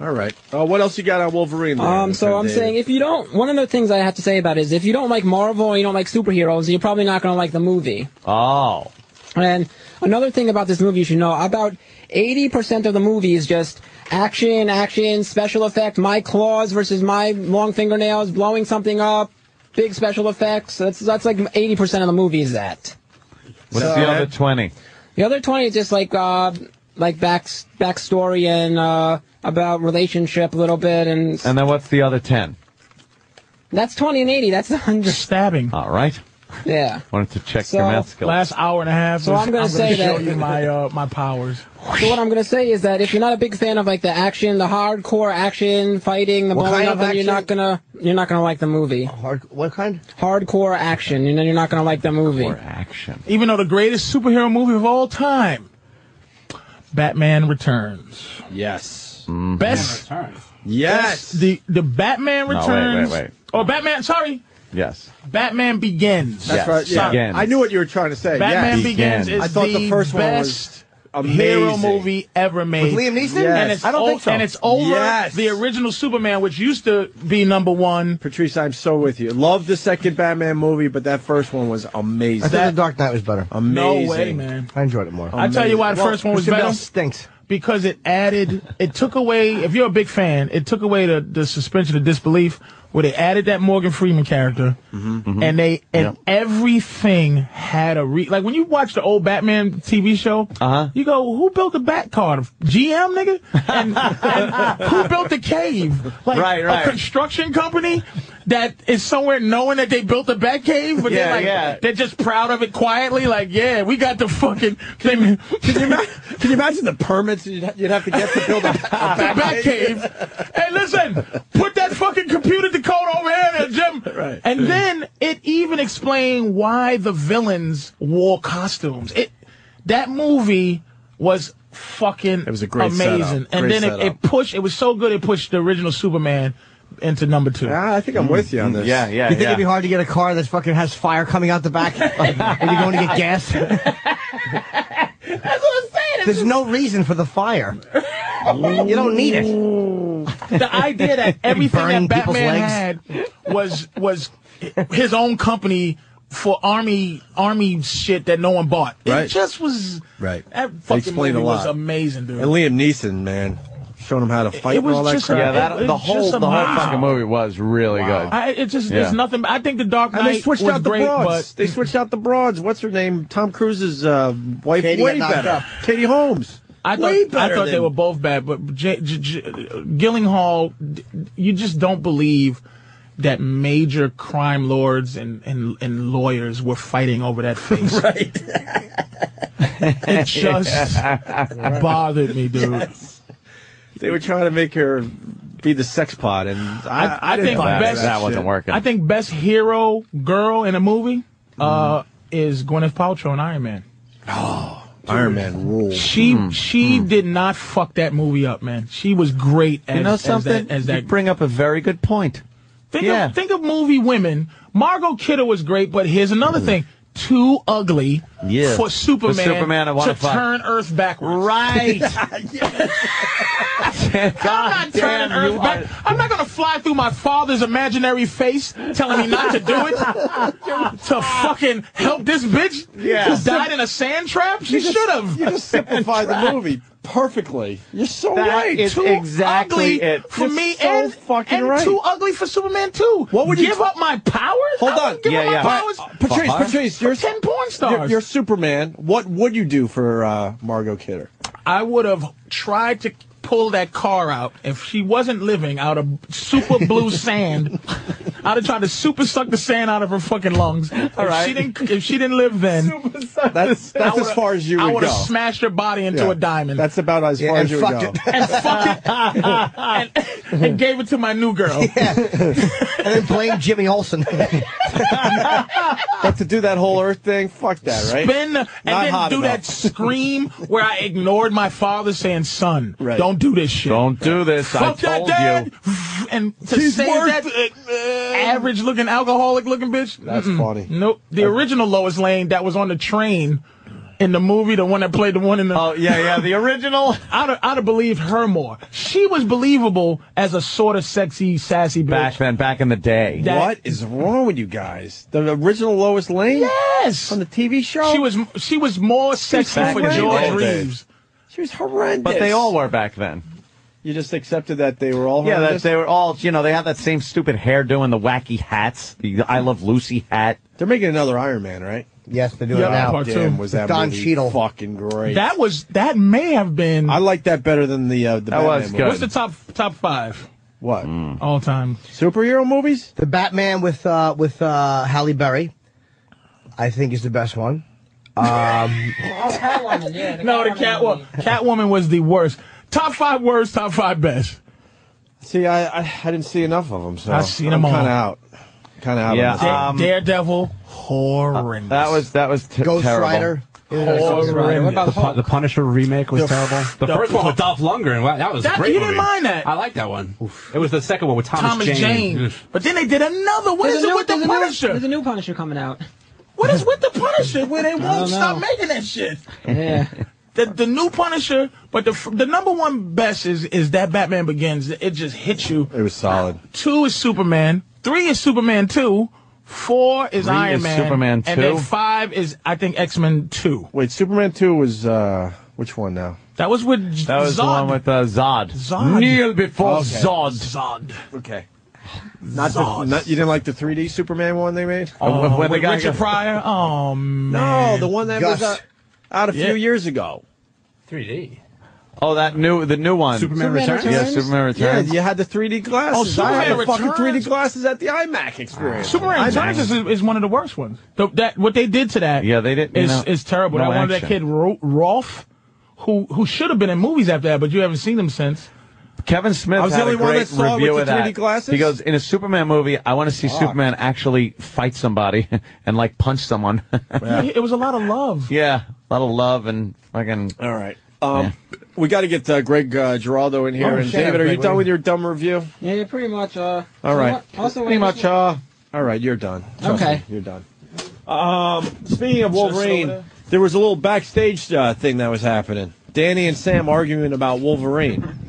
Speaker 1: All right. Uh, what else you got on Wolverine? there,
Speaker 15: Um, so I'm
Speaker 1: David?
Speaker 15: saying if you don't, one of the things I have to say about it is if you don't like Marvel and you don't like superheroes, you're probably not going to like the movie.
Speaker 3: Oh.
Speaker 15: And another thing about this movie you should know about 80% of the movie is just action, action, special effect, my claws versus my long fingernails, blowing something up, big special effects. That's, that's like 80% of the movie is that.
Speaker 3: What's
Speaker 15: So-
Speaker 3: the other 20?
Speaker 15: The other 20 is just like, uh, like back, backstory and, uh, about relationship a little bit and
Speaker 3: And then what's the other 10?
Speaker 15: that's 20 and 80. That's 100.
Speaker 2: Stabbing.
Speaker 3: All right.
Speaker 15: Yeah.
Speaker 3: Wanted to check
Speaker 15: So,
Speaker 3: your math skills.
Speaker 2: Last hour and a half.
Speaker 15: So
Speaker 2: is-
Speaker 15: I'm gonna say
Speaker 2: show
Speaker 15: that-
Speaker 2: you my uh, my powers.
Speaker 15: So what I'm gonna say is that if you're not a big fan of like the action, the hardcore action, fighting, the
Speaker 4: What
Speaker 15: blowing
Speaker 4: kind
Speaker 15: up,
Speaker 4: of
Speaker 15: then you're
Speaker 4: action?
Speaker 15: not gonna you're not gonna like the movie.
Speaker 4: Hard, what kind?
Speaker 15: Hardcore action. You know you're not gonna like the movie.
Speaker 3: action.
Speaker 2: Even though the greatest superhero movie of all time, Batman Returns.
Speaker 1: Yes.
Speaker 2: Best.
Speaker 1: Yes.
Speaker 2: The the Batman
Speaker 3: No, wait,
Speaker 2: Returns.
Speaker 3: wait, wait.
Speaker 2: Oh, Batman. Sorry.
Speaker 3: Yes.
Speaker 2: Batman Begins.
Speaker 1: That's right. Yeah.
Speaker 2: Sorry.
Speaker 1: I knew what you were trying to say.
Speaker 2: Batman
Speaker 1: yes.
Speaker 2: Begins is
Speaker 1: I thought the,
Speaker 2: the
Speaker 1: first
Speaker 2: best
Speaker 1: one was
Speaker 2: hero
Speaker 1: amazing.
Speaker 2: movie ever made.
Speaker 1: With Liam Neeson?
Speaker 2: And
Speaker 1: Yes.
Speaker 2: it's
Speaker 1: I don't
Speaker 2: o-
Speaker 1: think so.
Speaker 2: And it's over
Speaker 1: Yes.
Speaker 2: the original Superman, which used to be number one.
Speaker 1: Patrice, I'm so with you. Love the second Batman movie, but that first one was amazing.
Speaker 4: I thought The Dark Knight was better.
Speaker 1: Amazing.
Speaker 2: No way, man.
Speaker 4: I enjoyed it more.
Speaker 1: Oh,
Speaker 2: I tell you why the first one was
Speaker 4: Christian
Speaker 2: better.
Speaker 4: Bale stinks.
Speaker 2: Because it added, it took away. If you're a big fan, it took away the, the suspension of disbelief where they added that Morgan Freeman character,
Speaker 7: Mm-hmm.
Speaker 2: and they and everything had a re. Like when you watch the old Batman TV show, uh-huh. you go, "Who built the Bat car? GM nigga? And, and who built the cave? Like
Speaker 3: Right, right.
Speaker 2: a construction company." That is somewhere knowing that they built the Bat Cave, but
Speaker 3: Yeah,
Speaker 2: they're like
Speaker 3: yeah.
Speaker 2: they're just proud of it quietly. Like, yeah, we got the fucking. Can you,
Speaker 1: can you imagine the permits you'd, ha- you'd have to get to build a, a
Speaker 2: the back cave. Hey, listen, put that fucking computer Dakota over here, there, Jim. Right. And then it even explained why the villains wore costumes. It that movie was fucking it was
Speaker 1: a great
Speaker 2: amazing.
Speaker 1: setup.
Speaker 2: And
Speaker 1: Great
Speaker 2: then it,
Speaker 1: setup.
Speaker 2: it pushed. It was so good. It pushed the original Superman into number two.
Speaker 1: I think I'm with you on this.
Speaker 2: Yeah,
Speaker 4: you think it'd be hard to get a car that fucking has fire coming out the back when you're going to get gas?
Speaker 2: That's what I'm saying.
Speaker 4: There's no reason for the fire. you don't need it.
Speaker 2: the idea that everything
Speaker 4: Burning
Speaker 2: that
Speaker 4: people's
Speaker 2: Batman
Speaker 4: legs.
Speaker 2: had was was his own company for army army shit that no one bought.
Speaker 1: Right.
Speaker 2: It just was
Speaker 1: Right.
Speaker 2: That
Speaker 1: They
Speaker 2: fucking movie
Speaker 1: explained a
Speaker 2: was
Speaker 1: lot.
Speaker 2: amazing, dude.
Speaker 1: And Liam Neeson, man, showing him how to fight
Speaker 2: It
Speaker 1: and
Speaker 2: was
Speaker 1: all that
Speaker 2: just
Speaker 1: crap.
Speaker 2: a-
Speaker 3: Yeah, that,
Speaker 2: It's
Speaker 3: the whole
Speaker 2: just
Speaker 3: the whole
Speaker 2: amazing.
Speaker 3: fucking movie was really good.
Speaker 2: I, it just
Speaker 3: Yeah.
Speaker 2: there's nothing. I think the Dark Knight
Speaker 1: and they switched
Speaker 2: was
Speaker 1: out the
Speaker 2: great,
Speaker 1: broads.
Speaker 2: but
Speaker 1: They switched out the broads. What's her name? Tom Cruise's uh, wife.
Speaker 2: Katie got
Speaker 1: way
Speaker 2: knocked
Speaker 1: better.
Speaker 2: up.
Speaker 1: Katie Holmes.
Speaker 2: I thought,
Speaker 1: way
Speaker 2: I
Speaker 1: better
Speaker 2: thought they
Speaker 1: than-
Speaker 2: were both bad, but J- J- J- Gillinghall, d- you just don't believe that major crime lords and, and, and lawyers were fighting over that face. right. it just bothered me, dude.
Speaker 1: They were trying to make her be the sex pod, and I, I,
Speaker 2: I
Speaker 1: didn't
Speaker 2: think
Speaker 1: buy
Speaker 2: best,
Speaker 1: that, shit.
Speaker 2: I think best hero girl in a movie uh,
Speaker 1: Mm-hmm.
Speaker 2: is Gwyneth Paltrow in Iron Man.
Speaker 1: Iron Man rules.
Speaker 2: She
Speaker 5: Hmm.
Speaker 3: Mm-hmm.
Speaker 2: she did not fuck that movie up, man. She was great as
Speaker 3: you know
Speaker 2: as
Speaker 3: something?
Speaker 2: that, as
Speaker 3: you
Speaker 2: that
Speaker 3: bring up a very good point.
Speaker 2: Think
Speaker 3: Yeah.
Speaker 2: of think of movie women. Margot Kidder was great, but here's another thing: too ugly
Speaker 3: Mm. Yeah.
Speaker 2: for Superman,
Speaker 3: For Superman, I wanna
Speaker 2: to
Speaker 3: fuck.
Speaker 2: turn Earth backwards. Right. I'm not turning
Speaker 3: damn, you
Speaker 2: Earth back. I'm not gonna fly through my father's imaginary face telling me not to do it to fucking help this bitch
Speaker 1: Yeah.
Speaker 2: who died in a sand trap. She
Speaker 1: You just-
Speaker 2: should have.
Speaker 1: You just simplified the movie perfectly. You're so
Speaker 2: That
Speaker 1: right.
Speaker 2: is
Speaker 1: Too
Speaker 2: exactly
Speaker 1: ugly
Speaker 2: it.
Speaker 1: for
Speaker 2: You're
Speaker 1: me
Speaker 2: so
Speaker 1: and fucking
Speaker 2: and
Speaker 1: right.
Speaker 2: too ugly for Superman too. What
Speaker 1: would you
Speaker 2: give
Speaker 1: t-
Speaker 2: up my powers?
Speaker 1: Hold
Speaker 2: I
Speaker 1: on.
Speaker 2: wouldn't Give
Speaker 1: Yeah,
Speaker 2: up my
Speaker 1: yeah.
Speaker 2: powers.
Speaker 1: Uh, Patrice,
Speaker 2: For
Speaker 1: Patrice, you're-
Speaker 2: ten porn stars.
Speaker 1: You're, you're Superman. What would you do for uh, Margot Kidder?
Speaker 2: I would have tried to pull that car out if she wasn't living out of super blue sand. I'd have tried to super suck the sand out of her fucking lungs. if
Speaker 1: right.
Speaker 2: she didn't, if she didn't live then,
Speaker 1: That's
Speaker 2: I
Speaker 1: that's as
Speaker 2: would've-
Speaker 1: far as you
Speaker 2: I
Speaker 1: would
Speaker 2: would
Speaker 1: go.
Speaker 2: have smashed her body into
Speaker 1: Yeah.
Speaker 2: a diamond.
Speaker 1: That's about as far as you would go.
Speaker 2: and fuck it and, and gave it to my new girl.
Speaker 4: And then blame Jimmy Olsen.
Speaker 1: But to do that whole Earth thing, fuck that, right?
Speaker 2: Spin and
Speaker 1: Not
Speaker 2: then
Speaker 1: hot
Speaker 2: do
Speaker 1: enough.
Speaker 2: that scream where I ignored my father saying, "Son,
Speaker 3: Right.
Speaker 2: don't do this shit.
Speaker 3: Don't do this.
Speaker 2: Fuck
Speaker 3: I
Speaker 2: that,
Speaker 3: told
Speaker 2: Dad!"
Speaker 3: you.
Speaker 2: And to
Speaker 1: He's
Speaker 2: save
Speaker 1: worth
Speaker 2: that average-looking, alcoholic-looking bitch.
Speaker 1: That's
Speaker 2: mm-mm.
Speaker 1: funny.
Speaker 2: Nope. The original Lois Lane that was on the train in the movie, the one that played the one in the.
Speaker 3: Oh yeah, yeah. The original.
Speaker 2: I'd have, I'd have believed her more. She was believable as a sort of sexy, sassy bitch.
Speaker 3: Back then, back in the day.
Speaker 2: That-
Speaker 1: what is wrong with you guys? The original Lois Lane
Speaker 2: Yes.
Speaker 1: on the TV show.
Speaker 2: She was she was more sexy
Speaker 3: back
Speaker 2: for
Speaker 3: in the
Speaker 2: George
Speaker 3: old days.
Speaker 2: Reeves.
Speaker 1: She was horrendous.
Speaker 3: But they all were back then.
Speaker 1: You just accepted that they were all.
Speaker 3: Yeah, that,
Speaker 1: horrendous?
Speaker 3: they were all. You know, they had that same stupid hairdo and the wacky hats. The I Love Lucy hat.
Speaker 1: They're making another Iron Man, right?
Speaker 4: yes, they're doing
Speaker 2: Yeah,
Speaker 4: it now.
Speaker 2: part
Speaker 1: Damn,
Speaker 2: two.
Speaker 1: was that
Speaker 4: Don
Speaker 1: movie
Speaker 4: Cheadle.
Speaker 1: fucking great?
Speaker 2: That was that may have been.
Speaker 1: I like that better than the uh, the
Speaker 3: That
Speaker 1: Batman
Speaker 3: was
Speaker 1: movie.
Speaker 3: good.
Speaker 2: What's the top top five
Speaker 1: What
Speaker 2: all time?
Speaker 1: superhero movies?
Speaker 4: The Batman with uh, with uh, Halle Berry, I think is the best one. Um,
Speaker 2: No, the Catwoman. Catwoman was the worst. Top five worst. Top five best.
Speaker 1: See, I, I I didn't see enough of them, so
Speaker 2: I've seen 'em
Speaker 1: am
Speaker 2: all.
Speaker 1: Kind of out, kind of out.
Speaker 3: Yeah,
Speaker 1: on this
Speaker 2: Da-
Speaker 1: one.
Speaker 3: um,
Speaker 2: Daredevil, horrendous.
Speaker 3: That was that was t-
Speaker 4: Ghost
Speaker 3: terrible.
Speaker 4: Rider.
Speaker 5: What about the, Pu- the Punisher remake was
Speaker 2: The-
Speaker 5: terrible. The,
Speaker 2: the-
Speaker 5: first one with Dolph Lundgren, wow, that was
Speaker 2: That-
Speaker 5: a great.
Speaker 2: you didn't
Speaker 5: movie.
Speaker 2: mind that.
Speaker 5: I like that one. It was the second one with Thomas,
Speaker 2: Thomas
Speaker 5: Jane.
Speaker 2: Jane. But then they did another. What
Speaker 15: There's
Speaker 2: is
Speaker 15: a
Speaker 2: it
Speaker 15: new-
Speaker 2: with the
Speaker 15: there's a new-
Speaker 2: Punisher?
Speaker 15: there's a new Punisher coming out.
Speaker 2: What is with the Punisher where they won't
Speaker 15: don't know.
Speaker 2: stop making that shit?
Speaker 15: Yeah.
Speaker 2: The, the new Punisher, but the f- the number one best is is that Batman Begins. It just hits you. It
Speaker 1: was solid.
Speaker 2: Two is Superman. Three is Superman Two. Four is
Speaker 1: Three
Speaker 2: Iron
Speaker 1: is
Speaker 2: Man.
Speaker 1: Superman
Speaker 2: And then
Speaker 1: 2?
Speaker 2: five is I think X Men Two.
Speaker 1: Wait, Superman Two was uh, which one now?
Speaker 2: That was with J-
Speaker 3: That was the
Speaker 2: Zod.
Speaker 3: one with uh, Zod.
Speaker 2: Zod.
Speaker 3: Kneel before
Speaker 1: Okay.
Speaker 3: Zod.
Speaker 2: Zod.
Speaker 1: Okay. Not, the, not you didn't like the 3D Superman one Uh, they made?
Speaker 3: Oh, when- when the
Speaker 2: Uh, with
Speaker 3: guy
Speaker 2: Richard
Speaker 3: goes-
Speaker 2: Pryor. Oh man.
Speaker 1: No, the one that was
Speaker 2: Gus.
Speaker 1: uh, out a few
Speaker 2: Yeah.
Speaker 1: years ago.
Speaker 5: 3D.
Speaker 3: Oh, that new, the new one.
Speaker 1: Superman Superman Returns?
Speaker 3: Yeah,
Speaker 1: Returns?
Speaker 3: Superman Returns.
Speaker 1: Yeah, you had the 3D glasses.
Speaker 2: Oh, Superman
Speaker 1: I had the fucking
Speaker 2: Returns?
Speaker 1: 3D glasses at the iMac experience.
Speaker 2: Ah. Superman
Speaker 1: IMAX.
Speaker 2: Returns is, is one of the worst ones. The, that what they did to that.
Speaker 3: Yeah, they didn't, you
Speaker 2: Is,
Speaker 3: know,
Speaker 2: is terrible.
Speaker 3: no
Speaker 2: that one of that
Speaker 3: action.
Speaker 2: kid Ro- Rolf, who who should have been in movies after that, but you haven't seen him since.
Speaker 3: Kevin Smith
Speaker 2: I was the
Speaker 3: had
Speaker 2: only
Speaker 3: a
Speaker 2: one
Speaker 3: great
Speaker 2: that saw it
Speaker 3: review
Speaker 2: with
Speaker 3: of
Speaker 2: the 3D
Speaker 3: that.
Speaker 2: glasses?
Speaker 3: He goes, in a Superman movie, I want to see Superman actually fight somebody and like punch someone.
Speaker 2: Yeah, It was a lot of love.
Speaker 3: yeah, a lot of love and fucking.
Speaker 1: All right. Um, We got to get uh, Greg uh, Geraldo in here.
Speaker 15: Oh,
Speaker 1: and
Speaker 15: shut up,
Speaker 1: David, are you
Speaker 15: Greg.
Speaker 1: done with your dumb review?
Speaker 15: Yeah, yeah, pretty much. Uh,
Speaker 1: All right.
Speaker 15: Also,
Speaker 1: pretty
Speaker 15: I just-
Speaker 1: much. Uh, all right, you're done. Trust
Speaker 15: Okay.
Speaker 1: me, you're done. Um, speaking of Wolverine, there was a little backstage uh, thing that was happening. Danny and Sam arguing about Wolverine.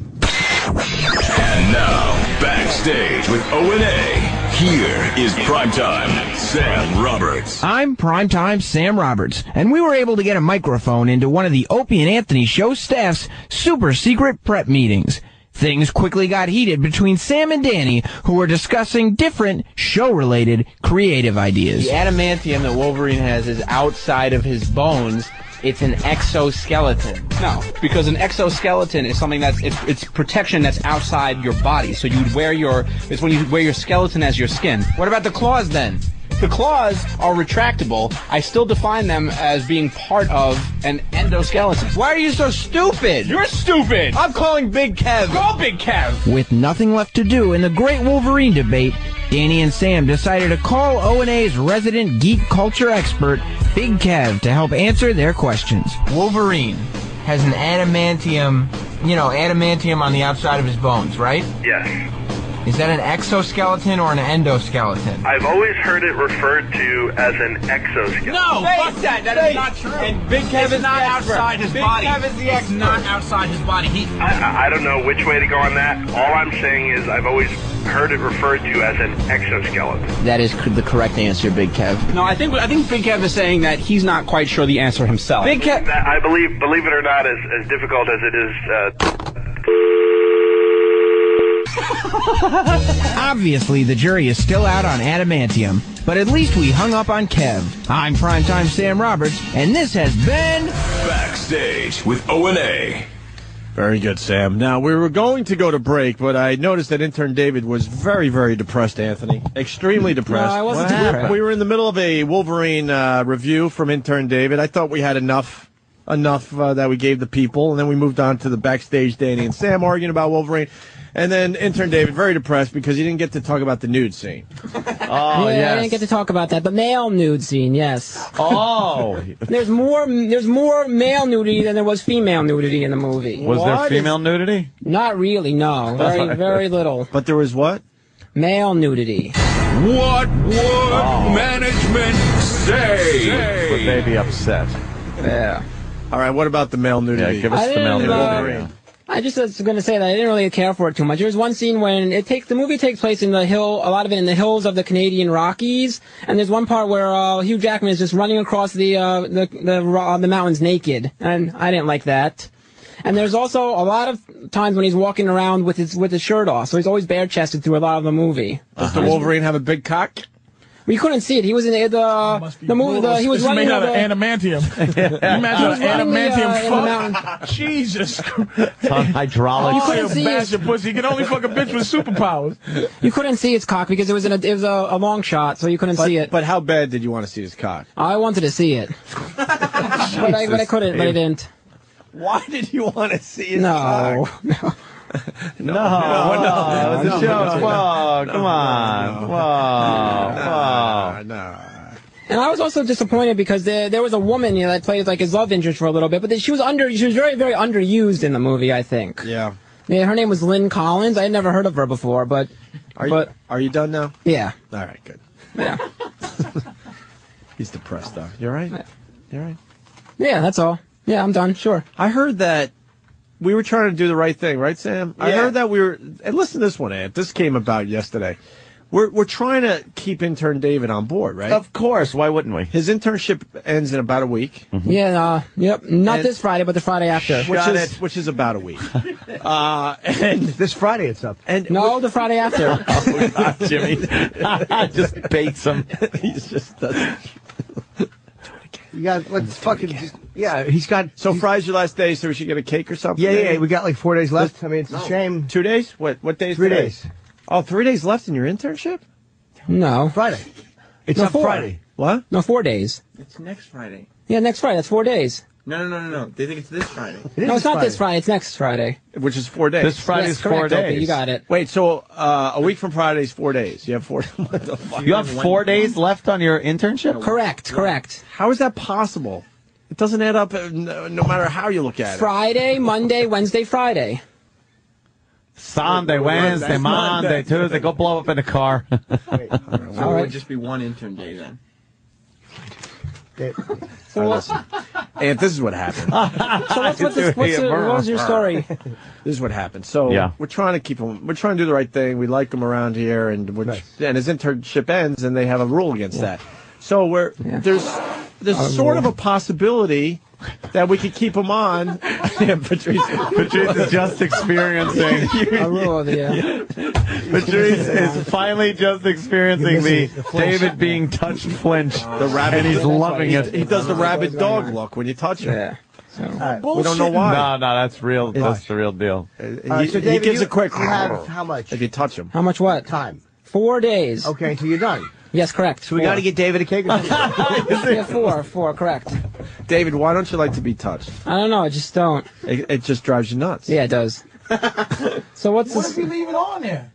Speaker 7: And now, backstage with O and A. Here is primetime Sam Roberts.
Speaker 17: I'm primetime Sam Roberts, and we were able to get a microphone into one of the Opie and Anthony show staff's super secret prep meetings. Things quickly got heated between Sam and Danny, who were discussing different show related creative ideas.
Speaker 18: The adamantium that Wolverine has is outside of his bones. It's an exoskeleton. No, because an exoskeleton is something that's it's, it's protection that's outside your body. So you'd wear your it's when you wear your skeleton as your skin. What about the claws then? The claws are retractable. I still define them as being part of an endoskeleton. Why are you so stupid? You're stupid. I'm calling Big Kev. Call Big Kev.
Speaker 17: With nothing left to do in the great Wolverine debate, Danny and Sam decided to call O&A's resident geek culture expert, Big Kev, to help answer their questions.
Speaker 18: Wolverine has an adamantium, you know, adamantium on the outside of his bones, right?
Speaker 19: Yes.
Speaker 18: Is that an exoskeleton or an endoskeleton?
Speaker 19: I've always heard it referred to as an exoskeleton.
Speaker 18: fuck that. That is not true. And Big Kev is not outside his body. Big Kev is the expert. not outside his body. He
Speaker 19: I, I don't know which way to go on that. All I'm saying is I've always heard it referred to as an exoskeleton.
Speaker 18: That is the correct answer, Big Kev. No, I think I think Big Kev is saying that he's not quite sure the answer himself. Big Kev.
Speaker 19: That, I believe, believe it or not, as, as difficult as it is. Uh,
Speaker 17: Obviously, the jury is still out on adamantium, but at least we hung up on Kev. I'm primetime Sam Roberts, and this has been
Speaker 7: Backstage with O and A.
Speaker 1: Very good, Sam. Now we were going to go to break, but I noticed that intern David was very, very depressed. Anthony, extremely depressed.
Speaker 18: No, I wasn't
Speaker 1: We were-
Speaker 18: depressed.
Speaker 1: We were in the middle of a Wolverine uh, review from intern David. I thought we had enough, enough uh, that we gave the people, and then we moved on to the backstage. Danny and Sam arguing about Wolverine, and then intern David very depressed because he didn't get to talk about the nude scene.
Speaker 15: yeah,
Speaker 1: Oh
Speaker 15: I didn't get to talk about that. The male nude scene, yes.
Speaker 3: Oh.
Speaker 15: there's more. There's more male nudity than there was female nudity in the movie.
Speaker 3: Was there female nudity?
Speaker 15: Not really. No, very very little.
Speaker 1: But there was what?
Speaker 15: Male nudity.
Speaker 7: What would
Speaker 3: Oh.
Speaker 7: management say?
Speaker 3: Would they be upset?
Speaker 1: Yeah. All right. What about the male nudity?
Speaker 3: Yeah, give us
Speaker 15: I
Speaker 3: the male
Speaker 15: didn't, uh,
Speaker 3: nudity.
Speaker 15: I just was going to say that I didn't really care for it too much. There's one scene when it takes the movie takes place in the hill, a lot of it in the hills of the Canadian Rockies, and there's one part where uh, Hugh Jackman is just running across the uh, the the, ro- uh, the mountains naked, and I didn't like that. And there's also a lot of times when he's walking around with his with his shirt off, so he's always bare chested through a lot of the movie.
Speaker 1: Does the Wolverine have a big cock?
Speaker 15: We couldn't see it. He was in the the, the movie.
Speaker 4: uh,
Speaker 15: The, he was
Speaker 2: It's
Speaker 15: running.
Speaker 2: made out
Speaker 15: the-
Speaker 2: of adamantium.
Speaker 15: He
Speaker 2: Imagine
Speaker 15: was running
Speaker 2: an
Speaker 15: the, uh, in the
Speaker 2: adamantium
Speaker 15: mountain.
Speaker 2: fuck. Jesus.
Speaker 3: It's on hydraulic.
Speaker 15: You couldn't see
Speaker 2: bash
Speaker 15: it.
Speaker 2: your pussy. You can only fuck a bitch with superpowers.
Speaker 15: You couldn't see its cock because it was in a, it was a, a long shot, so you couldn't
Speaker 1: But,
Speaker 15: see it.
Speaker 1: but how bad did you want to see his cock?
Speaker 15: I wanted to see it, but, I, but I couldn't. But I didn't.
Speaker 1: Why did you want to see his
Speaker 15: No,
Speaker 1: No, no,
Speaker 3: Oh,
Speaker 1: no,
Speaker 3: It's a joke. Whoa, come on. Whoa,
Speaker 1: no,
Speaker 3: whoa.
Speaker 1: no.
Speaker 15: And I was also disappointed because there, there was a woman you know, that played like his love interest for a little bit, but then she was under she was very very underused in the movie. I think.
Speaker 1: Yeah.
Speaker 15: Yeah, her name was Lynn Collins. I had never heard of her before, but
Speaker 1: Are you-
Speaker 15: but
Speaker 1: are you done now?
Speaker 15: Yeah.
Speaker 1: All right, good.
Speaker 15: Yeah.
Speaker 1: He's depressed though. You're right. You're right.
Speaker 15: Yeah, that's all. Yeah, I'm done. Sure.
Speaker 1: I heard that we were trying to do the right thing, right, Sam? I heard that we were. And listen to this one, Ant. This came about yesterday. We're we're trying to keep intern David on board, right? Of
Speaker 3: course. Why wouldn't we?
Speaker 1: His internship ends in about a week,
Speaker 15: Yeah. Uh, yep. Not
Speaker 1: And-
Speaker 15: this Friday, but the Friday after.
Speaker 1: which is which is about a week. uh, and this
Speaker 4: Friday it's up.
Speaker 1: And
Speaker 15: no, the Friday after.
Speaker 3: oh, God, Jimmy. just baits him. He's just doesn't.
Speaker 4: You got let's fucking just, yeah.
Speaker 1: He's got so Friday's your last day, so we should get a cake or something.
Speaker 4: Yeah, yeah,
Speaker 1: maybe?
Speaker 4: yeah, we got like four days left. I mean, it's a shame.
Speaker 1: Two days? What? What days?
Speaker 4: Three
Speaker 1: today?
Speaker 4: days.
Speaker 1: Oh, three days left in your internship.
Speaker 15: No,
Speaker 4: Friday.
Speaker 1: It's
Speaker 15: no,
Speaker 1: up
Speaker 15: four.
Speaker 1: Friday. What?
Speaker 15: No, four days.
Speaker 16: It's next Friday.
Speaker 15: Yeah, next Friday. That's four days.
Speaker 16: No, no, no, no, no. They think it's this Friday.
Speaker 15: no, it's not this Friday. It's next Friday.
Speaker 1: Which is four days.
Speaker 15: This Friday's Yes, correct, four Opie, days. you got it.
Speaker 1: Wait, so uh, a week from Friday's four days. You have four. what the fuck?
Speaker 3: You have four days left on your internship?
Speaker 15: Correct, correct.
Speaker 1: How is that possible? It doesn't add up, uh, no, no matter how you look at it.
Speaker 15: Friday, Monday, Wednesday, Friday.
Speaker 3: Sunday, Wednesday,
Speaker 16: That's
Speaker 3: Monday,
Speaker 16: Monday.
Speaker 3: Tuesday. Go blow up in the car.
Speaker 16: So
Speaker 3: All
Speaker 16: it
Speaker 3: right.
Speaker 16: would just be one intern day then.
Speaker 1: All right, listen. And this is what happened.
Speaker 15: So what's, what's, this- what's the- what was your story?
Speaker 1: This is what happened. So
Speaker 3: Yeah.
Speaker 1: we're trying to keep him. We're trying to do the right thing. We like him around here, and we're, and his internship ends, and they have a rule against that. So we're there's there's
Speaker 11: Not a
Speaker 1: sort of
Speaker 11: rule.
Speaker 1: a possibility that we could keep him on. yeah, Patrice.
Speaker 3: Patrice is just experiencing.
Speaker 15: I rule of the, uh,
Speaker 3: Patrice is finally just experiencing the David being touched flinch.
Speaker 1: The rabbit.
Speaker 3: And he's loving
Speaker 1: he,
Speaker 3: it.
Speaker 1: He does the rabid dog look when you touch him.
Speaker 15: Yeah.
Speaker 1: We don't know why.
Speaker 3: No, no, that's real.
Speaker 1: Yeah.
Speaker 3: That's the real deal.
Speaker 1: He, he gives a quick.
Speaker 4: You have how much?
Speaker 1: if you touch him.
Speaker 15: How much what?
Speaker 4: Time.
Speaker 15: Four days.
Speaker 4: Okay, until you're done.
Speaker 15: Yes, correct.
Speaker 4: So we got to get David a cake. Or something.
Speaker 15: yeah, four, four, correct.
Speaker 1: David, why don't you like to be touched?
Speaker 15: I don't know. I just don't.
Speaker 1: It, it just drives you nuts.
Speaker 15: Yeah, it does. So what's
Speaker 11: What if
Speaker 15: this?
Speaker 11: you leave it on there?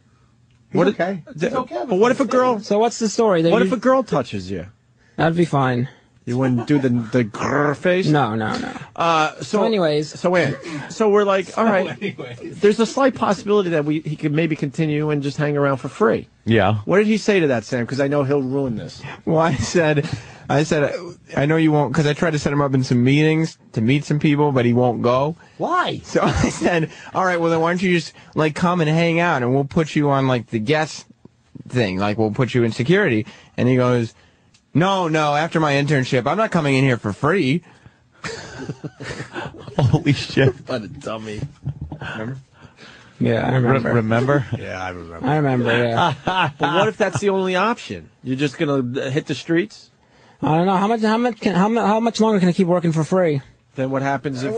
Speaker 1: What if-
Speaker 4: okay.
Speaker 1: d- But what if a girl?
Speaker 15: So what's the story? That
Speaker 1: What
Speaker 15: you-
Speaker 1: if a girl touches you?
Speaker 15: That'd be fine.
Speaker 1: You wouldn't do the the grrr face.
Speaker 15: No, no, no.
Speaker 1: Uh, so,
Speaker 15: anyways,
Speaker 1: so Ann, so we're like, all right. There's a slight possibility that we he could maybe continue and just hang around for free.
Speaker 3: Yeah.
Speaker 1: What did he say to that, Sam? Because I know he'll ruin this.
Speaker 16: Well, I said, I said, I know you won't, because I tried to set him up in some meetings to meet some people, but he won't go.
Speaker 4: Why?
Speaker 16: So I said, all right, well then why don't you just like come and hang out, and we'll put you on like the guest thing, like we'll put you in security. And he goes, no, no, after my internship, I'm not coming in here for free.
Speaker 3: Holy shit.
Speaker 1: What a dummy. Remember?
Speaker 15: Yeah, I remember.
Speaker 3: Re- remember?
Speaker 1: Yeah, I remember.
Speaker 15: I remember. Yeah.
Speaker 1: But what if that's the only option? You're just gonna uh, hit the streets?
Speaker 15: I don't know how much. How much? Can, how, mu- how much longer can I keep working for free?
Speaker 1: Then what happens if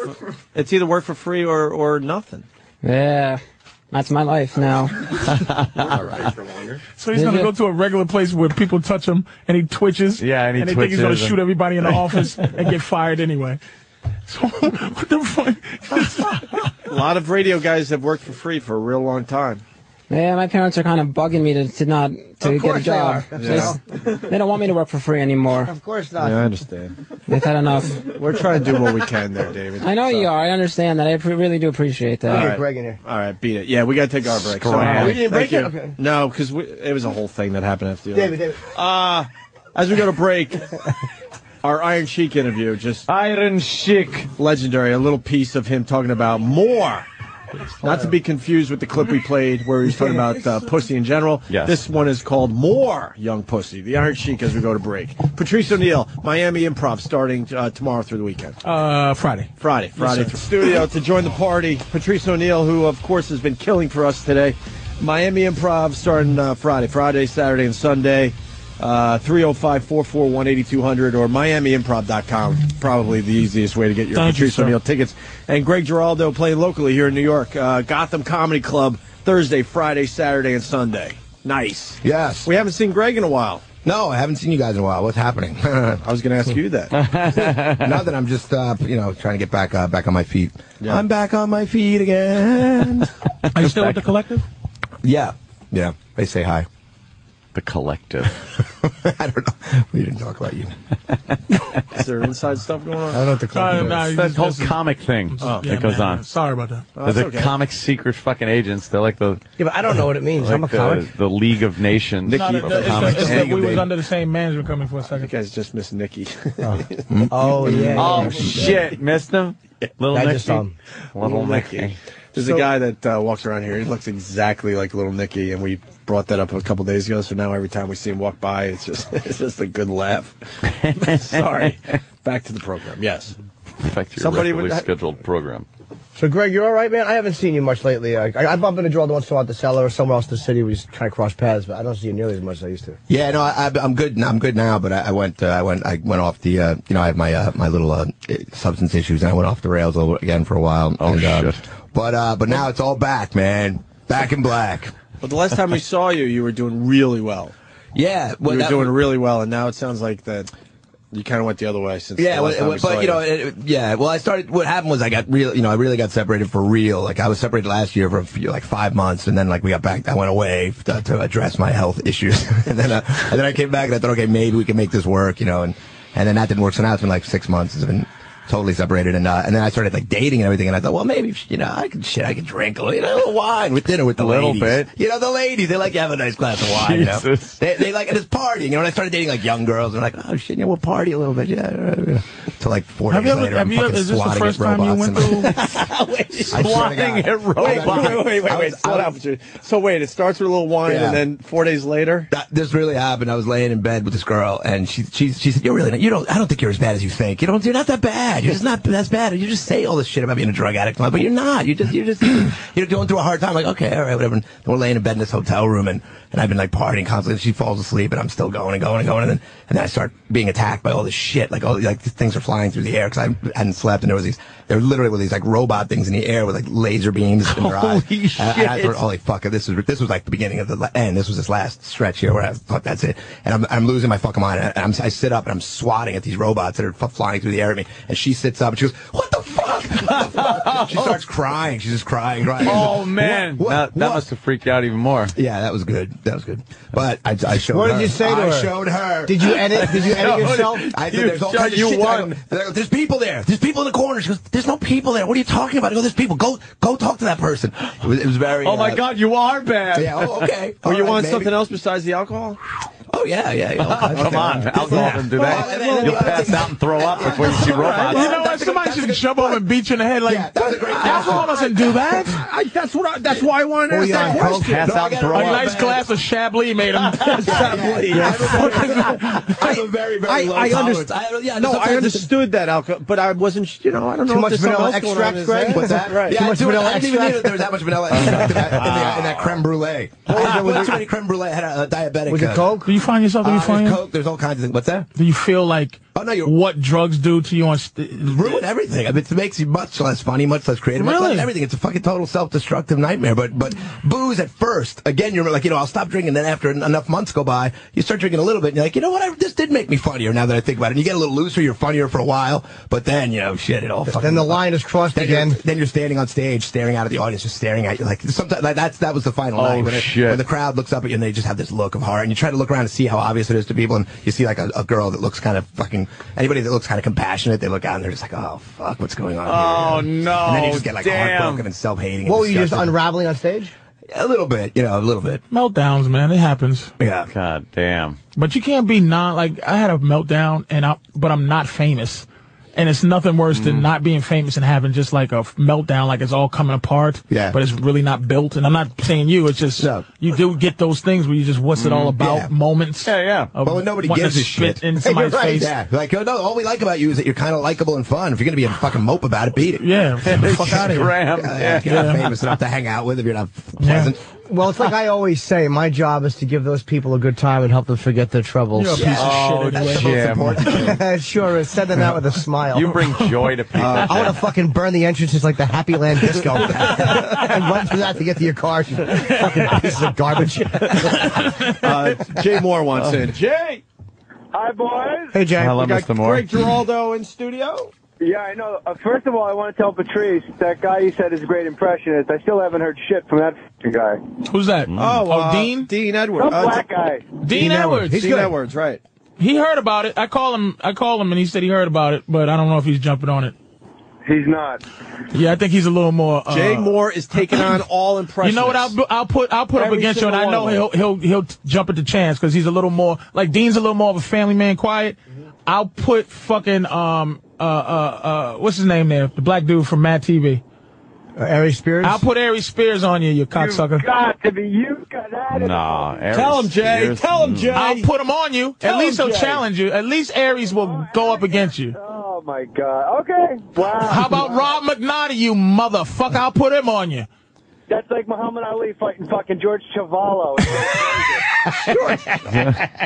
Speaker 1: it's either work for free or or nothing?
Speaker 15: Yeah, that's my life now.
Speaker 1: All right.
Speaker 2: So he's going to
Speaker 15: Yeah.
Speaker 2: go to a regular place where people touch him and he twitches.
Speaker 3: Yeah, and he
Speaker 2: they think he's going to
Speaker 3: twitches and-
Speaker 2: shoot everybody in the office and get fired anyway. So what the fuck?
Speaker 1: A lot of radio guys have worked for free for a real long time.
Speaker 15: Yeah, my parents are kind of bugging me to, to not to get a
Speaker 4: course they
Speaker 15: job.
Speaker 4: are.
Speaker 15: They, s- they don't want me to work for free anymore.
Speaker 4: of course not.
Speaker 1: understand.
Speaker 15: They've had enough.
Speaker 1: We're trying to do what we can there, David.
Speaker 15: I know you are. I understand that. I pre- really do appreciate
Speaker 4: Get
Speaker 15: that.
Speaker 4: Greg in here.
Speaker 1: All right, beat it. Yeah, we got to take our break. So,
Speaker 4: Oh, we didn't
Speaker 1: Thank
Speaker 4: break it?
Speaker 1: you.
Speaker 4: Okay.
Speaker 1: No, because it was a whole thing that happened after the
Speaker 4: David, David.
Speaker 1: Uh, as we go to break, our Iron Sheik interview, just
Speaker 3: Iron Sheik,
Speaker 1: legendary. A little piece of him talking about more. Not to be confused with the clip we played where he was talking about uh, pussy in general.
Speaker 3: Yes.
Speaker 1: This one is called More Young Pussy, the Iron Sheik as we go to break. Patrice O'Neill, Miami Improv, starting uh, tomorrow through the weekend.
Speaker 2: Uh, Friday.
Speaker 1: Friday, Friday,
Speaker 2: sir.
Speaker 1: through studio to join the party. Patrice O'Neill, who of course has been killing for us today. Miami Improv starting uh, Friday, Friday, Saturday, and Sunday. Uh, 305 441 8200 or miamiimprov.com. Probably the easiest way to get your
Speaker 2: Thank you,
Speaker 1: Patrice
Speaker 2: sir.
Speaker 1: O'Neill tickets. And Greg Giraldo playing locally here in New York. Uh, Gotham Comedy Club Thursday, Friday, Saturday, and Sunday. Nice.
Speaker 20: Yes.
Speaker 1: We haven't seen Greg in a while.
Speaker 20: No, I haven't seen you guys in a while. What's happening?
Speaker 1: I was going to ask you that.
Speaker 20: now that I'm just, uh, you know, trying to get back uh, back on my feet. Uh,
Speaker 1: I'm
Speaker 20: back on my feet again.
Speaker 2: Are you still with the collective?
Speaker 20: yeah. Yeah. They say hi.
Speaker 3: The collective.
Speaker 20: We didn't talk about you.
Speaker 1: Is there inside stuff going on?
Speaker 20: I don't know what the
Speaker 2: No, no, Uh, you
Speaker 3: that
Speaker 2: just-
Speaker 3: whole
Speaker 2: this is-
Speaker 3: comic thing
Speaker 2: Oh. Yeah,
Speaker 3: that goes
Speaker 2: man,
Speaker 3: on.
Speaker 2: sorry about that. Oh,
Speaker 3: There's a
Speaker 2: that's okay.
Speaker 3: comic secret fucking agents. They're like the
Speaker 4: Yeah, but I don't know what it means.
Speaker 3: like
Speaker 4: I'm a
Speaker 3: the,
Speaker 4: comic.
Speaker 3: The League of Nations.
Speaker 2: It's not-
Speaker 3: of
Speaker 2: it's not-
Speaker 3: comics.
Speaker 2: it's that we was under the same management company for a second. You
Speaker 1: guys just missed Nikki.
Speaker 4: Oh, yeah.
Speaker 3: Oh shit, missed him. Little
Speaker 1: I
Speaker 3: Nicky.
Speaker 1: just saw him.
Speaker 3: Little Nicky.
Speaker 1: There's a guy that uh, walks around here. He looks exactly like Little Nicky, and we brought that up a couple days ago. So now every time we see him walk by, it's just it's just a good laugh. Sorry. Back to the program. Yes.
Speaker 3: Back to your
Speaker 1: Somebody
Speaker 3: regularly
Speaker 1: would-
Speaker 3: scheduled program.
Speaker 4: So, Greg, you're all right, man. I haven't seen you much lately. I, I, I bump into Gerald once in a while at the cellar or somewhere else in the city. We just kind of cross paths, but I don't see you nearly as much as I used to.
Speaker 20: Yeah, no, I, I- I'm good. I'm good now. But I, I went, uh, I went, I went off the. Uh, you know, I had my uh, my little uh, substance issues, and I went off the rails a little again for a while. Oh and, uh, But uh, but now it's all back, man. Back in black.
Speaker 1: But the last time we saw you, you were doing really well.
Speaker 20: Yeah, well,
Speaker 1: you were
Speaker 20: that-
Speaker 1: doing really well, and now it sounds like that you kind of went the other way since.
Speaker 20: Yeah,
Speaker 1: the last
Speaker 20: well,
Speaker 1: time we
Speaker 20: but
Speaker 1: saw
Speaker 20: you know, it, it- yeah. Well, I started. What happened was I got real. You know, I really got separated for real. Like I was separated last year for a few, like five months, and then like we got back. I went away to, to address my health issues, and then uh, and then I came back and I thought, okay, maybe we can make this work. You know, and and then that didn't work. So now it's been like six months. It's been totally separated, and uh, and then I started like dating and everything, and I thought, well, maybe you know, I can shit, I can drink a little, wine with dinner with the
Speaker 14: A little
Speaker 20: ladies.
Speaker 14: bit.
Speaker 20: You know, the ladies they like to have a nice glass of wine. You know?
Speaker 14: Jesus.
Speaker 20: they, they like it's partying. You know, and I started dating like young girls, and they're like, oh shit, yeah, we'll party a little bit, yeah. all right, yeah. To like four
Speaker 2: Have you
Speaker 20: days
Speaker 2: ever-
Speaker 20: later,
Speaker 2: have
Speaker 20: I'm
Speaker 2: you ever-
Speaker 20: fucking
Speaker 2: is this the
Speaker 20: swatting
Speaker 2: first
Speaker 20: at
Speaker 2: time you
Speaker 20: robots
Speaker 2: went
Speaker 20: and-
Speaker 2: through?
Speaker 20: I swear to God.
Speaker 1: Wait, wait, wait, wait, wait. Slow down. Patricia. So wait, it starts with a little wine,
Speaker 20: Yeah.
Speaker 1: and then four days later.
Speaker 20: That, this really happened. I was laying in bed with this girl, and she she she said, "You're really not, you don't. I don't think you're as bad as you think. You don't. You're not that bad. You're just not that's bad. You just say all this shit about being a drug addict, but you're not. You just you're just you're going through a hard time. Like okay, all right, whatever. And we're laying in bed in this hotel room, and and I've been like partying constantly. She falls asleep, and I'm still going and going and going, and then and then I start being attacked by all this shit. Like all like these things are flying through the air because I hadn't slept, and there was these there literally were these like robot things in the air with like laser beams in their eyes.
Speaker 14: Holy
Speaker 20: And I- and I
Speaker 14: shit.
Speaker 20: thought, holy fuck, this was this was like the beginning of the la- end. This was this last stretch here where I thought that's it, and I'm, I'm losing my fucking mind. And I'm, I sit up and I'm swatting at these robots that are f- flying through the air at me, and she sits up and she goes, "What the fuck?" What the fuck?" she starts crying. She's just crying, crying.
Speaker 3: Oh man, that, that must have freaked you out even more.
Speaker 20: Yeah, that was good. That was good. But I, I showed
Speaker 4: What did
Speaker 20: her.
Speaker 4: you say to
Speaker 20: I
Speaker 4: her?
Speaker 20: showed her.
Speaker 4: Did you edit- did you edit
Speaker 20: Showed-
Speaker 4: yourself?
Speaker 20: I
Speaker 4: You
Speaker 20: said, there's all
Speaker 4: showed-
Speaker 20: kinds of
Speaker 4: you
Speaker 20: shit that I go-
Speaker 4: won.
Speaker 20: that I go, There's people there. There's people in the corner. She goes, there's no people there. What are you talking about? I go, there's people. Go, go talk to that person. It was, it was very.
Speaker 1: Oh my
Speaker 20: uh,
Speaker 1: God, you are bad.
Speaker 20: Yeah, oh, okay.
Speaker 1: Were
Speaker 20: All
Speaker 1: you
Speaker 20: right,
Speaker 1: on
Speaker 20: maybe.
Speaker 1: something else besides the alcohol?
Speaker 20: Oh yeah, yeah. yeah.
Speaker 3: Come on, alcohol doesn't do that. You'll pass out and throw up before you see robots.
Speaker 2: You know what? Somebody should jump over and beat you in the head. Like, alcohol doesn't do that.
Speaker 11: I, that's what. I, that's why I wanted to
Speaker 2: Were
Speaker 11: ask
Speaker 2: you
Speaker 11: that
Speaker 2: on
Speaker 11: question.
Speaker 2: coke? Pass
Speaker 11: No, I
Speaker 2: out and
Speaker 11: gotta-
Speaker 2: throw
Speaker 11: I
Speaker 2: up.
Speaker 11: gotta-
Speaker 2: Nice glass of Chablis made him. Chablis.
Speaker 20: I have a very, very
Speaker 1: I,
Speaker 20: low
Speaker 1: I
Speaker 20: tolerance.
Speaker 1: understand.
Speaker 20: I, yeah,
Speaker 1: no, I
Speaker 20: sometimes it's-
Speaker 1: understood that alcohol, but I wasn't. You know, I don't know.
Speaker 20: Too
Speaker 1: if
Speaker 20: much
Speaker 1: there's something
Speaker 20: vanilla
Speaker 1: else going on in
Speaker 20: extract,
Speaker 1: his head.
Speaker 20: Greg? What's that?
Speaker 1: Right.
Speaker 20: Yeah, Too I much do- vanilla I didn't even extract? know there was that much vanilla extract in that, in that, in that creme brulee. I had too many creme brulee. I had a, a diabetic.
Speaker 2: Was it
Speaker 20: uh,
Speaker 2: Coke? Do you find yourself to be
Speaker 20: Uh,
Speaker 2: funny?
Speaker 20: there's Coke. There's all kinds of things. What's that? Oh,
Speaker 2: Do you feel like what drugs do to you on st-
Speaker 20: ruin everything. I mean, it makes you much less funny, much less creative, much
Speaker 2: Really?
Speaker 20: less everything. It's a fucking total self-destructive nightmare. But but booze at first, again, you're like, you know, I'll stop drinking. Then after en- enough months go by, you start drinking a little bit, and you're like, you know what? I, this did make me funnier. Now that I think about it, and you get a little looser, you're funnier for a while. But then you know, shit, it all. Fucking
Speaker 4: Then the line is crossed
Speaker 20: then
Speaker 4: again.
Speaker 20: You're, then you're standing on stage, staring out at the audience, just staring at you. Like sometimes like, that's that was the final
Speaker 3: Oh,
Speaker 20: night when, it-
Speaker 3: shit.
Speaker 20: when the crowd looks up at you and they just have this look of horror, and you try to look around and see how obvious it is to people, and you see like a, a girl that looks kind of fucking anybody that looks kind of compassionate, they look out and they're just like, oh fuck, what's going on?
Speaker 3: Oh,
Speaker 20: here? You know?
Speaker 3: no,
Speaker 20: And then you just get like
Speaker 3: damn.
Speaker 20: heartbroken and self-hating.
Speaker 4: What
Speaker 20: and
Speaker 4: were you just
Speaker 20: disgusted.
Speaker 4: unraveling on stage?
Speaker 20: a little bit, you know, a little bit.
Speaker 2: Meltdowns, man. It happens.
Speaker 20: Yeah.
Speaker 3: God damn.
Speaker 2: But you can't be non like I had a meltdown and I but I'm not famous. And it's nothing worse
Speaker 20: Mm.
Speaker 2: than not being famous and having just like a f- meltdown, like it's all coming apart.
Speaker 20: Yeah.
Speaker 2: But it's really not built. And I'm not saying you. It's just you do get those things where you just what's it all
Speaker 20: Mm,
Speaker 2: about moments. Yeah, yeah. Of
Speaker 20: Well, nobody
Speaker 2: wanting
Speaker 20: gives
Speaker 2: to
Speaker 20: a
Speaker 2: spit
Speaker 20: shit.
Speaker 2: in
Speaker 20: You're
Speaker 2: somebody's
Speaker 20: right,
Speaker 2: face.
Speaker 20: Yeah. Like, oh, no, all we like about you is that you're kind of likable and fun. If you're going to be a fucking mope about it, beat it.
Speaker 2: Yeah, get the fuck outta here.
Speaker 20: Yeah,
Speaker 2: Yeah.
Speaker 20: You're not
Speaker 2: Yeah.
Speaker 20: famous enough to hang out with if you're not pleasant.
Speaker 4: Well, it's like I always say, my job is to give those people a good time and help them forget their troubles.
Speaker 2: You're a piece of Oh, shit anyway.
Speaker 4: That's
Speaker 2: Jim.
Speaker 4: the most important thing. sure is. Send them out with a smile.
Speaker 3: You bring joy to people.
Speaker 4: Uh, I
Speaker 3: Jim.
Speaker 4: want to fucking burn the entrances like the Happy Land Disco and run through that to get to your car. you Fucking pieces of garbage.
Speaker 1: Uh, Jay Moore wants in. Jay.
Speaker 11: Hi, boys.
Speaker 4: Hey, Jay.
Speaker 1: We got Greg Giraldo in studio.
Speaker 21: Yeah, I know. Uh, first of all, I want to tell Patrice that guy you said is a great impressionist. I still haven't heard shit from that f***ing guy.
Speaker 2: Who's that?
Speaker 1: Oh, uh,
Speaker 2: Dean?
Speaker 1: Dean Edwards.
Speaker 21: Some black guy.
Speaker 2: Dean, Edwards. Uh,
Speaker 1: Dean Edwards, right.
Speaker 2: He heard about it. I call him. I call him, and he said he heard about it, but I don't know if he's jumping on it.
Speaker 21: He's not.
Speaker 2: Yeah, I think he's a little more. Uh,
Speaker 1: Jay Moore is taking on all impressions.
Speaker 2: You know what? I'll bu- I'll put I'll put up
Speaker 1: Every
Speaker 2: against you, and I
Speaker 1: single
Speaker 2: know
Speaker 1: one of
Speaker 2: he'll he'll he'll t- jump at the chance because he's a little more like Dean's a little more of a family man, quiet.
Speaker 1: Mm-hmm.
Speaker 2: I'll put fucking um uh uh uh what's his name there, the black dude from Mad TV.
Speaker 4: Uh, Ari Spears.
Speaker 2: I'll put Ari Spears on you, you cocksucker.
Speaker 21: got to be you.
Speaker 3: Nah, Aries,
Speaker 2: Tell him, Jay.
Speaker 3: Spears,
Speaker 2: Tell him,
Speaker 3: mm.
Speaker 2: Jay. I'll put him on you.
Speaker 21: Tell
Speaker 2: At least
Speaker 21: him,
Speaker 2: he'll
Speaker 21: Jay.
Speaker 2: challenge you. At least Aries will go up against you.
Speaker 21: Oh my god. Okay. Wow.
Speaker 2: How about Rob McNaughty, you motherfucker? I'll put him on you.
Speaker 21: That's like Muhammad Ali fighting fucking George Chavallo.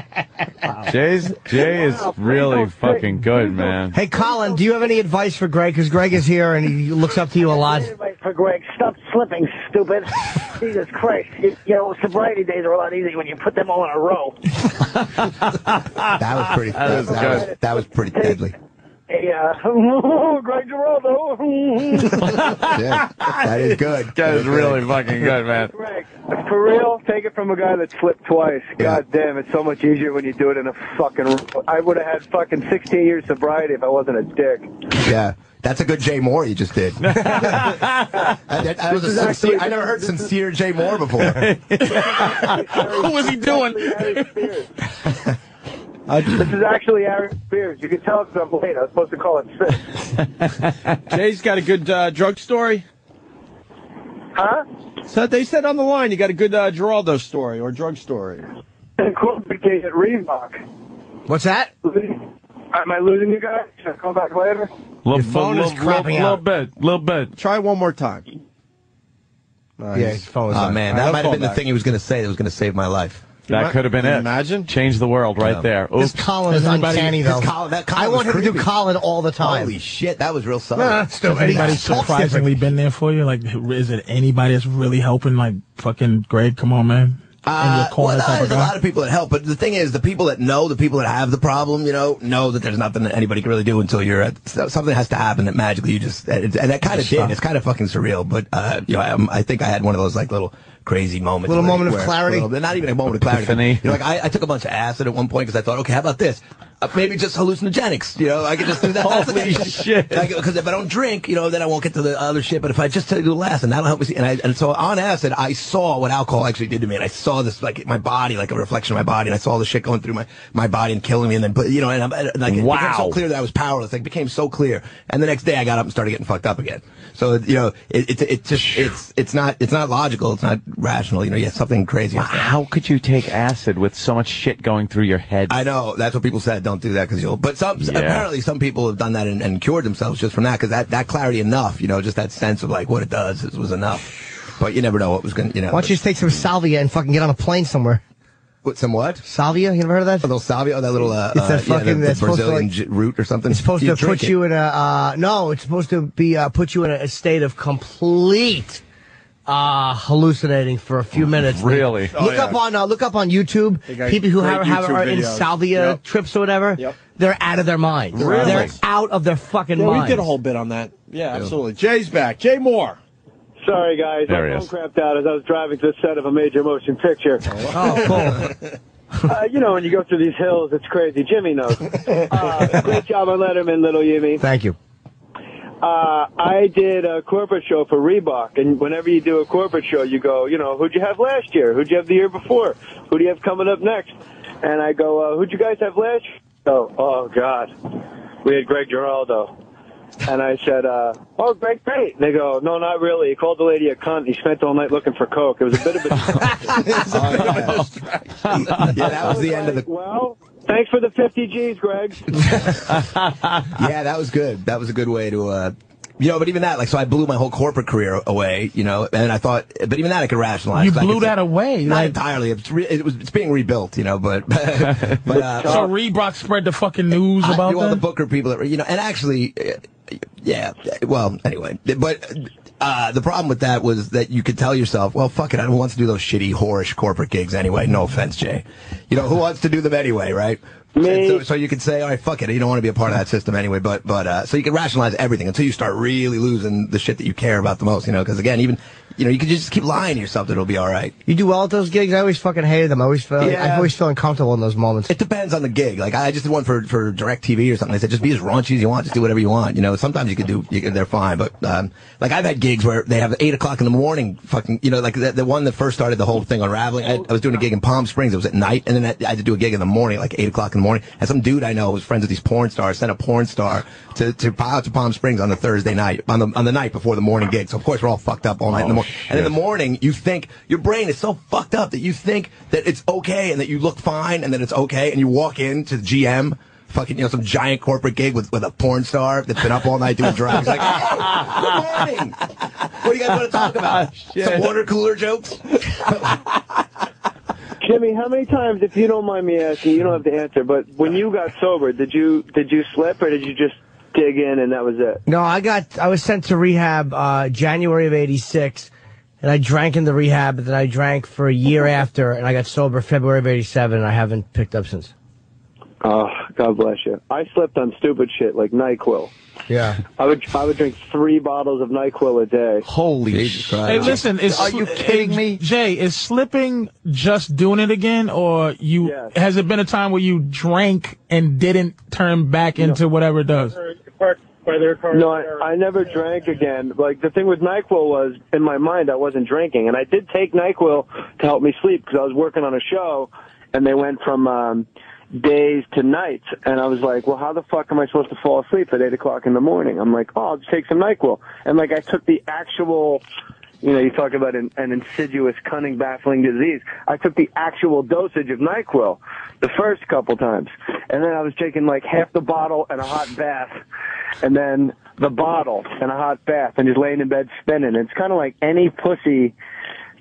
Speaker 3: Jay's Jay is really fucking good, man.
Speaker 4: Hey, Colin, do you have any advice for Greg? Because Greg is here and he looks up to you a lot.
Speaker 22: Wait for Greg. Stop slipping, stupid. Jesus Christ. You, you know, sobriety days are a lot easier when you put them all in a row.
Speaker 20: That was pretty.
Speaker 22: That was
Speaker 20: that,
Speaker 22: good.
Speaker 20: was, that was pretty deadly.
Speaker 22: Hey, uh, Greg Geraldo.
Speaker 20: Yeah, that is good.
Speaker 3: That is really fucking good, man.
Speaker 21: For real, take it from a guy that slipped twice. God damn, it's so much easier when you do it in a fucking. I would have had fucking 16 years sobriety if I wasn't a dick.
Speaker 20: Yeah, that's a good Jay Moore you just did. that, that- that was a
Speaker 21: This is actually-
Speaker 20: sincere, I never heard sincere Jay Moore before.
Speaker 2: what was he doing?
Speaker 21: this is actually Aaron Spears. You can tell it's I'm late. I was supposed to call it six.
Speaker 1: Jay's got a good uh, drug story.
Speaker 21: Huh?
Speaker 1: So they said on the line you got a good uh, Geraldo story or drug story.
Speaker 21: Incorporated at Reebok.
Speaker 4: What's that?
Speaker 21: Am I losing you guys? Should I call back later?
Speaker 3: Little,
Speaker 21: phone is crapping out.
Speaker 3: bit, little bit.
Speaker 1: Try one more time.
Speaker 20: yeah, his phone was oh, man, that might have been the thing he was going to say that was going to save my life.
Speaker 3: That could have been it. Imagine change the world right
Speaker 20: Yeah.
Speaker 3: there.
Speaker 20: This
Speaker 3: Oops.
Speaker 4: Colin is uncanny, though. I want him to do Colin all the time.
Speaker 20: Holy shit, that was real solid.
Speaker 2: Has anybody surprisingly been there for you? Like, is it anybody that's really helping? Like, fucking Greg, come on, man. And
Speaker 20: Uh,
Speaker 2: you're
Speaker 20: well,
Speaker 2: calling that
Speaker 20: no,
Speaker 2: type of
Speaker 20: there's a
Speaker 2: guy?
Speaker 20: lot of people that help, but the thing is, the people that know, the people that have the problem, you know, know that there's nothing that anybody can really do until you're at so- something has to happen that magically you just and and that kind of
Speaker 4: Just
Speaker 20: did.
Speaker 4: stop.
Speaker 20: It's kind of fucking surreal, but uh, you know, I, um, I think I had one of those like little crazy moments,
Speaker 4: Little
Speaker 20: where-
Speaker 4: moment of
Speaker 20: where-
Speaker 4: clarity?
Speaker 20: little- not even a moment of clarity.
Speaker 3: Epiphany.
Speaker 20: You know, like I, I took a bunch of acid at one point because I thought, okay, how about this? Uh, maybe just hallucinogenics. You know, I could just do that. Holy shit! Because if I don't drink, you know, then I won't get to the other shit. But if I just take a little acid, that'll help me see. And, I, and so on acid, I saw what alcohol actually did to me, and I saw this like my body, like a reflection of my body, and I saw the shit going through my my body and killing me. And then, but you know, and, I'm, and like it became
Speaker 3: Wow.
Speaker 20: so clear that I was powerless. Like, It became so clear. And the next day, I got up and started getting fucked up again. So you know, it, it, it just it's it's not it's not logical. It's not rational. You know, yeah, something crazy. has to
Speaker 3: How could you take acid with so much shit going through your head?
Speaker 20: I know that's what people said. Don't do that because you'll. But some
Speaker 3: Yeah.
Speaker 20: apparently some people have done that and, and cured themselves just from that because that that clarity enough. You know, just that sense of like what it does is, was enough. But you never know what was going. to, You know,
Speaker 4: Why don't you just take some salvia and fucking get on a plane somewhere?
Speaker 20: What, some what?
Speaker 4: Salvia? You never heard of that? A
Speaker 20: little salvia? Oh, that little, uh,
Speaker 4: it's
Speaker 20: uh,
Speaker 4: that
Speaker 20: yeah,
Speaker 4: fucking,
Speaker 20: the,
Speaker 4: that's
Speaker 20: the
Speaker 4: supposed to,
Speaker 20: Brazilian
Speaker 4: like,
Speaker 20: j- root or something.
Speaker 4: It's supposed
Speaker 20: You
Speaker 4: to put
Speaker 20: drink it.
Speaker 4: you in a uh, no. It's supposed to be uh, put you in a state of complete uh, hallucinating for a few minutes.
Speaker 3: Really?
Speaker 4: Look
Speaker 3: Oh, yeah.
Speaker 4: up on uh, look up on YouTube.
Speaker 3: They got
Speaker 4: People who
Speaker 3: great
Speaker 4: have, have
Speaker 3: YouTube
Speaker 4: are in
Speaker 3: videos.
Speaker 4: salvia
Speaker 3: Yep.
Speaker 4: trips or whatever.
Speaker 1: Yep.
Speaker 4: They're out of their minds.
Speaker 1: Really?
Speaker 4: They're out of their fucking
Speaker 1: Yeah,
Speaker 4: minds.
Speaker 1: we did a whole bit on that. Yeah, absolutely. Jay's back. Jay Moore.
Speaker 21: Sorry, guys.
Speaker 1: There he
Speaker 21: my
Speaker 1: is.
Speaker 21: phone crapped out as I was driving to the set of a major motion picture. Oh, cool. uh, you know, when you go through these hills, it's crazy. Jimmy knows. Uh, great job on Letterman, little Jimmy.
Speaker 4: Thank you.
Speaker 21: Uh, I did a corporate show for Reebok, and whenever you do a corporate show, you go, you know, who'd you have last year? Who'd you have the year before? Who do you have coming up next? And I go, uh, who'd you guys have last year? Oh, oh, God. We had Greg Giraldo. And I said, uh, oh, Greg, great. And they go, no, not really. He called the lady a cunt. He spent all night looking for coke. It was a bit of a...
Speaker 20: yeah, that Oh, was the end of the.
Speaker 21: Well, thanks for the 50 G's, Greg.
Speaker 20: yeah, that was good. That was a good way to, uh, you know, but even that, like, so I blew my whole corporate career away, you know, and I thought, but even that I could rationalize.
Speaker 2: You
Speaker 20: 'cause I
Speaker 2: blew
Speaker 20: could say-
Speaker 2: that away,
Speaker 20: Not
Speaker 2: like-
Speaker 20: entirely. It's re- it was, it's being rebuilt, you know, but, but, uh,
Speaker 2: so Reebok spread the fucking news
Speaker 20: I
Speaker 2: about
Speaker 20: knew all the
Speaker 2: that.
Speaker 20: Booker people that were, you know, and actually, uh, yeah, well, anyway, but uh, the problem with that was that you could tell yourself, well, fuck it, I don't want to do those shitty, whorish corporate gigs anyway. No offense, Jay. You know, who wants to do them anyway, right?
Speaker 21: Me.
Speaker 20: So, so you could say, all right, fuck it. You don't want to be a part of that system anyway. But but uh, so you can rationalize everything until you start really losing the shit that you care about the most. You know, because again, even you know, you could just keep lying to yourself that it'll be all right.
Speaker 4: You do well at those gigs. I always fucking hated them. I always feel.
Speaker 20: Yeah.
Speaker 4: I always feel uncomfortable in those moments.
Speaker 20: It depends on the gig. Like I just did one for for Direct TV or something. They said just be as raunchy as you want, just do whatever you want. You know, sometimes you could do, you could, they're fine. But um, like I've had gigs where they have eight o'clock in the morning, fucking. You know, like the, the one that first started the whole thing unraveling. I, I was doing a gig in Palm Springs. It was at night, and then I, I had to do a gig in the morning, like eight o'clock in the morning. And some dude I know was friends with these porn stars sent a porn star to to out to Palm Springs on the Thursday night, on the on the night before the morning gig. So of course we're all fucked up all night in the morning. And in the morning, you think your brain is so fucked up that you think that it's okay and that you look fine and that it's okay, and you walk into GM. Fucking, you know, some giant corporate gig with, with a porn star that's been up all night doing drugs. Like, "Oh, good morning. What do you guys want to talk
Speaker 2: Ah,
Speaker 20: about? Some water cooler jokes?
Speaker 21: Jimmy, how many times, if you don't mind me asking, you don't have to answer, but when you got sober, did you did you slip or did you just dig in and that was it?
Speaker 4: No, I got. I was sent to rehab uh, January of '86, and I drank in the rehab, and then I drank for a year after, and I got sober February of '87. And I haven't picked up since.
Speaker 21: Oh, God bless you. I slept on stupid shit like Nyquil.
Speaker 4: Yeah.
Speaker 21: I would I would drink three bottles of Nyquil a day.
Speaker 3: Holy
Speaker 2: Hey, listen, is,
Speaker 21: Are you kidding
Speaker 2: me? Jay, is slipping just doing it again, or you has it been a time where you drank and didn't turn back into whatever it does?
Speaker 21: No, I, I never drank again. Like the thing with Nyquil was in my mind, I wasn't drinking, and I did take Nyquil to help me sleep because I was working on a show, and they went from um, days to nights, and I was like, well, how the fuck am I supposed to fall asleep at eight o'clock in the morning? I'm like, oh, I'll just take some Nyquil, and like I took the actual. You know, you talk about an, an insidious, cunning, baffling disease. I took the actual dosage of NyQuil the first couple times. And then I was taking like half the bottle and a hot bath and then the bottle and a hot bath and just laying in bed spinning. It's kind of like any pussy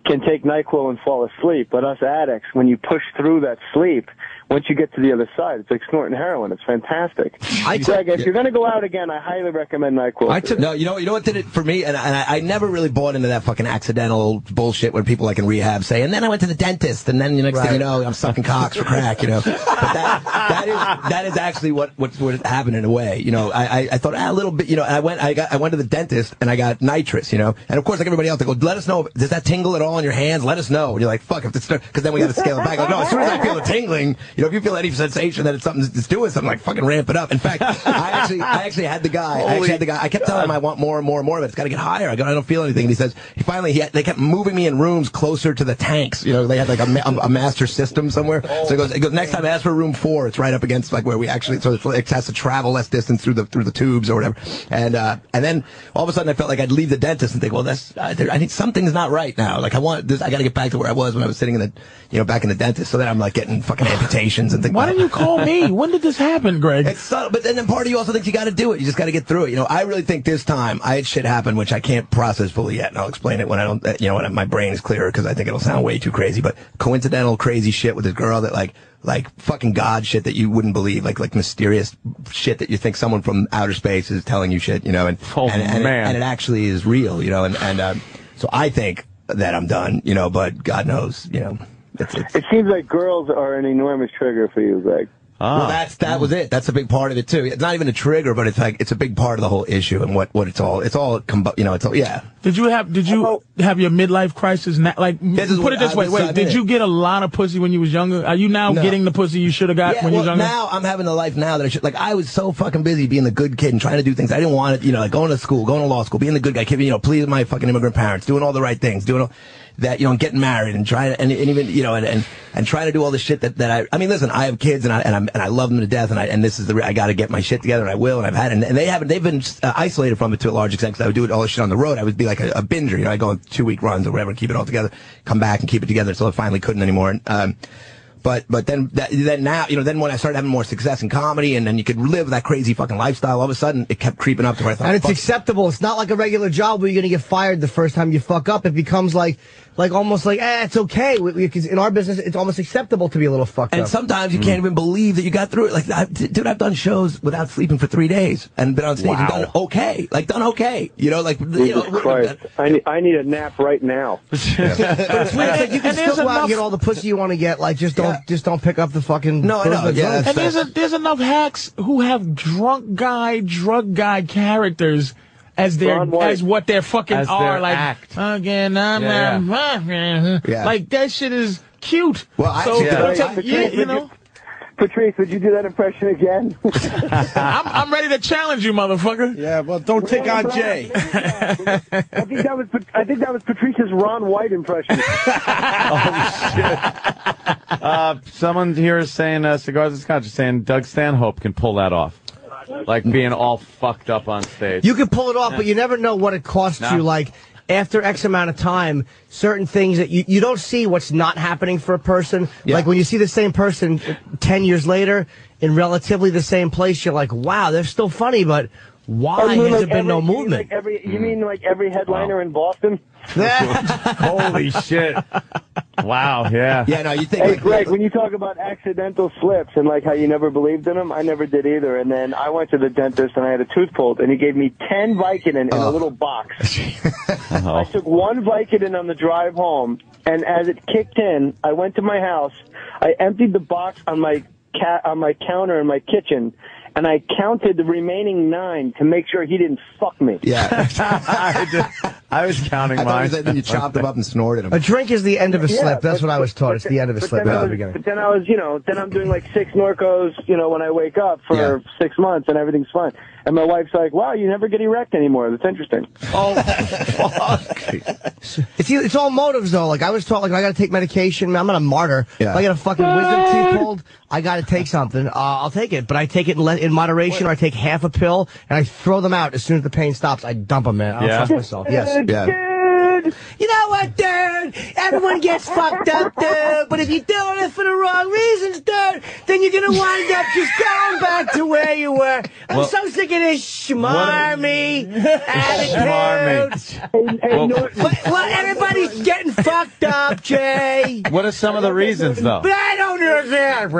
Speaker 21: can take NyQuil and fall asleep, but us addicts, when you push through that sleep, once you get to the other side, it's like snorting heroin. It's fantastic. I Greg, if you're going to go out again, I highly recommend NyQuil.
Speaker 20: I took no. You know, you know what did it for me, and, and I, I never really bought into that fucking accidental bullshit when people like in rehab say, and then I went to the dentist, and then the next thing you know, I'm sucking cocks for crack. You know, but that, that is that is actually what what what happened in a way. You know, I I, I thought ah, a little bit. You know, and I went I got I went to the dentist and I got nitrous. You know, and of course like everybody else, they go, let us know. if- Does that tingle at all in your hands? Let us know. And you're like, fuck, if it's because then we got to scale it back. Like, no, as soon as I feel a tingling, you know, if you feel any sensation that it's something that's doing something, like fucking ramp it up. In fact, I actually I actually had the guy. I actually had the guy. I kept telling him I want more and more and more of it. It's got to get higher. I go, I don't feel anything. And he says, he finally, he, they kept moving me in rooms closer to the tanks. You know, they had like a, ma- a, a master system somewhere. So he goes, he goes, next time ask for room four. It's right up against like where we actually, so it's- it has to travel less distance through the, through the tubes or whatever. And, uh, and then all of a sudden I felt like I'd leave the dentist and think, well, that's, I, I need something's not right now. Like I want this, I got to get back to where I was when I was sitting in the, you know, back in the dentist. So then I'm like getting fucking amputations and things.
Speaker 2: Why didn't you call me? When did this happen, Greg?
Speaker 20: It's subtle, but then, then part of you also thinks you got to do it. You just got to get through it. You know, I really think this time I had shit happen, which I can't process fully yet, and I'll explain it when I don't. uh, You know, when my brain is clearer because I think it'll sound way too crazy. But coincidental crazy shit with this girl that like. Like fucking god shit that you wouldn't believe, like like mysterious shit that you think someone from outer space is telling you shit, you know, and and, and,
Speaker 3: man.
Speaker 20: and it actually is real, you know, and and um, so I think that I'm done, you know, but God knows, you know, it's, it's
Speaker 21: It seems like girls are an enormous trigger for you, Greg.
Speaker 20: Well, that's that was it. That's a big part of it too. It's not even a trigger, but it's like it's a big part of the whole issue and what what it's all. It's all combu- you know. It's all yeah.
Speaker 2: Did you have did you have your midlife crisis now? Like
Speaker 20: is
Speaker 2: put
Speaker 20: what
Speaker 2: it this
Speaker 20: I
Speaker 2: way,
Speaker 20: was-
Speaker 2: wait,
Speaker 20: I
Speaker 2: did
Speaker 20: did.
Speaker 2: you get a lot of pussy when you was younger? Are you now
Speaker 20: No.
Speaker 2: getting the pussy you should have got
Speaker 20: Yeah,
Speaker 2: when you was
Speaker 20: well,
Speaker 2: younger?
Speaker 20: now I'm having a life now that I should. Like, I was so fucking busy being the good kid and trying to do things I didn't want to, you know, like going to school, going to law school, being the good guy, keeping, you know, pleasing my fucking immigrant parents, doing all the right things, doing all that, you know, and getting married and trying to, and, and even, you know, and, and, and trying to do all the shit that, that I, I mean, listen, I have kids and I, and I'm, and I love them to death and I, and this is the, re- I gotta get my shit together and I will and I've had, and, and they haven't, they've been uh, isolated from it to a large extent because I would do it all the shit on the road. I would be like a, a binger, you know, I'd go on two week runs or whatever and keep it all together, come back and keep it together until I finally couldn't anymore. And, um, but but then that, then now you know then when I started having more success in comedy and then you could live that crazy fucking lifestyle all of a sudden it kept creeping up to where I thought
Speaker 4: and it's
Speaker 20: fuck,
Speaker 4: acceptable. It's not like a regular job where you're going to get fired the first time you fuck up. It becomes like, like almost like, eh, it's okay. We- we- 'cause in our business, it's almost acceptable to be a little fucked
Speaker 20: and
Speaker 4: up. Mm.
Speaker 20: sometimes you can't even believe that you got through it like I, dude I've done shows without sleeping for three days and been on stage and done okay like done okay you know like you know,
Speaker 21: Christ. I need, I need a nap right now.
Speaker 20: but it's weird, it's like you
Speaker 4: you
Speaker 20: can
Speaker 4: can
Speaker 20: still
Speaker 4: still go out
Speaker 20: enough-
Speaker 4: and get all the pussy you want to get. Like, just don't just don't pick up the fucking.
Speaker 20: No, I know. Yeah, that's-
Speaker 2: and there's a, there's enough hacks who have drunk guy, drug guy characters as their
Speaker 7: Ron White.
Speaker 2: as what their fucking
Speaker 7: As
Speaker 2: are
Speaker 7: their
Speaker 2: like.
Speaker 7: act.
Speaker 2: Again, I'm
Speaker 7: Yeah,
Speaker 2: yeah.
Speaker 7: Yeah.
Speaker 2: like that shit is cute. Well,
Speaker 7: I-
Speaker 2: so
Speaker 7: yeah.
Speaker 2: don't
Speaker 7: Patrice,
Speaker 2: take- yeah,
Speaker 7: would
Speaker 2: you
Speaker 7: you-
Speaker 2: know.
Speaker 21: Patrice, would you do that impression again?
Speaker 2: I'm, I'm ready to challenge you, motherfucker.
Speaker 1: Yeah, well, don't
Speaker 21: take on Jay. I think that was I think that was Patrice's Ron White impression.
Speaker 3: Uh, someone here is saying uh, cigars and scotch is saying Doug Stanhope can pull that off, like being all fucked up on stage.
Speaker 4: You can pull it off, but you never know what it costs
Speaker 3: No.
Speaker 4: you. Like after X amount of time, certain things that you, you don't see what's not happening for a person. Like when you see the same person ten years later in relatively the same place, you're like, wow, they're still funny, but why
Speaker 21: Oh, you
Speaker 4: has
Speaker 21: mean
Speaker 4: there
Speaker 21: like
Speaker 4: been no
Speaker 21: every- you mean
Speaker 4: movement? Hmm.
Speaker 21: like every, you mean like every headliner in Boston?
Speaker 3: Holy shit! Wow, yeah.
Speaker 21: Yeah, no, you think. Hey, Greg, when you talk about accidental slips and like how you never believed in them, I never did either. And then I went to the dentist and I had a tooth pulled, and he gave me ten Vicodin in a little box. I took one Vicodin on the drive home, and as it kicked in, I went to my house. I emptied the box on my cat on my counter in my kitchen. And I counted the remaining nine to make sure he didn't fuck me.
Speaker 20: Yeah.
Speaker 3: I, was counting
Speaker 20: I thought it was that you chopped them up and snorted them.
Speaker 4: A drink is the end of a
Speaker 21: Yeah,
Speaker 4: slip. That's
Speaker 21: but-
Speaker 4: what I was taught.
Speaker 21: but
Speaker 4: it's the end of a
Speaker 21: but
Speaker 4: slip,
Speaker 21: then
Speaker 4: not
Speaker 21: I
Speaker 4: the
Speaker 21: was-
Speaker 4: beginning.
Speaker 21: But then I was, you know, then I'm doing like six Norcos, you know, when I wake up for six months and everything's fine. And my wife's like, wow, you never get erect anymore. That's interesting.
Speaker 4: Oh, It's it's all motives though. Like I was taught, like I got to take medication. Man, I'm not a martyr.
Speaker 20: Yeah.
Speaker 4: If I get a fucking wisdom teeth pulled, I got to take something. Uh, I'll take it, but I take it in, le- in moderation, or I take half a pill and I throw them out as soon as the pain stops. I dump them, man. I don't
Speaker 20: Yeah.
Speaker 4: trust myself. Yes.
Speaker 20: Dude, oh, Yeah.
Speaker 4: Dude, you know what, dude? Everyone gets fucked up, dude. But if you're doing it for the wrong reasons, dude, then you're gonna wind up just going back to where you were. I'm
Speaker 21: Well-
Speaker 4: so sick of this schmarmy
Speaker 3: Schmarmy.
Speaker 21: And,
Speaker 4: attitude.
Speaker 3: Well-
Speaker 21: and Norton,
Speaker 4: Well, well, everybody's getting fucked up, Jay.
Speaker 3: What are some of the reasons though?
Speaker 4: But I don't know that,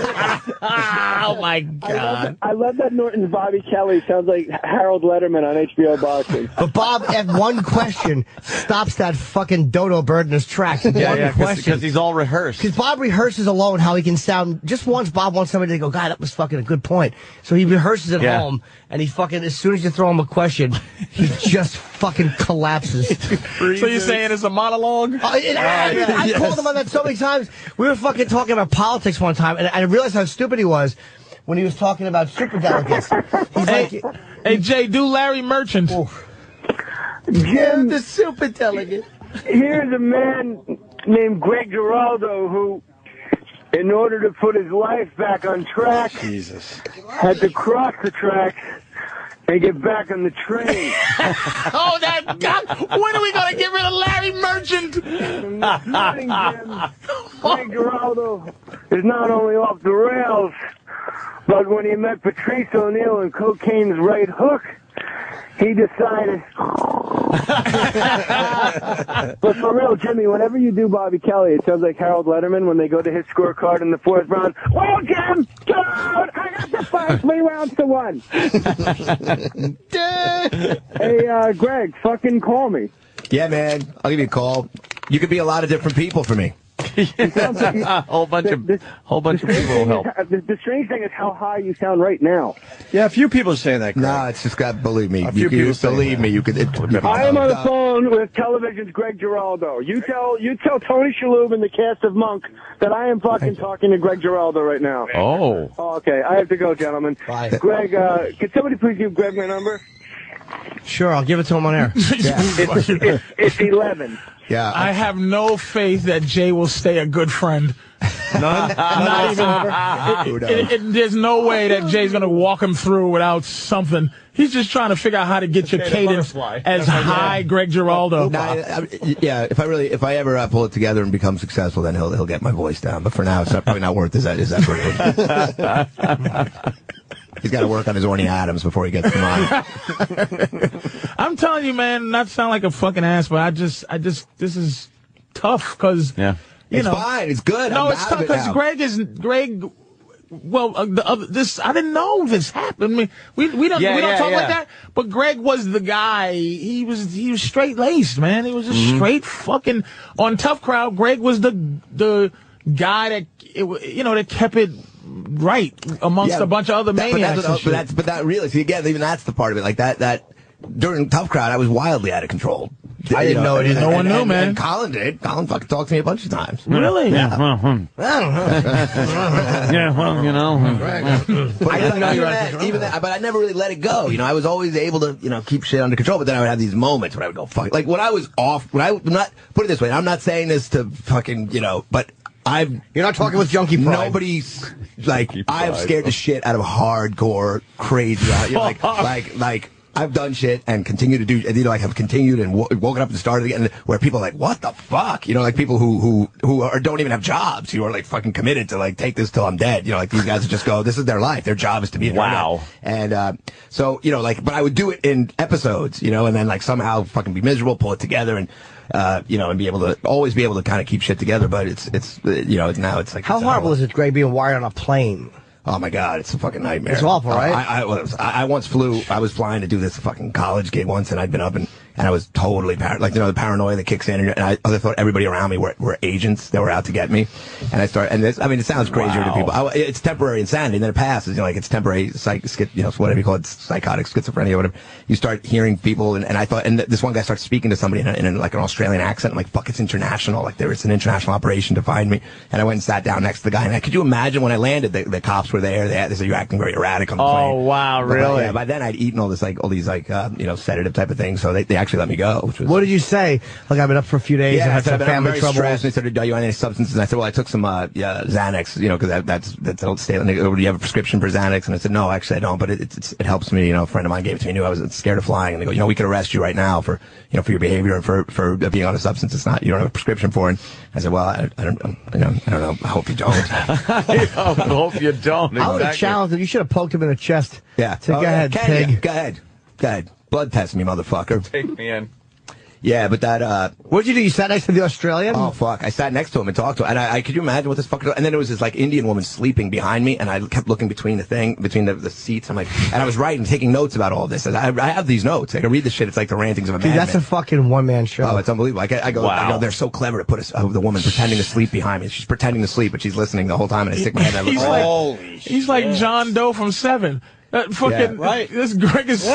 Speaker 2: oh my
Speaker 21: I love, that, I love that Norton's Bobby Kelly sounds like Harold Letterman on HBO boxing.
Speaker 4: But Bob, at one question, stops that fucking dodo bird in his tracks.
Speaker 3: Yeah,
Speaker 4: one
Speaker 3: yeah,
Speaker 4: question.
Speaker 3: because he's all rehearsed.
Speaker 4: Because Bob rehearses alone how he can sound. Just once, Bob wants somebody to go, God, that was fucking a good point. So he rehearses at
Speaker 3: Yeah.
Speaker 4: home, and he fucking, as soon as you throw him a question, he just fucking collapses.
Speaker 2: So you're saying it's a monologue?
Speaker 7: Uh,
Speaker 4: Oh, it- I, I- I called him on that so many times. We were fucking talking about politics one time, and I realized how stupid he was when he was talking about superdelegates. He's like,
Speaker 2: Hey Jay, do Larry Merchant.
Speaker 21: Jim, the
Speaker 2: super delegate.
Speaker 21: Here's a man named Greg Giraldo who, in order to put his life back on track,
Speaker 1: Jesus.
Speaker 21: had to cross the tracks and get back on the train.
Speaker 2: oh, that God! When are we gonna get rid of Larry Merchant?
Speaker 21: Greg Giraldo is not only off the rails, but when he met Patrice O'Neill and cocaine's right hook, he decided. but for real, Jimmy, whenever you do Bobby Kelly, it sounds like Harold Letterman when they go to his scorecard in the fourth round. Well, Jim, get out! I got the fight three rounds to one. hey, uh, Greg, fucking call me.
Speaker 20: Yeah, man. I'll give you a call. You could be a lot of different people for me.
Speaker 3: a whole bunch of whole bunch of people will help.
Speaker 21: The, the strange thing is how high you sound right now.
Speaker 1: Yeah, a few people are saying that.
Speaker 20: No, it's just got. Believe me,
Speaker 1: few
Speaker 20: you could,
Speaker 1: people say
Speaker 20: believe me. You could. It, you could-
Speaker 21: I am on the phone with television's Greg Giraldo. You tell you tell Tony Shalhoub and the cast of Monk that I am fucking talking to Greg Giraldo right now.
Speaker 3: Oh.
Speaker 21: Oh, okay, I have to go, gentlemen. Bye. Greg, uh, can somebody please give Greg my number?
Speaker 4: sure, I'll give it to him on air.
Speaker 21: It's, it's, it's eleven.
Speaker 20: Yeah.
Speaker 2: I have no faith that Jay will stay a good friend. None? Not even. It, it, it, there's no way that Jay's going to walk him through without something. He's just trying to figure out how to get your
Speaker 20: Jay the
Speaker 2: cadence
Speaker 20: butterfly.
Speaker 2: as high, Greg Giraldo.
Speaker 20: No, I- I- yeah, if I really, if I ever uh, pull it together and become successful, then he'll he'll get my voice down. But for now, it's not, probably not worth his, his effort. He's got to work on his Orny Adams before he gets them on.
Speaker 2: I'm telling you, man, not to sound like a fucking ass, but I just, I just, this is tough because,
Speaker 3: yeah.
Speaker 2: you
Speaker 20: It's
Speaker 2: know,
Speaker 20: fine. It's good.
Speaker 2: No,
Speaker 20: I'm
Speaker 2: it's
Speaker 20: out of
Speaker 2: tough
Speaker 20: it
Speaker 2: because
Speaker 20: now.
Speaker 2: Greg is Greg well, uh, the other, this I didn't know this happened. I mean, we we don't
Speaker 11: Yeah,
Speaker 2: we don't
Speaker 11: yeah,
Speaker 2: talk like
Speaker 11: yeah.
Speaker 2: that. But Greg was the guy. He was he was straight laced, man. He was a
Speaker 11: Mm-hmm.
Speaker 2: straight fucking on tough crowd. Greg was the the guy that it, wa- you know that kept it right amongst
Speaker 20: Yeah,
Speaker 2: a bunch of other
Speaker 20: that- But
Speaker 2: maniacs.
Speaker 20: that's,
Speaker 2: and
Speaker 20: but
Speaker 2: shit.
Speaker 20: that's but that really see again even that's the part of it like that that during tough crowd I was wildly out of control.
Speaker 2: I didn't know it either.
Speaker 20: and-
Speaker 2: No one
Speaker 20: and-
Speaker 2: knew,
Speaker 20: and-
Speaker 2: man.
Speaker 20: And Colin did. Colin fucking talked to me a bunch of times.
Speaker 2: Really?
Speaker 20: Yeah.
Speaker 2: yeah, well, you know.
Speaker 20: Right. But I didn't know even, that, even that, but I never really let it go. You know, I was always able to, you know, keep shit under control. But then I would have these moments where I would go, fuck. Like when I was off, when I am not put it this way, I'm not saying this to fucking, you know, but I've
Speaker 4: you're not talking with junkie pride.
Speaker 20: Nobody's like I've
Speaker 4: pride.
Speaker 20: scared the shit out of hardcore crazy, you know, like like like. I've done shit and continue to do, and you know, like have continued and wo- woken up and started again. Where people are like, "What the fuck?" You know, like people who who who are, don't even have jobs, who are like fucking committed to like take this till I'm dead. You know, like these guys just go, "This is their life. Their job is to be an wow." And uh, so you know, like, but I would do it in episodes, you know, and then like somehow fucking be miserable, pull it together, and uh, you know, and be able to always be able to kind of keep shit together. But it's it's uh, you know now it's like
Speaker 4: How horrible is it, Greg, being wired on a plane?
Speaker 20: Oh my God, it's a fucking nightmare.
Speaker 4: It's awful,
Speaker 20: Uh,
Speaker 4: right?
Speaker 20: I, I was I I once flew. I was flying to do this fucking college gig once, and I'd been up and and I was totally par- like you know the paranoia that kicks in, and I, I thought everybody around me were, were agents that were out to get me, and I start and this I mean it sounds crazier to people. I, it's temporary insanity, and then it passes. You know, like it's temporary psych, schi- you know whatever you call it, psychotic schizophrenia, whatever. You start hearing people, and, and I thought, and th- this one guy starts speaking to somebody in, a, in a, like an Australian accent. I'm like, fuck, it's international. Like there was an international operation to find me, and I went and sat down next to the guy. And I, could you imagine when I landed, the, the cops were there. They, they said you're acting very erratic on the plane.
Speaker 4: Oh, wow,
Speaker 20: But by-
Speaker 4: really?
Speaker 20: yeah, by then I'd eaten all this like all these like uh, you know sedative type of things, so they, they actually let me go, which was
Speaker 4: What did you say? Like I've been up for a few days.
Speaker 20: yeah,
Speaker 4: I've
Speaker 20: I
Speaker 4: had
Speaker 20: said,
Speaker 4: some
Speaker 20: "But I'm
Speaker 4: family
Speaker 20: very
Speaker 4: trouble.
Speaker 20: stressed. And they said, "Do you on any substances?" And I said, "Well, I took some uh, yeah, Xanax, you know, because that, that's that's old statement. They go, oh, Do you have a prescription for Xanax?" And I said, "No, actually, I don't. But it it's, it helps me. You know, a friend of mine gave it to me. Knew I was scared of flying. And they go, you know, we could arrest you right now for you know for your behavior and for for being on a substance. It's not you don't have a prescription for." it. I said, "Well, I, I don't, you know, I don't know. I hope you don't."
Speaker 3: I hope you don't.
Speaker 4: I would have challenged him. You should have poked him in the chest.
Speaker 20: Yeah.
Speaker 4: So
Speaker 20: Oh,
Speaker 4: go
Speaker 20: yeah,
Speaker 4: ahead,
Speaker 20: can ya?
Speaker 4: pig.
Speaker 20: Go ahead. Go ahead. Blood test me, motherfucker.
Speaker 3: Take me in.
Speaker 20: Yeah, but that. uh
Speaker 4: What'd you do? You sat next to the Australian?
Speaker 20: Oh fuck! I sat next to him and talked to him, and I, I could you imagine what this fucking. And then there was this like Indian woman sleeping behind me, and I kept looking between the thing, between the, the seats. I'm like, and I was writing, taking notes about all this. And I, I have these notes. I can read the shit. It's like the rantings of a
Speaker 4: Dude,
Speaker 20: madman.
Speaker 4: that's a fucking one man show.
Speaker 20: Oh, it's unbelievable. I, get- I go, I
Speaker 4: Wow.
Speaker 20: go, they're so clever to put us, oh, the woman pretending to sleep behind me. She's pretending to sleep, but she's listening the whole time, and I stick my head out.
Speaker 2: He's like, he's like John Doe from Seven. That fucking right. This Greg is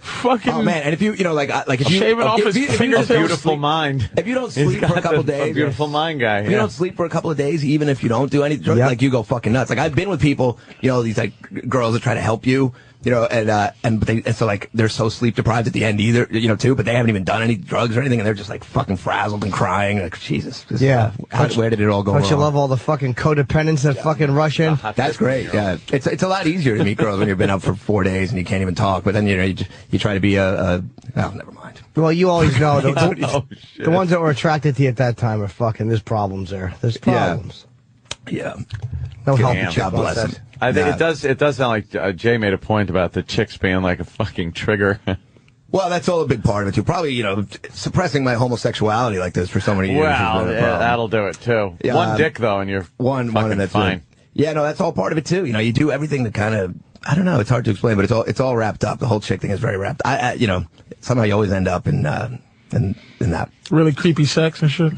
Speaker 2: fucking.
Speaker 20: Oh man! And if you, you know, like, I- like if you
Speaker 2: shaving
Speaker 20: if
Speaker 2: off
Speaker 20: you-
Speaker 2: his
Speaker 20: if you- if you
Speaker 2: fingertips,
Speaker 20: don't sleep-
Speaker 3: mind.
Speaker 20: If you don't
Speaker 3: He's
Speaker 20: sleep for
Speaker 3: got
Speaker 20: a couple
Speaker 3: the- a
Speaker 20: days,
Speaker 3: beautiful mind guy,
Speaker 20: If you
Speaker 3: yeah.
Speaker 20: don't sleep for a couple of days, even if you don't do any, drugs, like you go fucking nuts. Like I've been with people, you know, these like g- girls that try to help you, you know, and uh, and but they and so like they're so sleep deprived at the end either, you know, too. But they haven't even done any drugs or anything, and they're just like fucking frazzled and crying. Like Jesus, this,
Speaker 4: Yeah.
Speaker 20: uh, how, where did it all go
Speaker 4: Don't you
Speaker 20: wrong?
Speaker 4: love all the fucking codependents that fucking rush in?
Speaker 20: That's great. Yeah, it's it's a lot easier to meet girls when you've been up for four days and you can't even talk. But then you know you, j- you try to be a, a oh never mind.
Speaker 4: Well, you always know the, the-
Speaker 20: Oh, shit.
Speaker 4: the ones that were attracted to you at that time are fucking. There's problems there. There's problems.
Speaker 20: Yeah.
Speaker 4: No help.
Speaker 3: Damn.
Speaker 4: the chick wants that.
Speaker 3: I think
Speaker 4: Nah.
Speaker 3: it does. It does sound like uh, Jay made a point about the chicks being like a fucking trigger.
Speaker 20: Well, that's all a big part of it too. Probably, you know, suppressing my homosexuality like this for so many years.
Speaker 3: Well, yeah, that'll do it too.
Speaker 20: Yeah,
Speaker 3: one
Speaker 20: um,
Speaker 3: dick though, and you're
Speaker 20: one
Speaker 3: fucking
Speaker 20: one and that's
Speaker 3: fine.
Speaker 20: It. Yeah, no, that's all part of it too. You know, you do everything to kind of I don't know. It's hard to explain, but it's all it's all wrapped up. The whole chick thing is very wrapped. I, I you know, somehow you always end up in uh, in in that.
Speaker 2: Really creepy sex and shit.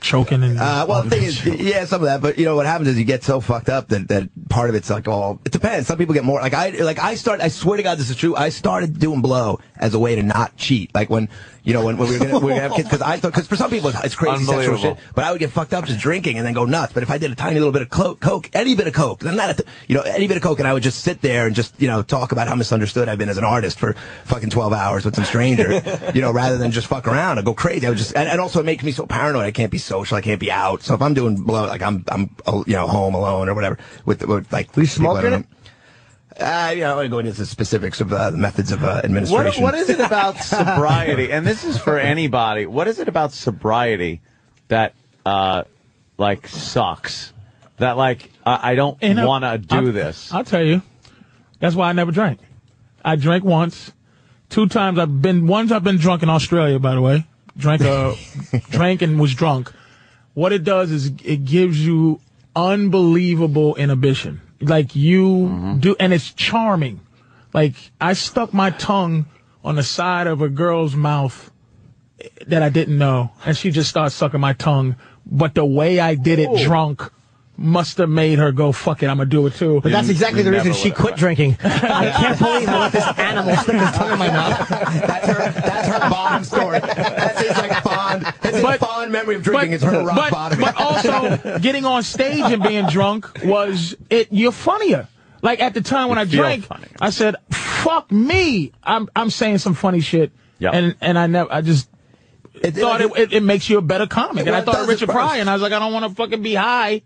Speaker 2: Choking and.
Speaker 20: Uh, well, the thing is, yeah, some of that, but you know what happens is you get so fucked up that, that part of it's like all. It depends. Some people get more like I like I start. I swear to God, this is true. I started doing blow as a way to not cheat. Like when you know when, when we were gonna, we were gonna have kids because I thought because for some people it's, it's crazy sexual
Speaker 3: Unbelievable.
Speaker 20: shit, but I would get fucked up just drinking and then go nuts. But if I did a tiny little bit of clo- coke, any bit of coke, then not a th- you know any bit of coke, and I would just sit there and just you know talk about how misunderstood I've been as an artist for fucking twelve hours with some stranger, you know, rather than just fuck around. I go crazy. I would just and, and also it makes me so paranoid. I can't be social. I can't be out. So if I'm doing blow, like I'm I'm uh, you know home alone or whatever with, with like we
Speaker 4: smoking it?
Speaker 20: Uh, you know, I want to go into the specifics of uh, the methods of uh,
Speaker 3: What,
Speaker 20: administration.
Speaker 3: what is it about sobriety? And this is for anybody. What is it about sobriety that uh, like sucks? That like I, I don't
Speaker 2: And I-
Speaker 3: want to do
Speaker 2: I'll-
Speaker 3: this.
Speaker 2: I'll tell you. That's why I never drank. I drank once, two times. I've been once. I've been drunk in Australia, by the way. Drank a, drank and was drunk. What it does is it gives you unbelievable inhibition. like you
Speaker 4: Mm-hmm.
Speaker 2: do, and it's charming. Like I stuck my tongue on the side of a girl's mouth that I didn't know, and she just started sucking my tongue. But the way I did it, drunk, must have made her go, "Fuck it, I'm gonna do it too."
Speaker 4: But that's exactly the reason she quit drinking. I can't believe I let this animal stick his tongue in my mouth.
Speaker 20: That's a fond memory of drinking. it's her rock
Speaker 2: but,
Speaker 20: bottom.
Speaker 2: but also getting on stage and being drunk was it. You're funnier. Like at the time when
Speaker 20: You
Speaker 2: I
Speaker 20: feel
Speaker 2: drank, I said, "Fuck me." I'm I'm saying some funny shit.
Speaker 20: Yeah.
Speaker 2: And and I never. I just. thought it, it, it makes you a better comic, and
Speaker 20: Well,
Speaker 2: I
Speaker 20: it
Speaker 2: thought of
Speaker 20: does at
Speaker 2: Richard Pryor,
Speaker 20: first.
Speaker 2: and I was like, I don't want to fucking be high,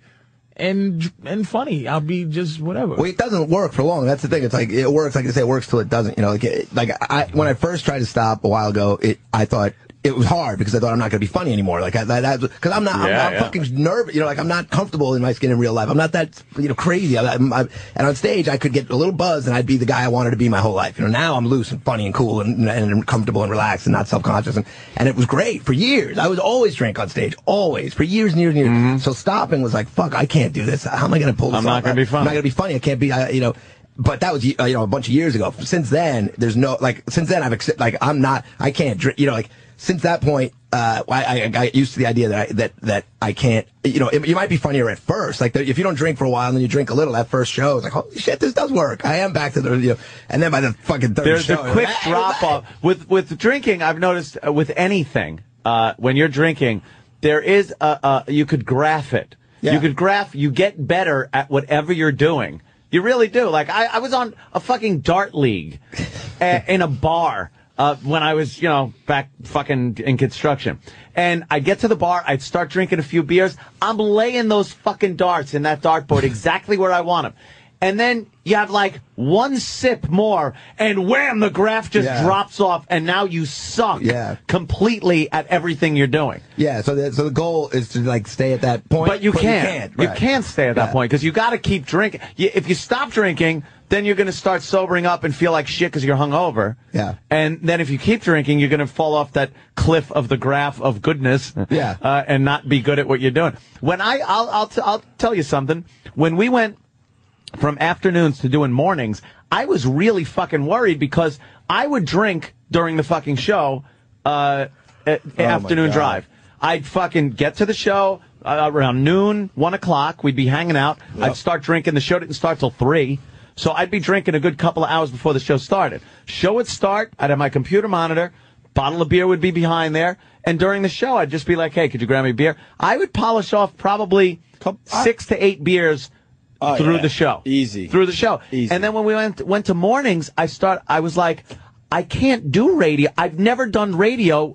Speaker 2: and and funny. I'll be just whatever.
Speaker 20: Well, it doesn't work for long. That's the thing. It's like it works. Like I say, it works till it doesn't. You know, like it, like I when I first tried to stop a while ago, it I thought it was hard because I thought I'm not going to be funny anymore. Like I, that because I'm not I'm,
Speaker 8: Yeah,
Speaker 20: I'm
Speaker 8: yeah.
Speaker 20: fucking nervous. You know, like I'm not comfortable in my skin in real life. I'm not that you know crazy. I, I'm, I, and on stage, I could get a little buzz and I'd be the guy I wanted to be my whole life. You know, now I'm loose and funny and cool and, and comfortable and relaxed and not self conscious and and it was great for years. I was always drink on stage, always for years and years and years. So stopping was like fuck. I can't do this. How am I going to pull this
Speaker 3: I'm not
Speaker 20: off?
Speaker 3: gonna be funny.
Speaker 20: I'm not gonna be funny. I can't be, I, you know. But that was uh, you know a bunch of years ago. Since then, there's no like. Since then, I've accept, like I'm not. I can't drink. You know, like since that point, uh, I, I got used to the idea that I, that that I can't. You know, it, you might be funnier at first. Like if you don't drink for a while and then you drink a little, that first show is like holy shit, this does work. I am back to the you know. And then by the fucking third
Speaker 3: There's
Speaker 20: show, ah!
Speaker 3: a quick drop off with with drinking. I've noticed uh, with anything uh, when you're drinking, there is a, a you could graph it. You could graph. You get better at whatever you're doing. You really do. Like I, I was on a fucking dart league a, in a bar. Uh, when I was, you know, back fucking in construction. And I get to the bar, I'd start drinking a few beers. I'm laying those fucking darts in that dartboard exactly where I want them. And then you have like one sip more, and wham, the graph just
Speaker 20: Yeah.
Speaker 3: drops off, and now you suck
Speaker 20: Yeah.
Speaker 3: completely at everything you're doing.
Speaker 20: Yeah. So the, so the goal is to like stay at that point.
Speaker 3: But you can't. You can't,
Speaker 20: right.
Speaker 3: stay at that
Speaker 20: Yeah.
Speaker 3: point because you got to keep drinking. You, if you stop drinking, then you're going to start sobering up and feel like shit because you're hungover. Yeah. And then if you keep drinking, you're going to fall off that cliff of the graph of goodness. Yeah. Uh, and not be good at what you're doing. When I, I'll, I'll, t- I'll tell you something. When we went from afternoons to doing mornings, I was really fucking worried because I would drink during the fucking show, uh, at-
Speaker 20: Oh my
Speaker 3: afternoon
Speaker 20: God.
Speaker 3: drive. I'd fucking get to the show uh, around noon, one o'clock. We'd be hanging out. I'd start drinking. The show didn't start till three. So I'd be drinking a good couple of hours before the show started. Show would start. I'd have my computer monitor. Bottle of beer would be behind there. And during the show, I'd just be like, hey, could you grab me a beer? I would polish off probably six to eight beers
Speaker 1: Oh,
Speaker 3: through
Speaker 1: yeah.
Speaker 3: the show. Easy. Through the show. Easy. And then when we went went to mornings, I start I was like, I can't do radio. I've never done radio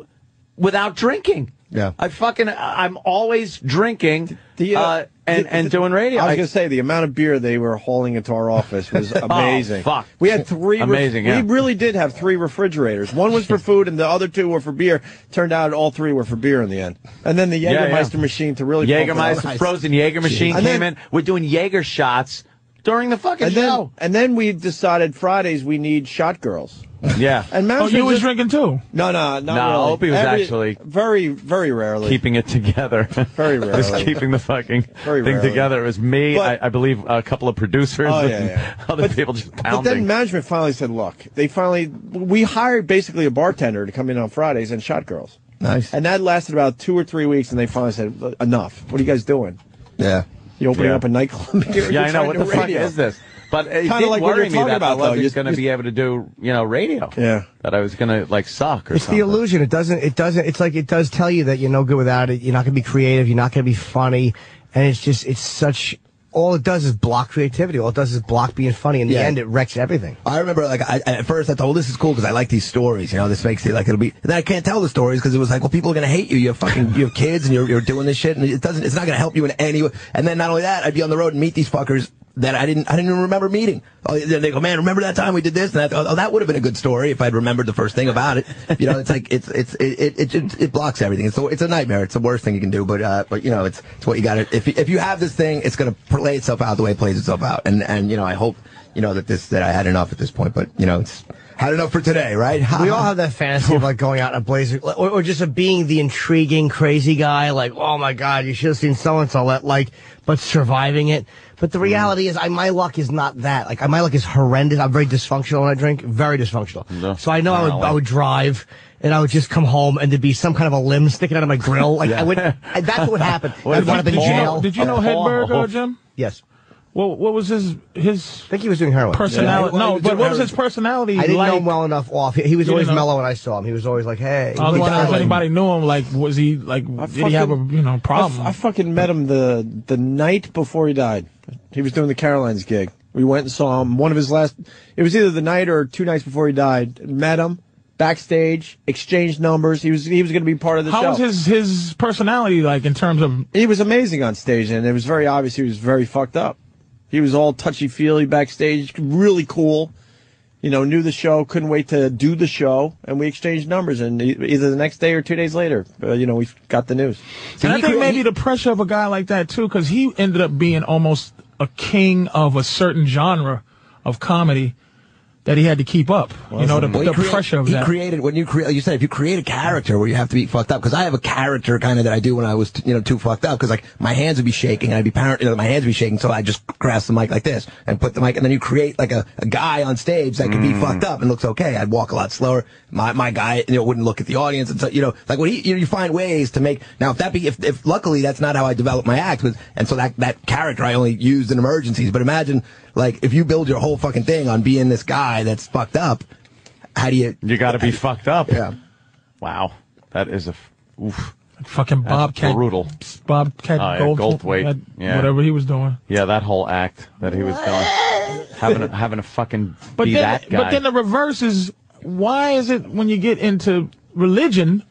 Speaker 3: without drinking.
Speaker 1: Yeah.
Speaker 3: I fucking I'm always drinking
Speaker 1: The, uh,
Speaker 3: uh, and
Speaker 1: the-
Speaker 3: and doing radio.
Speaker 1: I was gonna say the amount of beer they were hauling into our office was amazing.
Speaker 3: Oh, fuck.
Speaker 1: We had three. ref-
Speaker 3: Amazing, yeah.
Speaker 1: We really did have three refrigerators. One was for food, and the other two were for beer. Turned out all three were for beer in the end. And then the
Speaker 3: Yeah, yeah.
Speaker 1: Jägermeister machine to really pump it up.
Speaker 3: Jägermeister frozen Jaeger machine
Speaker 1: And
Speaker 3: came
Speaker 1: then-
Speaker 3: in. We're doing Jaeger shots during the fucking
Speaker 1: and
Speaker 3: show.
Speaker 1: Then, and then we decided Fridays we need shot girls.
Speaker 3: yeah.
Speaker 1: And Mouse
Speaker 2: Oh, you
Speaker 1: was
Speaker 2: was
Speaker 1: just-
Speaker 2: drinking too.
Speaker 1: No, no, not
Speaker 3: No,
Speaker 1: really.
Speaker 3: Opie was
Speaker 1: Every-
Speaker 3: actually-
Speaker 1: very, very rarely.
Speaker 3: Keeping it together. Very
Speaker 1: rarely.
Speaker 3: Just keeping the fucking
Speaker 1: Very
Speaker 3: thing
Speaker 1: rarely.
Speaker 3: together. It was me,
Speaker 1: But-
Speaker 3: I, I believe, a couple of producers,
Speaker 1: Oh, yeah,
Speaker 3: and
Speaker 1: yeah.
Speaker 3: other people just
Speaker 1: But
Speaker 3: pounding.
Speaker 1: then management finally said, "Look, they finally we hired basically a bartender to come in on Fridays and shot girls.
Speaker 20: Nice.
Speaker 1: And that lasted about two or three weeks, and they finally said, "Enough. What are you guys doing?
Speaker 20: Yeah.
Speaker 1: You opening
Speaker 3: Yeah.
Speaker 1: up a nightclub? You're
Speaker 3: yeah, I know.
Speaker 1: trying
Speaker 3: What
Speaker 1: to
Speaker 3: the fuck
Speaker 1: radio."
Speaker 3: is this? But it
Speaker 1: Kinda
Speaker 3: did
Speaker 1: like what
Speaker 3: worry
Speaker 1: you're
Speaker 3: me
Speaker 1: talking
Speaker 3: that
Speaker 1: about,
Speaker 3: I
Speaker 1: though.
Speaker 3: was
Speaker 1: You're-
Speaker 3: going to
Speaker 1: you're-
Speaker 3: be able to do, you know, radio.
Speaker 4: Yeah.
Speaker 3: That I was going to like suck or
Speaker 4: It's the
Speaker 3: something.
Speaker 4: illusion. It doesn't. It doesn't. It's like it does tell you that you're no good without it. You're not going to be creative. You're not going to be funny. And it's just. It's such. All it does is block creativity. All it does is block being funny. In the
Speaker 20: Yeah.
Speaker 4: end, it wrecks everything.
Speaker 20: I remember, like, I, at first I thought, well, this is cool because I like these stories. You know, this makes it like it'll be. And then I can't tell the stories because it was like, well, people are gonna hate you. You have fucking, you have kids, and you're you're doing this shit, and it doesn't. It's not gonna help you in any way. And then not only that, I'd be on the road and meet these fuckers that I didn't, I didn't even remember meeting. Oh, then they go, man, remember that time we did this? And I thought, oh, that would have been a good story if I'd remembered the first thing about it. You know, it's like it's it's it it, it, it, it blocks everything. It's a, it's a nightmare. It's the worst thing you can do. But uh, but you know, it's it's what you got to. If you- if you have this thing, it's gonna play itself out the way it plays itself out. And and you know, I hope you know, that this that I had enough at this point. But you know, it's had enough for today, right?
Speaker 4: we all have that fantasy of like going out in a blazer, or, or just of being the intriguing, crazy guy. Like, oh my god, you should have seen so and so. That like, but surviving it. But
Speaker 20: Mm.
Speaker 4: the reality is, I my luck is not that. Like, I, my luck is horrendous. I'm very dysfunctional when I drink. Very dysfunctional. So I know I would I would drive. And I would just come home, and there'd be some kind of a limb sticking out of my grill. Like I would, and that's what would happen. I'd wind up in
Speaker 2: did you
Speaker 4: jail.
Speaker 2: know, did you
Speaker 20: Oh.
Speaker 2: know Hedberg, uh, Jim?
Speaker 4: Yes.
Speaker 2: Well, what was his his? I
Speaker 4: think he was doing heroin.
Speaker 2: Personality?
Speaker 4: Yeah. Well, he
Speaker 2: No,
Speaker 4: was
Speaker 2: but
Speaker 4: doing
Speaker 2: what was
Speaker 4: heroin.
Speaker 2: his personality?
Speaker 4: I didn't
Speaker 2: like?
Speaker 4: know him well enough off. He, he was
Speaker 2: You
Speaker 4: always
Speaker 2: didn't know- Oh,
Speaker 4: mellow when I saw him. He was always like, hey.
Speaker 2: I was
Speaker 4: hey,
Speaker 2: wondering if
Speaker 4: darling.
Speaker 2: anybody knew him. Like, was he like? did he have a you know problem?
Speaker 1: I, f- I fucking met him the the night before he died. He was doing the Carolines gig. We went and saw him. One of his last. It was either the night or two nights before he died. Met him backstage, exchanged numbers. He was he was going to be part of the
Speaker 2: How
Speaker 1: show.
Speaker 2: was his his personality like in terms of?
Speaker 1: he was amazing on stage, and it was very obvious he was very fucked up. He was all touchy feely backstage, really cool. You know, knew the show, couldn't wait to do the show, and we exchanged numbers. And e- either the next day or two days later, uh, you know, we got the news.
Speaker 2: and I think maybe the pressure of a guy like that too, because he ended up being almost a king of a certain genre of comedy that he had to keep up. you know, the,
Speaker 20: Well, he
Speaker 2: the
Speaker 20: create-
Speaker 2: pressure of
Speaker 20: he
Speaker 2: that.
Speaker 20: created when you create. You said if you create a character where you have to be fucked up because I have a character kind of that I do when I was you know too fucked up because like my hands would be shaking and I'd be parent, you know, my hands would be shaking so I just grasp the mic like this and put the mic and then you create like a, a guy on stage that could be
Speaker 8: Mm.
Speaker 20: fucked up and looks okay. I'd walk a lot slower. My my guy you know wouldn't look at the audience and so you know like when he, you, you find ways to make now if that be if, if luckily that's not how I developed my act was and so that that character I only used in emergencies but imagine like if you build your whole fucking thing on being this guy that's fucked up how do you?
Speaker 3: You got to be fucked up.
Speaker 20: Yeah.
Speaker 3: Wow, that is a f- oof.
Speaker 2: Fucking
Speaker 3: That's
Speaker 2: Bobcat.
Speaker 3: brutal.
Speaker 2: Bobcat
Speaker 3: Oh, yeah,
Speaker 2: Goldthwait,
Speaker 3: Goldthwait,
Speaker 2: that-
Speaker 3: yeah.
Speaker 2: Whatever he was doing.
Speaker 3: Yeah, that whole act that he was doing, having a, having a fucking
Speaker 2: But
Speaker 3: be
Speaker 2: then,
Speaker 3: that guy.
Speaker 2: but then the reverse is why is it when you get into religion,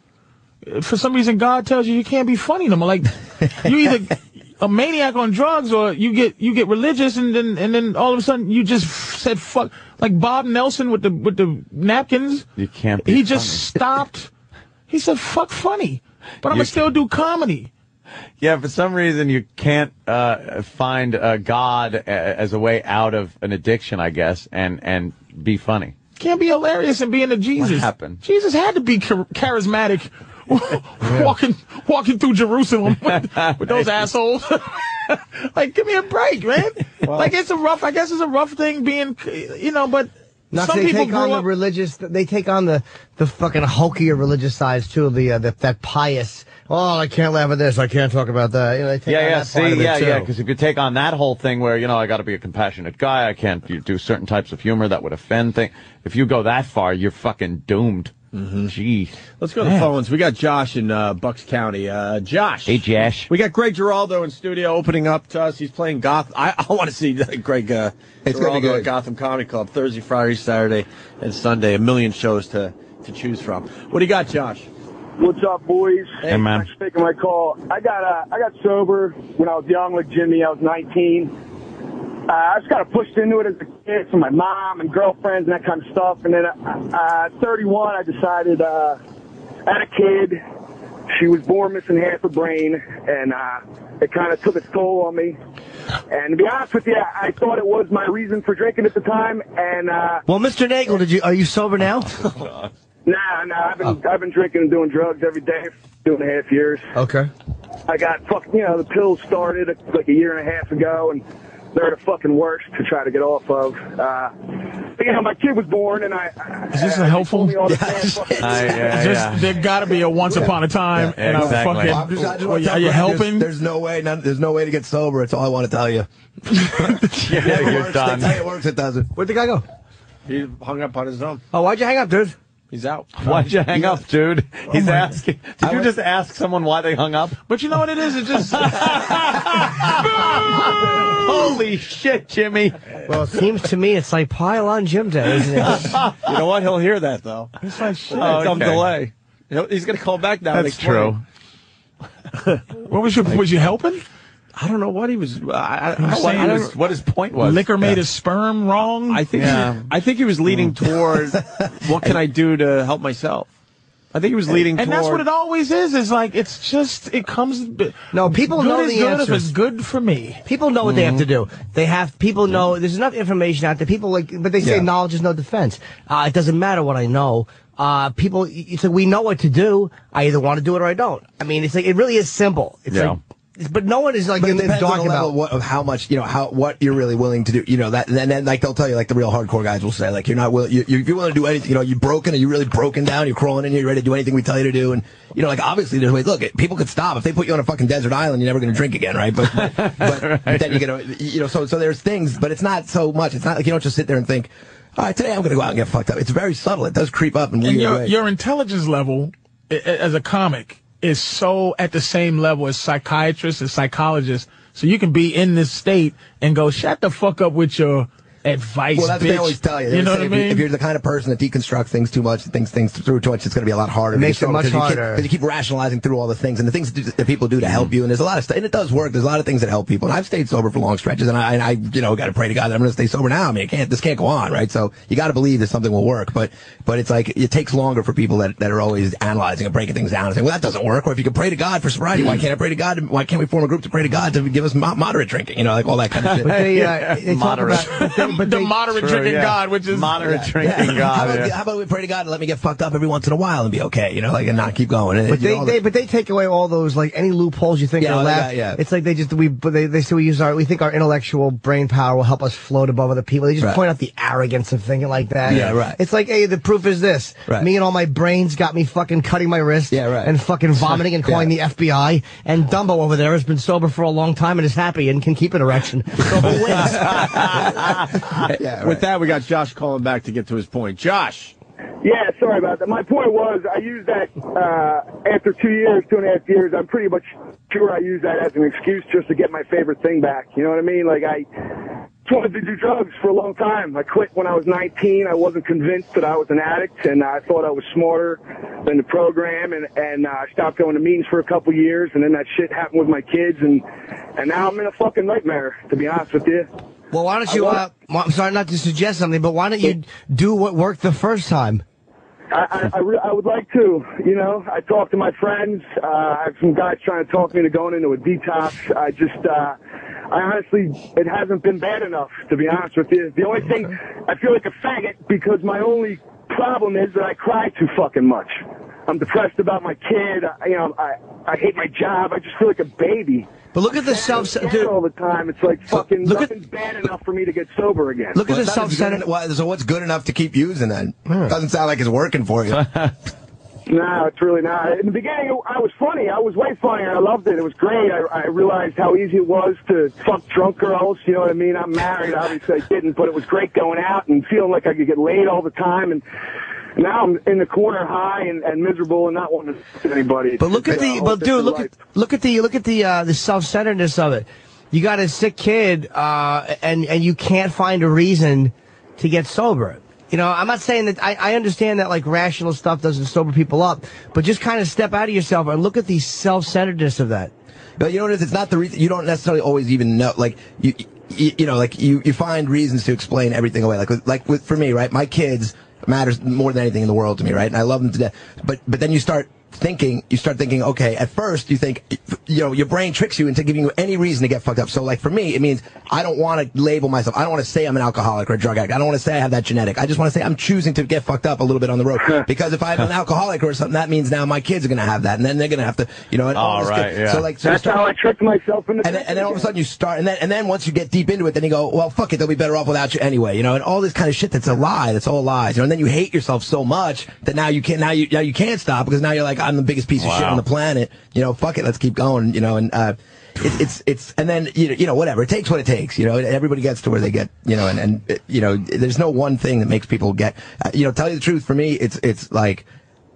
Speaker 2: uh, for some reason God tells you you can't be funny no more. Like you either a maniac on drugs or you get you get religious and then and then all of a sudden you just f- said fuck like Bob Nelson with the with the napkins.
Speaker 3: you can't. Be
Speaker 2: He just
Speaker 3: funny.
Speaker 2: stopped. He said fuck funny, but I'm
Speaker 3: You-
Speaker 2: gonna still do comedy.
Speaker 3: Yeah, for some reason you can't uh, find uh, God a- as a way out of an addiction, I guess, and and be funny.
Speaker 2: Can't be hilarious and being a Jesus.
Speaker 3: happened?
Speaker 2: Jesus had to be char- charismatic, walking walking through Jerusalem with, with those assholes. like, give me a break, man. like, it's a rough. I guess it's a rough thing being, you know, but
Speaker 4: Not
Speaker 2: some
Speaker 4: they
Speaker 2: people
Speaker 4: take on
Speaker 2: grow
Speaker 4: the
Speaker 2: up.
Speaker 4: religious. They take on the the fucking hulkier religious sides too. The, uh, the that pious. Oh, I can't laugh at this. I can't talk about that. You know, they take
Speaker 3: Yeah,
Speaker 4: on
Speaker 3: yeah.
Speaker 4: that part of
Speaker 3: See,
Speaker 4: it,
Speaker 3: yeah,
Speaker 4: too.
Speaker 3: yeah. Because if you take on that whole thing where you know I got to be a compassionate guy, I can't do- do certain types of humor that would offend thing. If you go that far, you're fucking doomed. Jeez.
Speaker 1: Let's go to the phones. We got Josh in uh, Bucks County. Uh, Josh. Hey,
Speaker 3: Josh.
Speaker 1: We got Greg Giraldo in studio opening up to us. He's playing Gotham. I, I want to see Greg uh,
Speaker 20: It's gonna be
Speaker 1: Giraldo
Speaker 20: good.
Speaker 1: at Gotham Comedy Club Thursday, Friday, Saturday, and Sunday. A million shows to, to choose from. What do you got, Josh?
Speaker 9: What's up, boys?
Speaker 1: Hey, man.
Speaker 9: Thanks for taking my call. I got uh, I got sober when I was young, like Jimmy. I was 19. Uh, I just kind of pushed into it as a kid from my mom and girlfriends and that kind of stuff. And then uh, at 31, I decided uh, I had a kid. She was born missing half her brain, and uh, it kind of took its toll on me. And to be honest with you, I I thought it was my reason for drinking at the time, and uh,
Speaker 4: Well, Mr. Nagel, did you are you sober now?
Speaker 9: Nah, nah, I've been I've been drinking and doing drugs every day for two and a half years.
Speaker 4: okay.
Speaker 9: I got fucking you know the pills started like a year and a half ago, and they're the fucking worst to try to get off of. Uh, but, you know, my kid was born, and I
Speaker 2: Is this a helpful?
Speaker 9: yeah,
Speaker 2: Just-
Speaker 9: yeah.
Speaker 2: There gotta be a once upon a time, and
Speaker 20: Well,
Speaker 2: I
Speaker 20: I'm just- I just
Speaker 2: fucking.
Speaker 20: wanna
Speaker 2: Well,
Speaker 20: tell
Speaker 2: are you
Speaker 20: Brad, there's-
Speaker 2: helping?
Speaker 20: There's, no way. None, there's no way to get sober. It's all I want to tell you. yeah,
Speaker 1: you're done.
Speaker 20: They tell you it works. It doesn't.
Speaker 4: Where'd the guy go?
Speaker 1: He hung up on his own.
Speaker 4: Oh, why'd you hang up, dude?
Speaker 1: He's out.
Speaker 3: Why'd you hang up, dude?
Speaker 2: Oh
Speaker 3: He's asking. Did you just ask someone why they hung up?
Speaker 2: But you know what it is? It just.
Speaker 3: Holy shit, Jimmy.
Speaker 4: Well, it seems to me it's like pylon gym day, isn't it?
Speaker 1: you know what? He'll hear that, though.
Speaker 2: It's like shit.
Speaker 1: Oh, Some delay. He'll- He's going to call back now. and
Speaker 2: That's
Speaker 1: explain.
Speaker 2: true. What was your? Was you helping?
Speaker 1: I don't know what he was. I, I,
Speaker 2: He was
Speaker 1: I- I
Speaker 2: saying
Speaker 1: don't-
Speaker 2: his- what his point was. Liquor made his sperm wrong?
Speaker 1: I think.
Speaker 2: Yeah.
Speaker 1: Mm. He, I think he was leading toward what can I do to help myself. I think he was leading
Speaker 2: And that's
Speaker 1: toward-
Speaker 2: what it always is. Is like it's just it comes.
Speaker 4: No, people
Speaker 2: good
Speaker 4: know
Speaker 2: is
Speaker 4: the
Speaker 2: good if
Speaker 4: answers.
Speaker 2: it's good for me.
Speaker 4: People know what they have
Speaker 2: Mhm.
Speaker 4: to do. They have people know. There's enough information out there. People like, but they say
Speaker 2: Yeah.
Speaker 4: knowledge is no defense. Uh, it doesn't matter what I know. Uh, people, it's like we know what to do. I either want to do it or I don't. I mean, it's like it really is simple. It's
Speaker 3: Yeah.
Speaker 4: like, it's- but no one is like
Speaker 20: but it
Speaker 4: in there
Speaker 20: depends on
Speaker 4: talking
Speaker 20: the level
Speaker 4: about.
Speaker 20: of, what, of how much you know how what you're really willing to do. You know that, and then like they'll tell you like the real hardcore guys will say like you're not willing. You, you, if you want to do anything, you know you're broken. Are you really broken down? You're crawling in here. You're ready to do anything we tell you to do. And you know like obviously there's ways. Look, it- people could stop if they put you on a fucking desert island. You're never going to drink again, right? But but, but then you're gonna you know so so there's things, but it's not so much. It's not like you don't just sit there and think. All right, today I'm going to go out and get fucked up. It's very subtle. It does creep up in weird
Speaker 2: And your
Speaker 20: ways.
Speaker 2: your intelligence level i- i- as a comic is so at the same level as psychiatrists and psychologists. So you can be in this state and go shut the fuck up with your advice.
Speaker 20: Well, that's what
Speaker 2: bitch."
Speaker 20: they always tell you. They
Speaker 2: know
Speaker 20: say
Speaker 2: what I
Speaker 20: if you-
Speaker 2: mean?
Speaker 20: If you're the kind of person that deconstructs things too much, thinks things through too much, it's going to be a lot harder.
Speaker 4: It makes
Speaker 20: Because
Speaker 4: it much
Speaker 20: you keep-
Speaker 4: harder.
Speaker 20: Because you keep rationalizing through all the things and the things that that people do to help you. And there's a lot of stuff, and it does work. There's a lot of things that help people. And I've stayed sober for long stretches, and I, and I you know, got to pray to God that I'm going to stay sober now. I mean, it can't this can't go on, right? So you got to believe that something will work. But but it's like it takes longer for people that, that are always analyzing and breaking things down and saying, well, that doesn't work. Or if you can pray to God for sobriety, why can't I pray to God? Why can't we form a group to pray to God to give us mo- moderate drinking? You know, like all that kind of shit.
Speaker 4: But they, uh, they talk Moderate.
Speaker 2: the moderate
Speaker 20: True,
Speaker 2: drinking
Speaker 20: yeah.
Speaker 2: God, which is
Speaker 20: Moderate Yeah. drinking Yeah. God, How about- yeah. how about we pray to God and let me get fucked up every once in a while and be okay, you know, like and not keep going. And,
Speaker 4: But
Speaker 20: you
Speaker 4: they,
Speaker 20: know,
Speaker 4: they but they take away all those like any loopholes you think
Speaker 20: Yeah,
Speaker 4: are
Speaker 20: all they
Speaker 4: left.
Speaker 20: got, yeah.
Speaker 4: It's like they just we but they they say we use our we think our intellectual brain power will help us float above other people. They just
Speaker 20: Right.
Speaker 4: point out the arrogance of thinking like that.
Speaker 20: Yeah, right.
Speaker 4: It's like hey, the proof is this.
Speaker 20: Right.
Speaker 4: Me and all my brains got me fucking cutting my wrist. Yeah, right. And fucking vomiting and calling the FBI. And Dumbo over there has been sober for a long time and is happy and can keep an erection. So who wins?
Speaker 1: With that, we got Josh calling back to get to his point. Josh.
Speaker 9: Yeah, sorry about that. My point was, I use that uh, after two years, two and a half years. I'm pretty much sure I use that as an excuse just to get my favorite thing back. You know what I mean? Like I just wanted to do drugs for a long time. I quit when I was 19. I wasn't convinced that I was an addict, and I thought I was smarter than the program. And and uh, I stopped going to meetings for a couple years, and then that shit happened with my kids, and and now I'm in a fucking nightmare. To be honest with you.
Speaker 4: Well, why don't you?
Speaker 9: I want-
Speaker 4: Uh, well, I'm sorry not to suggest something, but why don't you do what worked the first time?
Speaker 9: I, I, I, re- I would like to, you know. I talk to my friends. Uh, I have some guys trying to talk me into going into a detox. I just, uh, I honestly, it hasn't been bad enough, to be honest with you. The only thing, I feel like a faggot because my only problem is that I cry too fucking much. I'm depressed about my kid. I, you know, I, I hate my job. I just feel like a baby.
Speaker 4: But look at the self
Speaker 9: all the time. It's like fucking nothing's bad enough for me to get sober again.
Speaker 20: Look at the self-centered. Well, so what's good enough to keep using then? Doesn't sound like it's working for you.
Speaker 9: No, it's really not. In the beginning, I was funny. I was way funnier. I loved it. It was great. I, I realized how easy it was to fuck drunk girls. You know what I mean? I'm married. Obviously, I didn't, but it was great going out and feeling like I could get laid all the time. And now I'm in the corner, high and, and miserable, and not wanting to talk to anybody.
Speaker 4: But look at the but dude, look at look at the look at the uh, the self centeredness of it. You got a sick kid, uh, and and you can't find a reason to get sober. You know, I'm not saying that I, I understand that like rational stuff doesn't sober people up, but just kind of step out of yourself and look at the self centeredness of that.
Speaker 20: But you know what it is? It's not the reason. You don't necessarily always even know. Like you, you, you know, like you, you find reasons to explain everything away. Like, with- like with, for me, right? My kids matters more than anything in the world to me, right? And I love them to death. But, but then you start thinking, you start thinking, okay, at first you think, you know, your brain tricks you into giving you any reason to get fucked up. So like for me, it means I don't want to label myself. I don't want to say I'm an alcoholic or a drug addict. I don't want to say I have that genetic. I just want to say I'm choosing to get fucked up a little bit on the road. because if I'm an alcoholic or something, that means now my kids are going to have that. And then they're going to have to, you know, and all
Speaker 9: Oh,
Speaker 20: this
Speaker 9: right,
Speaker 20: good-
Speaker 9: yeah.
Speaker 20: So like, so you
Speaker 9: That's
Speaker 20: start-
Speaker 9: how I tricked myself into
Speaker 20: and then, and then all of a sudden you start, and then and then once you get deep into it, then you go, well, fuck it, they'll be better off without you anyway, you know, and all this kind of shit that's a lie, that's all lies, you know, and then you hate yourself so much that now you can't now you now you can't stop because now you're like, I'm the biggest piece of shit
Speaker 17: Wow.
Speaker 20: on the planet, you know, fuck it, let's keep going, you know, and uh, it, it's it's and then you know, you know whatever it takes what it takes, you know, everybody gets to where they get, you know, and and uh, you know, there's no one thing that makes people get, uh, you know, tell you the truth, for me, it's it's like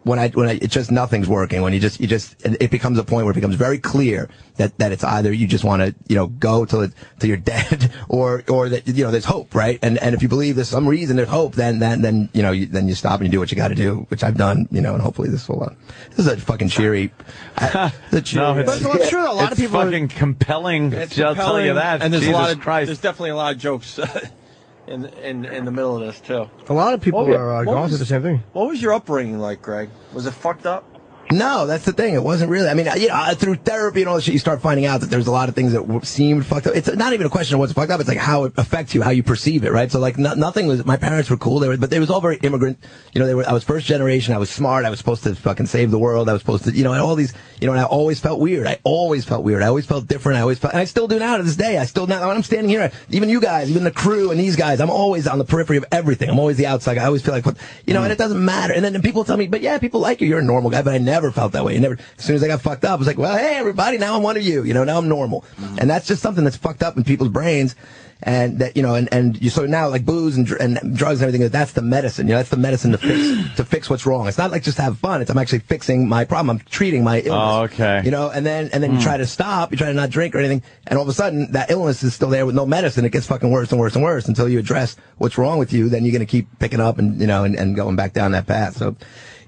Speaker 20: when I when I, it's just nothing's working. When you just you just it it becomes a point where it becomes very clear that that it's either you just want to you know go till it till you're dead or or that you know there's hope right and and if you believe there's some reason there's hope then then then you know you, then you stop and you do what you got to do which I've done you know and hopefully this will uh, this is a fucking cheery I, the cheery
Speaker 3: No, it's,
Speaker 1: But I'm sure a lot of
Speaker 3: it's
Speaker 1: people are-
Speaker 3: fucking compelling. I'll tell you
Speaker 1: compelling,
Speaker 3: that.
Speaker 1: And there's
Speaker 3: Jesus
Speaker 1: a lot of
Speaker 3: Christ.
Speaker 1: there's definitely a lot of jokes uh, in in in the middle of this too.
Speaker 4: A lot of people
Speaker 1: What-
Speaker 4: are uh,
Speaker 1: what
Speaker 4: going
Speaker 1: was-
Speaker 4: through the same thing.
Speaker 1: What was your upbringing like, Greg? Was it fucked up?
Speaker 20: No, that's the thing. It wasn't really. I mean, you know, I- through therapy and all that shit, you start finding out that there's a lot of things that w- seemed fucked up. It's not even a question of what's fucked up. It's like how it affects you, how you perceive it, right? So like, no, nothing was. My parents were cool. They were, but they was all very immigrant. You know, they were. I was first generation. I was smart. I was supposed to fucking save the world. I was supposed to, you know, and all these, you know, and I always felt weird. I always felt weird. I always felt different. I always felt, and I still do now to this day. I still now when I'm standing here, even you guys, even the crew and these guys, I'm always on the periphery of everything. I'm always the outside. guy. I always feel like, what, you
Speaker 3: Mm.
Speaker 20: know, and it doesn't matter. And then and people tell me, but yeah, people like you. You're a normal guy, but I never felt that way. I never. As soon as I got fucked up, I was like, well, hey, everybody, now I'm one of you. You know, now I'm normal.
Speaker 3: Mm.
Speaker 20: And that's just something that's fucked up in people's brains. And that you know, and and you, so now like booze and dr- and drugs and everything. That's the medicine. You know, that's the medicine to fix to fix what's wrong. It's not like just have fun. It's I'm actually fixing my problem. I'm treating my illness.
Speaker 3: Oh, okay.
Speaker 20: You know, and then and then you try to stop, you try to not drink or anything, and all of a sudden that illness is still there with no medicine. It gets fucking worse and worse and worse until you address what's wrong with you. Then you're gonna keep picking up and you know and, and going back down that path. So,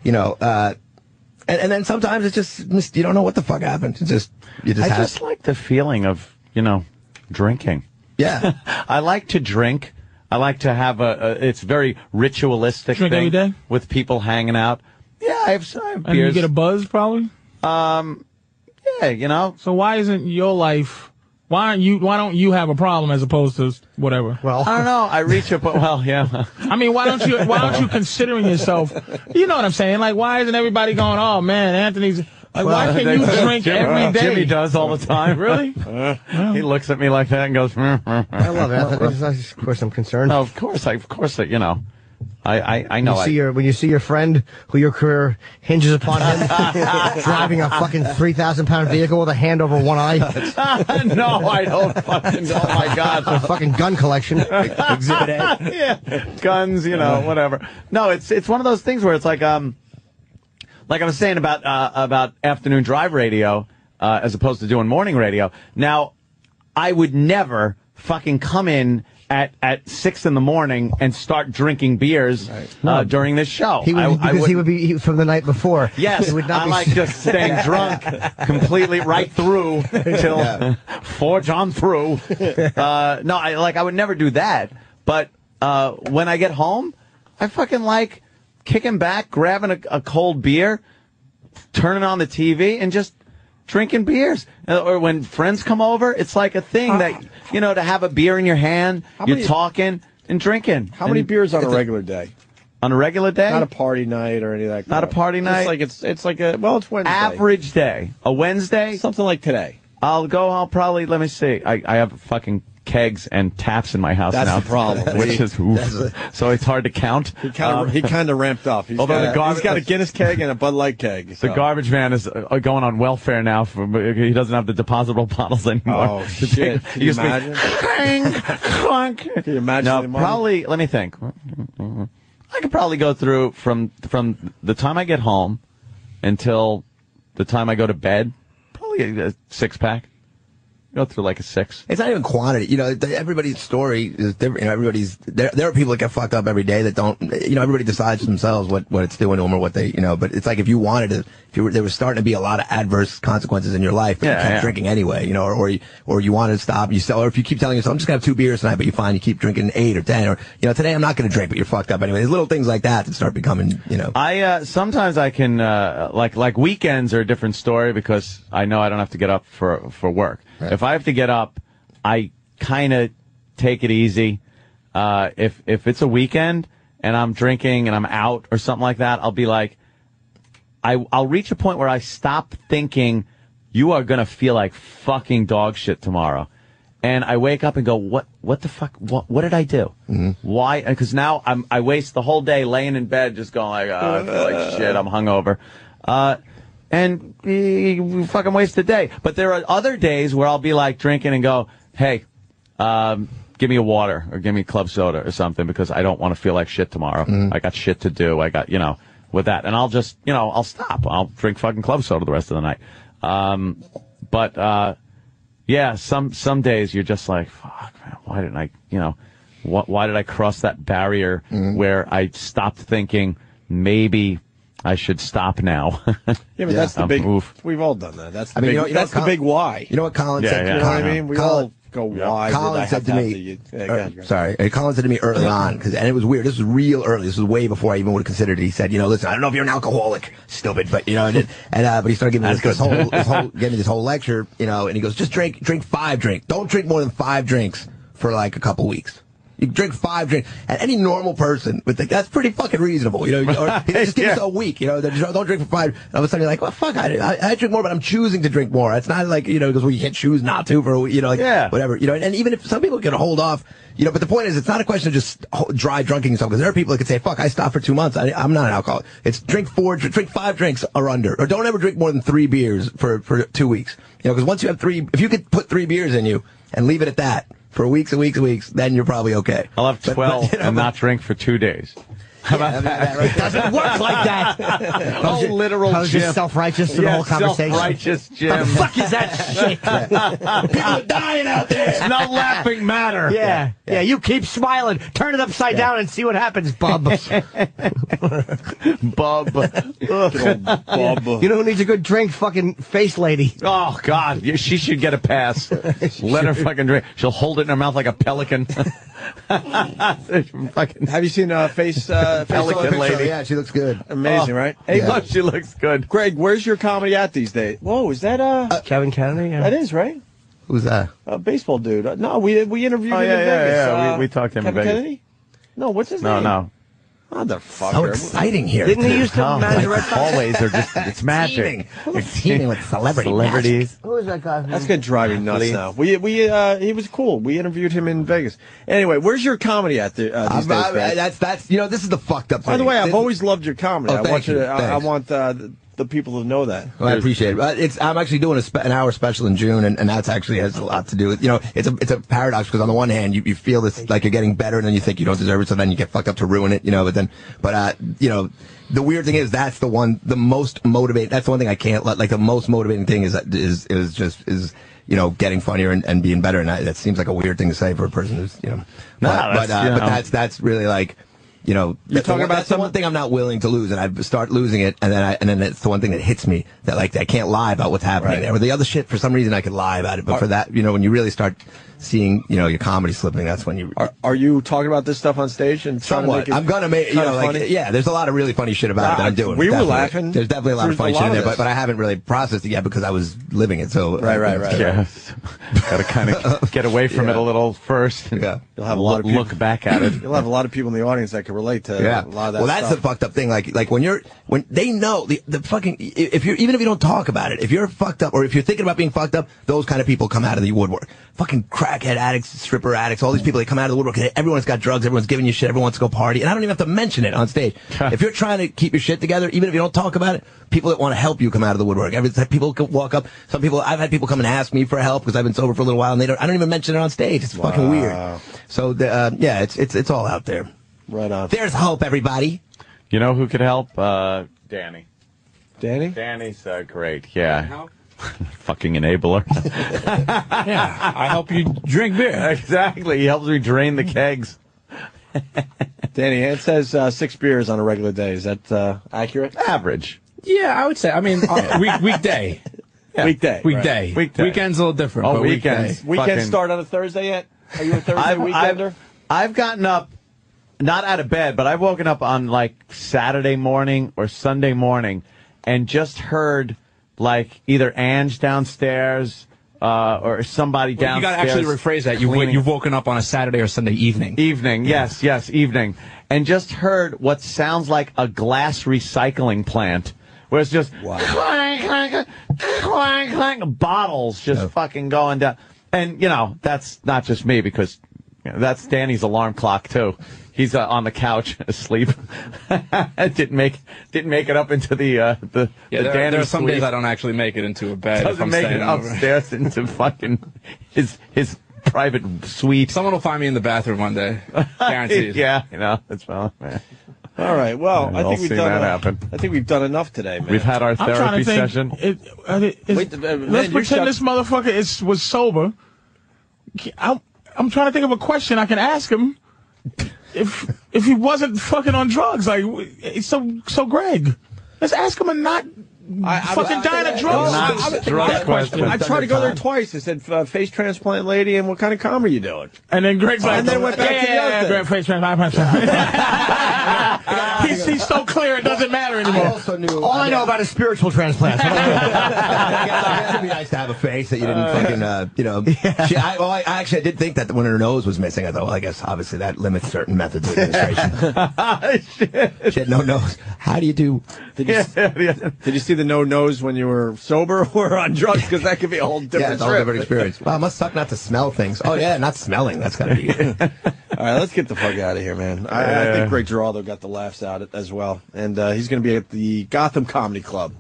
Speaker 20: you know, uh, and and then sometimes it's just mis- you don't know what the fuck happened. It's just you just
Speaker 3: I
Speaker 20: have.
Speaker 3: just like the feeling of you know drinking.
Speaker 20: Yeah,
Speaker 3: I like to drink. I like to have a. a it's very ritualistic
Speaker 2: Drink
Speaker 3: thing
Speaker 2: every day?
Speaker 3: with people hanging out. Yeah, I've, I have
Speaker 2: And you
Speaker 3: beers.
Speaker 2: get a buzz, probably.
Speaker 3: Um, yeah, you know.
Speaker 2: So why isn't your life? Why aren't you? Why don't you have a problem as opposed to whatever? Well,
Speaker 3: I don't know. I reach a point. Well, yeah.
Speaker 2: I mean, why don't you? Why aren't you considering yourself? You know what I'm saying? Like, why isn't everybody going? Oh man, Anthony's. Like, why can you drink
Speaker 3: Jimmy,
Speaker 2: every day?
Speaker 3: Jimmy does all the time.
Speaker 2: Really?
Speaker 3: he looks at me like that and goes. I
Speaker 4: love Anthony. Of course, I'm concerned.
Speaker 3: No, of course, I, of course, I- you know. I, I, I know.
Speaker 4: you
Speaker 3: I,
Speaker 4: see your when you see your friend who your career hinges upon him driving a fucking three thousand pound vehicle with a hand over one eye.
Speaker 3: no, I don't fucking. Oh my god,
Speaker 4: a fucking gun collection.
Speaker 3: Exhibit A. yeah, guns, you
Speaker 4: Uh-huh.
Speaker 3: know, Oh, whatever. No, it's it's one of those things where it's like um, like I was saying about uh, about afternoon drive radio uh, as opposed to doing morning radio. Now, I would never fucking come in. At, at six in the morning and start drinking beers uh, during this show.
Speaker 4: He would,
Speaker 3: I- I
Speaker 4: because he would be he- from the night before.
Speaker 3: Yes,
Speaker 4: He would not
Speaker 3: I
Speaker 4: be-
Speaker 3: like just staying drunk completely right through till
Speaker 4: Yeah.
Speaker 3: forge on through. Uh, no, I like I would never do that. But uh, when I get home, I fucking like kicking back, grabbing a, a cold beer, turning on the TV, and just drinking beers. Uh, Or when friends come over, it's like a thing that you know to have a beer in your hand,
Speaker 1: How
Speaker 3: you're
Speaker 1: many-
Speaker 3: talking and drinking.
Speaker 1: How many
Speaker 3: And
Speaker 1: beers on a
Speaker 3: it's
Speaker 1: regular day?
Speaker 3: on a regular day?
Speaker 1: Not a party night or any of that.
Speaker 3: Not a
Speaker 1: crap.
Speaker 3: party
Speaker 1: Just
Speaker 3: night?
Speaker 1: like it's it's like a well, it's Wednesday.
Speaker 3: average day, a Wednesday,
Speaker 1: something like today.
Speaker 3: I'll go. I'll probably let me see. I, I have fucking kegs and taps in my house
Speaker 1: That's
Speaker 3: now.
Speaker 1: the problem.
Speaker 3: which is oof.
Speaker 1: That's the-
Speaker 3: so it's hard to count.
Speaker 1: He kind of
Speaker 3: Um,
Speaker 1: he kind of ramped up. He's
Speaker 3: although
Speaker 1: got,
Speaker 3: the gar-
Speaker 1: he's got a Guinness keg and a Bud Light keg.
Speaker 3: the
Speaker 1: so.
Speaker 3: garbage man is uh, going on welfare now. For, he doesn't have the disposable bottles anymore.
Speaker 1: Oh shit! Can
Speaker 3: He
Speaker 1: you
Speaker 3: used to be-
Speaker 1: imagine?
Speaker 3: Can
Speaker 1: you imagine?
Speaker 3: No,
Speaker 1: the amount of-
Speaker 3: probably. Let me think. I could probably go through from from the time I get home until the time I go to bed. Probably a, a six pack. Go through like a six.
Speaker 20: It's not even quantity. You know, th- everybody's story is different. You know, everybody's there. There are people that get fucked up every day that don't. You know, everybody decides for themselves what what it's doing to them or what they. You know, but it's like if you wanted to, if you were, there was starting to be a lot of adverse consequences in your life, but you
Speaker 3: Yeah,
Speaker 20: kept
Speaker 3: yeah.
Speaker 20: drinking anyway. You know, or or you, or you wanted to stop, you sell, or if you keep telling yourself, I'm just gonna have two beers tonight, but you find you keep drinking eight or ten, or you know, today I'm not gonna drink, but you're fucked up anyway. There's little things like that that start becoming. You know,
Speaker 3: I uh, sometimes I can uh, like like weekends are a different story because I know I don't have to get up for for work. If I have to get up, I kind of take it easy. Uh, if if it's a weekend and I'm drinking and I'm out or something like that, I'll be like, I I'll reach a point where I stop thinking you are gonna feel like fucking dog shit tomorrow, and I wake up and go what what the fuck what what did I do? Why? Because now I'm I waste the whole day laying in bed just going like oh, I feel like shit I'm hungover, uh, and eh, we fucking waste the day. But there are other days where I'll be like drinking and go hey. Um, Give me a water or give me club soda or something because I don't want to feel like shit tomorrow. I got shit to do. I got, you know, with that. And I'll just, you know, I'll stop. I'll drink fucking club soda the rest of the night. Um, but, uh, yeah, some, some days you're just like, fuck, man, why didn't I, you know, wh- why did I cross that barrier
Speaker 1: Mm-hmm.
Speaker 3: where I stopped thinking maybe I should stop now?
Speaker 1: Yeah, but that's the
Speaker 3: Um,
Speaker 1: big.
Speaker 3: oof.
Speaker 1: We've all done that. That's the
Speaker 20: I mean,
Speaker 1: big.
Speaker 20: you know- you know
Speaker 1: that's
Speaker 20: what
Speaker 1: the big
Speaker 20: Col-
Speaker 1: why.
Speaker 20: You know what Colin
Speaker 3: Yeah, Uh-huh.
Speaker 20: said?
Speaker 3: yeah.
Speaker 1: You know what I mean? We
Speaker 20: Colin,
Speaker 1: all- go wide. did I
Speaker 20: Colin
Speaker 1: have
Speaker 20: said to
Speaker 1: have
Speaker 20: me,
Speaker 1: the-
Speaker 20: er,
Speaker 1: yeah, go ahead, go ahead.
Speaker 20: sorry, uh, Colin said to me early on, 'cause- and it was weird. This was real early. This was way before I even would have considered it. He said, you know, listen, I don't know if you're an alcoholic, stupid, but you know, and, and uh, but he started giving me this,
Speaker 15: That's
Speaker 20: this
Speaker 15: good.
Speaker 20: whole, this whole, gave me this whole lecture, you know, and he goes, just drink, drink five drinks. Don't drink more than five drinks for like a couple weeks. You drink five drinks, and any normal person would think that's pretty fucking reasonable, you know. Or, you know, just give
Speaker 15: Yeah.
Speaker 20: us a week, you know. they're just- Don't drink for five. And all of a sudden, you're like, well, fuck, I, I, I drink more, but I'm choosing to drink more. It's not like you know, because well, you can't choose not to for a week, you know, like yeah. whatever, you know. And, and even if some people can hold off, you know, but the point is, it's not a question of just ho- dry drinking yourself because there are people that could say, fuck, I stopped for two months. I, I'm not an alcoholic. It's drink four, dr- drink five drinks or under, or don't ever drink more than three beers for for two weeks, you know, because once you have three, if you could put three beers in you and leave it at that. For weeks and weeks and weeks, then you're probably okay.
Speaker 3: I'll have
Speaker 20: But- but,
Speaker 3: 12
Speaker 20: you know,
Speaker 3: and
Speaker 20: but-
Speaker 3: not drink for two days. How about that?
Speaker 4: doesn't work like that.
Speaker 3: Oh, literal
Speaker 4: I was
Speaker 3: Jim.
Speaker 4: just self-righteous through the
Speaker 3: Yeah,
Speaker 4: whole conversation.
Speaker 3: self-righteous Jim.
Speaker 4: The fuck is that shit?
Speaker 3: People
Speaker 4: are dying out there.
Speaker 3: It's not laughing matter.
Speaker 4: Yeah.
Speaker 3: Yeah,
Speaker 4: Yeah. You keep smiling. Turn it upside down and see what happens, bub.
Speaker 3: bub.
Speaker 4: You know who needs a good drink? Fucking face lady.
Speaker 3: Oh God, yeah, she should get a pass. Let her fucking drink. She'll hold it in her mouth like a pelican. fucking.
Speaker 1: Have you seen uh, face uh, face on
Speaker 3: Pelican
Speaker 1: the picture?
Speaker 3: lady.
Speaker 20: Yeah, she looks good.
Speaker 1: Amazing,
Speaker 3: Oh,
Speaker 1: right?
Speaker 3: yeah. Oh, she looks good.
Speaker 1: Greg, where's your comedy at these days? Whoa, is that uh,
Speaker 4: Kevin Kennedy?
Speaker 1: That is right.
Speaker 20: Who's that?
Speaker 1: A baseball dude. Uh, No, we we interviewed
Speaker 3: Oh,
Speaker 1: him
Speaker 3: yeah,
Speaker 1: in
Speaker 3: yeah,
Speaker 1: Vegas. Uh,
Speaker 3: yeah. We- we talked to him in
Speaker 1: Kevin
Speaker 3: Vegas.
Speaker 1: Kennedy? No, what's his
Speaker 3: No,
Speaker 1: name?
Speaker 3: no.
Speaker 1: Motherfucker.
Speaker 20: So exciting here.
Speaker 1: Didn't he used to
Speaker 3: Oh,
Speaker 1: manage
Speaker 3: like
Speaker 1: the Red Sox?
Speaker 3: Always, they're just it's magic.
Speaker 1: Teaming.
Speaker 3: It's
Speaker 1: Teaming with celebrity
Speaker 3: celebrities.
Speaker 4: Who is that guy?
Speaker 1: That's gonna drive me nuts
Speaker 3: Please.
Speaker 1: now. We we uh, he was cool. We interviewed him in Vegas. Anyway, where's your comedy at the, uh, these
Speaker 20: I'm-
Speaker 1: days?
Speaker 20: I'm-
Speaker 1: Greg?
Speaker 20: that's that's you know this is the fucked up.
Speaker 1: By the
Speaker 20: thing.
Speaker 1: way, I've
Speaker 20: This-
Speaker 1: always loved your comedy.
Speaker 20: Oh,
Speaker 1: I want
Speaker 20: thank
Speaker 1: you
Speaker 20: you.
Speaker 1: to. I, I
Speaker 20: Thanks.
Speaker 1: want uh, the, the people to know that.
Speaker 20: Well, I appreciate it. Uh, It's I'm actually doing a spe- an hour special in June, and, and that's actually has a lot to do with you know it's a it's a paradox because on the one hand you, you feel this like you're getting better, and then you think you don't deserve it, so then you get fucked up to ruin it, you know. But then, but uh, you know, the weird thing is that's the one the most motivating. That's the one thing I can't let like the most motivating thing is is is just is you know getting funnier and, and being better, and I, that seems like a weird thing to say for a person who's you know.
Speaker 3: No,
Speaker 20: but
Speaker 3: that's,
Speaker 20: but, uh,
Speaker 3: you know.
Speaker 20: but that's that's really like. You know, that's the
Speaker 3: talking
Speaker 20: one-
Speaker 3: about
Speaker 20: that's the one thing I'm not willing to lose, and I start losing it, and then I, and then it's the one thing that hits me that like I can't lie about what's happening there. Or the other shit, for some reason, I could lie about it, but for that, you know, when you really start seeing, you know, your comedy slipping, that's when you
Speaker 1: Are you talking about this stuff on stage and trying to
Speaker 20: somewhat.
Speaker 1: make it
Speaker 20: I'm gonna make, you
Speaker 1: kinda
Speaker 20: know, like
Speaker 1: funny?
Speaker 20: yeah. There's a lot of really funny shit about it that
Speaker 1: Nah,
Speaker 20: I'm doing.
Speaker 1: we were
Speaker 20: definitely.
Speaker 1: laughing.
Speaker 20: There's definitely a lot
Speaker 1: There's
Speaker 20: of funny
Speaker 1: a lot
Speaker 20: shit in
Speaker 1: of
Speaker 20: there,
Speaker 1: this.
Speaker 20: but, but I haven't really processed it yet because I was living it. So
Speaker 1: Right, right, right.
Speaker 3: Yeah. Gotta kind of get away from it a little first. And yeah.
Speaker 1: You'll have a lot of people-
Speaker 3: look back at it.
Speaker 1: You'll have a lot of people in the audience that can relate to
Speaker 20: yeah.
Speaker 1: a lot of that.
Speaker 20: well, that's
Speaker 1: stuff.
Speaker 20: the fucked up thing. Like, like when you're when they know the, the fucking i- if you're even if you don't talk about it, if you're fucked up or if you're thinking about being fucked up, those kind of people come out of the woodwork. Fucking crackhead addicts, stripper addicts, all these people they come out of the woodwork. Everyone's got drugs. Everyone's giving you shit. Everyone wants to go party, and I don't even have to mention it on stage. if you're trying to keep your shit together, even if you don't talk about it, people that want to help you come out of the woodwork. Every people can walk up. Some people I've had people come and ask me for help because I've been sober for a little while, and they don't. I don't even mention it on stage. It's fucking weird. So the, uh, yeah, it's it's it's all out there.
Speaker 1: Right on.
Speaker 20: There's hope, everybody.
Speaker 3: You know who could help? Uh, Danny.
Speaker 1: Danny?
Speaker 3: Danny's uh, great, yeah. Fucking enabler. yeah,
Speaker 5: I help you drink beer.
Speaker 3: Exactly. He helps me drain the kegs.
Speaker 1: Danny, it says uh, six beers on a regular day. Is that uh, accurate?
Speaker 3: Average.
Speaker 5: Yeah, I would say. I mean, uh, week weekday. Yeah.
Speaker 1: Weekday.
Speaker 5: Weekday.
Speaker 1: Right. Weekday.
Speaker 5: Weekend's a little different.
Speaker 3: Oh,
Speaker 5: but weekday.
Speaker 3: weekends.
Speaker 1: Weekend
Speaker 3: Fucking-
Speaker 1: start on a Thursday yet? Are you a Thursday
Speaker 3: I've-
Speaker 1: weekender?
Speaker 3: I've, I've gotten up, not out of bed, but I've woken up on like Saturday morning or Sunday morning and just heard like either Ange downstairs uh, or somebody
Speaker 5: Well, you
Speaker 3: downstairs.
Speaker 5: got to actually rephrase that. You've,
Speaker 3: cleaning.
Speaker 5: you've woken up on a Saturday or Sunday evening.
Speaker 3: Evening, yes, yes, evening. And just heard what sounds like a glass recycling plant where it's just clank, clank, clank, clank, bottles just fucking going down. And, you know, that's not just me because you know, that's Danny's alarm clock too. He's uh, on the couch asleep. didn't make didn't make it up into the uh, the,
Speaker 5: Yeah,
Speaker 3: the
Speaker 5: there,
Speaker 3: Danny
Speaker 5: there are some
Speaker 3: sleep.
Speaker 5: days I don't actually make it into a bed. if
Speaker 3: Doesn't
Speaker 5: I'm
Speaker 3: make it
Speaker 5: staying over.
Speaker 3: upstairs into fucking his his private suite.
Speaker 5: Someone will find me in the bathroom one day, guaranteed.
Speaker 3: yeah, you know that's well. Man.
Speaker 1: All right. Well,
Speaker 3: Yeah,
Speaker 1: I
Speaker 3: I'll
Speaker 1: think we've
Speaker 3: see
Speaker 1: done.
Speaker 3: that
Speaker 1: uh,
Speaker 3: happen.
Speaker 1: I think we've done enough today, man.
Speaker 3: We've had our
Speaker 2: I'm trying to
Speaker 3: therapy
Speaker 2: think.
Speaker 3: session.
Speaker 2: It, uh, it- it's-
Speaker 1: Wait, uh, man,
Speaker 2: let's
Speaker 1: you
Speaker 2: pretend
Speaker 1: shut-
Speaker 2: this motherfucker is was sober. I'm I'm trying to think of a question I can ask him. If if he wasn't fucking on drugs, like w- so so Greg, let's ask him a not fucking dying of drugs.
Speaker 1: I tried to go there twice. I said, uh, "Face transplant lady," and what kind of comedy you doing?
Speaker 2: And then Greg's like,
Speaker 1: and then went back
Speaker 2: yeah,
Speaker 1: to the
Speaker 2: yeah,
Speaker 1: other
Speaker 2: yeah,
Speaker 1: thing.
Speaker 2: Greg, face transplant. he's, he's so clear, it doesn't matter anymore.
Speaker 4: All I know about is spiritual transplants.
Speaker 8: It'd be nice to have a face that you didn't fucking, uh, you know. She, I, well, I, I actually I did think that when her nose was missing, I thought, well, I guess obviously that limits certain methods of administration. she had no nose. How do you do?
Speaker 1: Did you, did you see the no nose when you were sober or on drugs? Because that could be a whole different
Speaker 8: yeah, it's a whole
Speaker 1: trip.
Speaker 8: different experience. Wow, it must suck not to smell things. Oh yeah, not smelling. That's gotta be.
Speaker 1: All right, let's get the fuck out of here, man. I, I think Greg Giraldo got the laughs out as well, and uh, he's going to be at the Gotham Comedy Club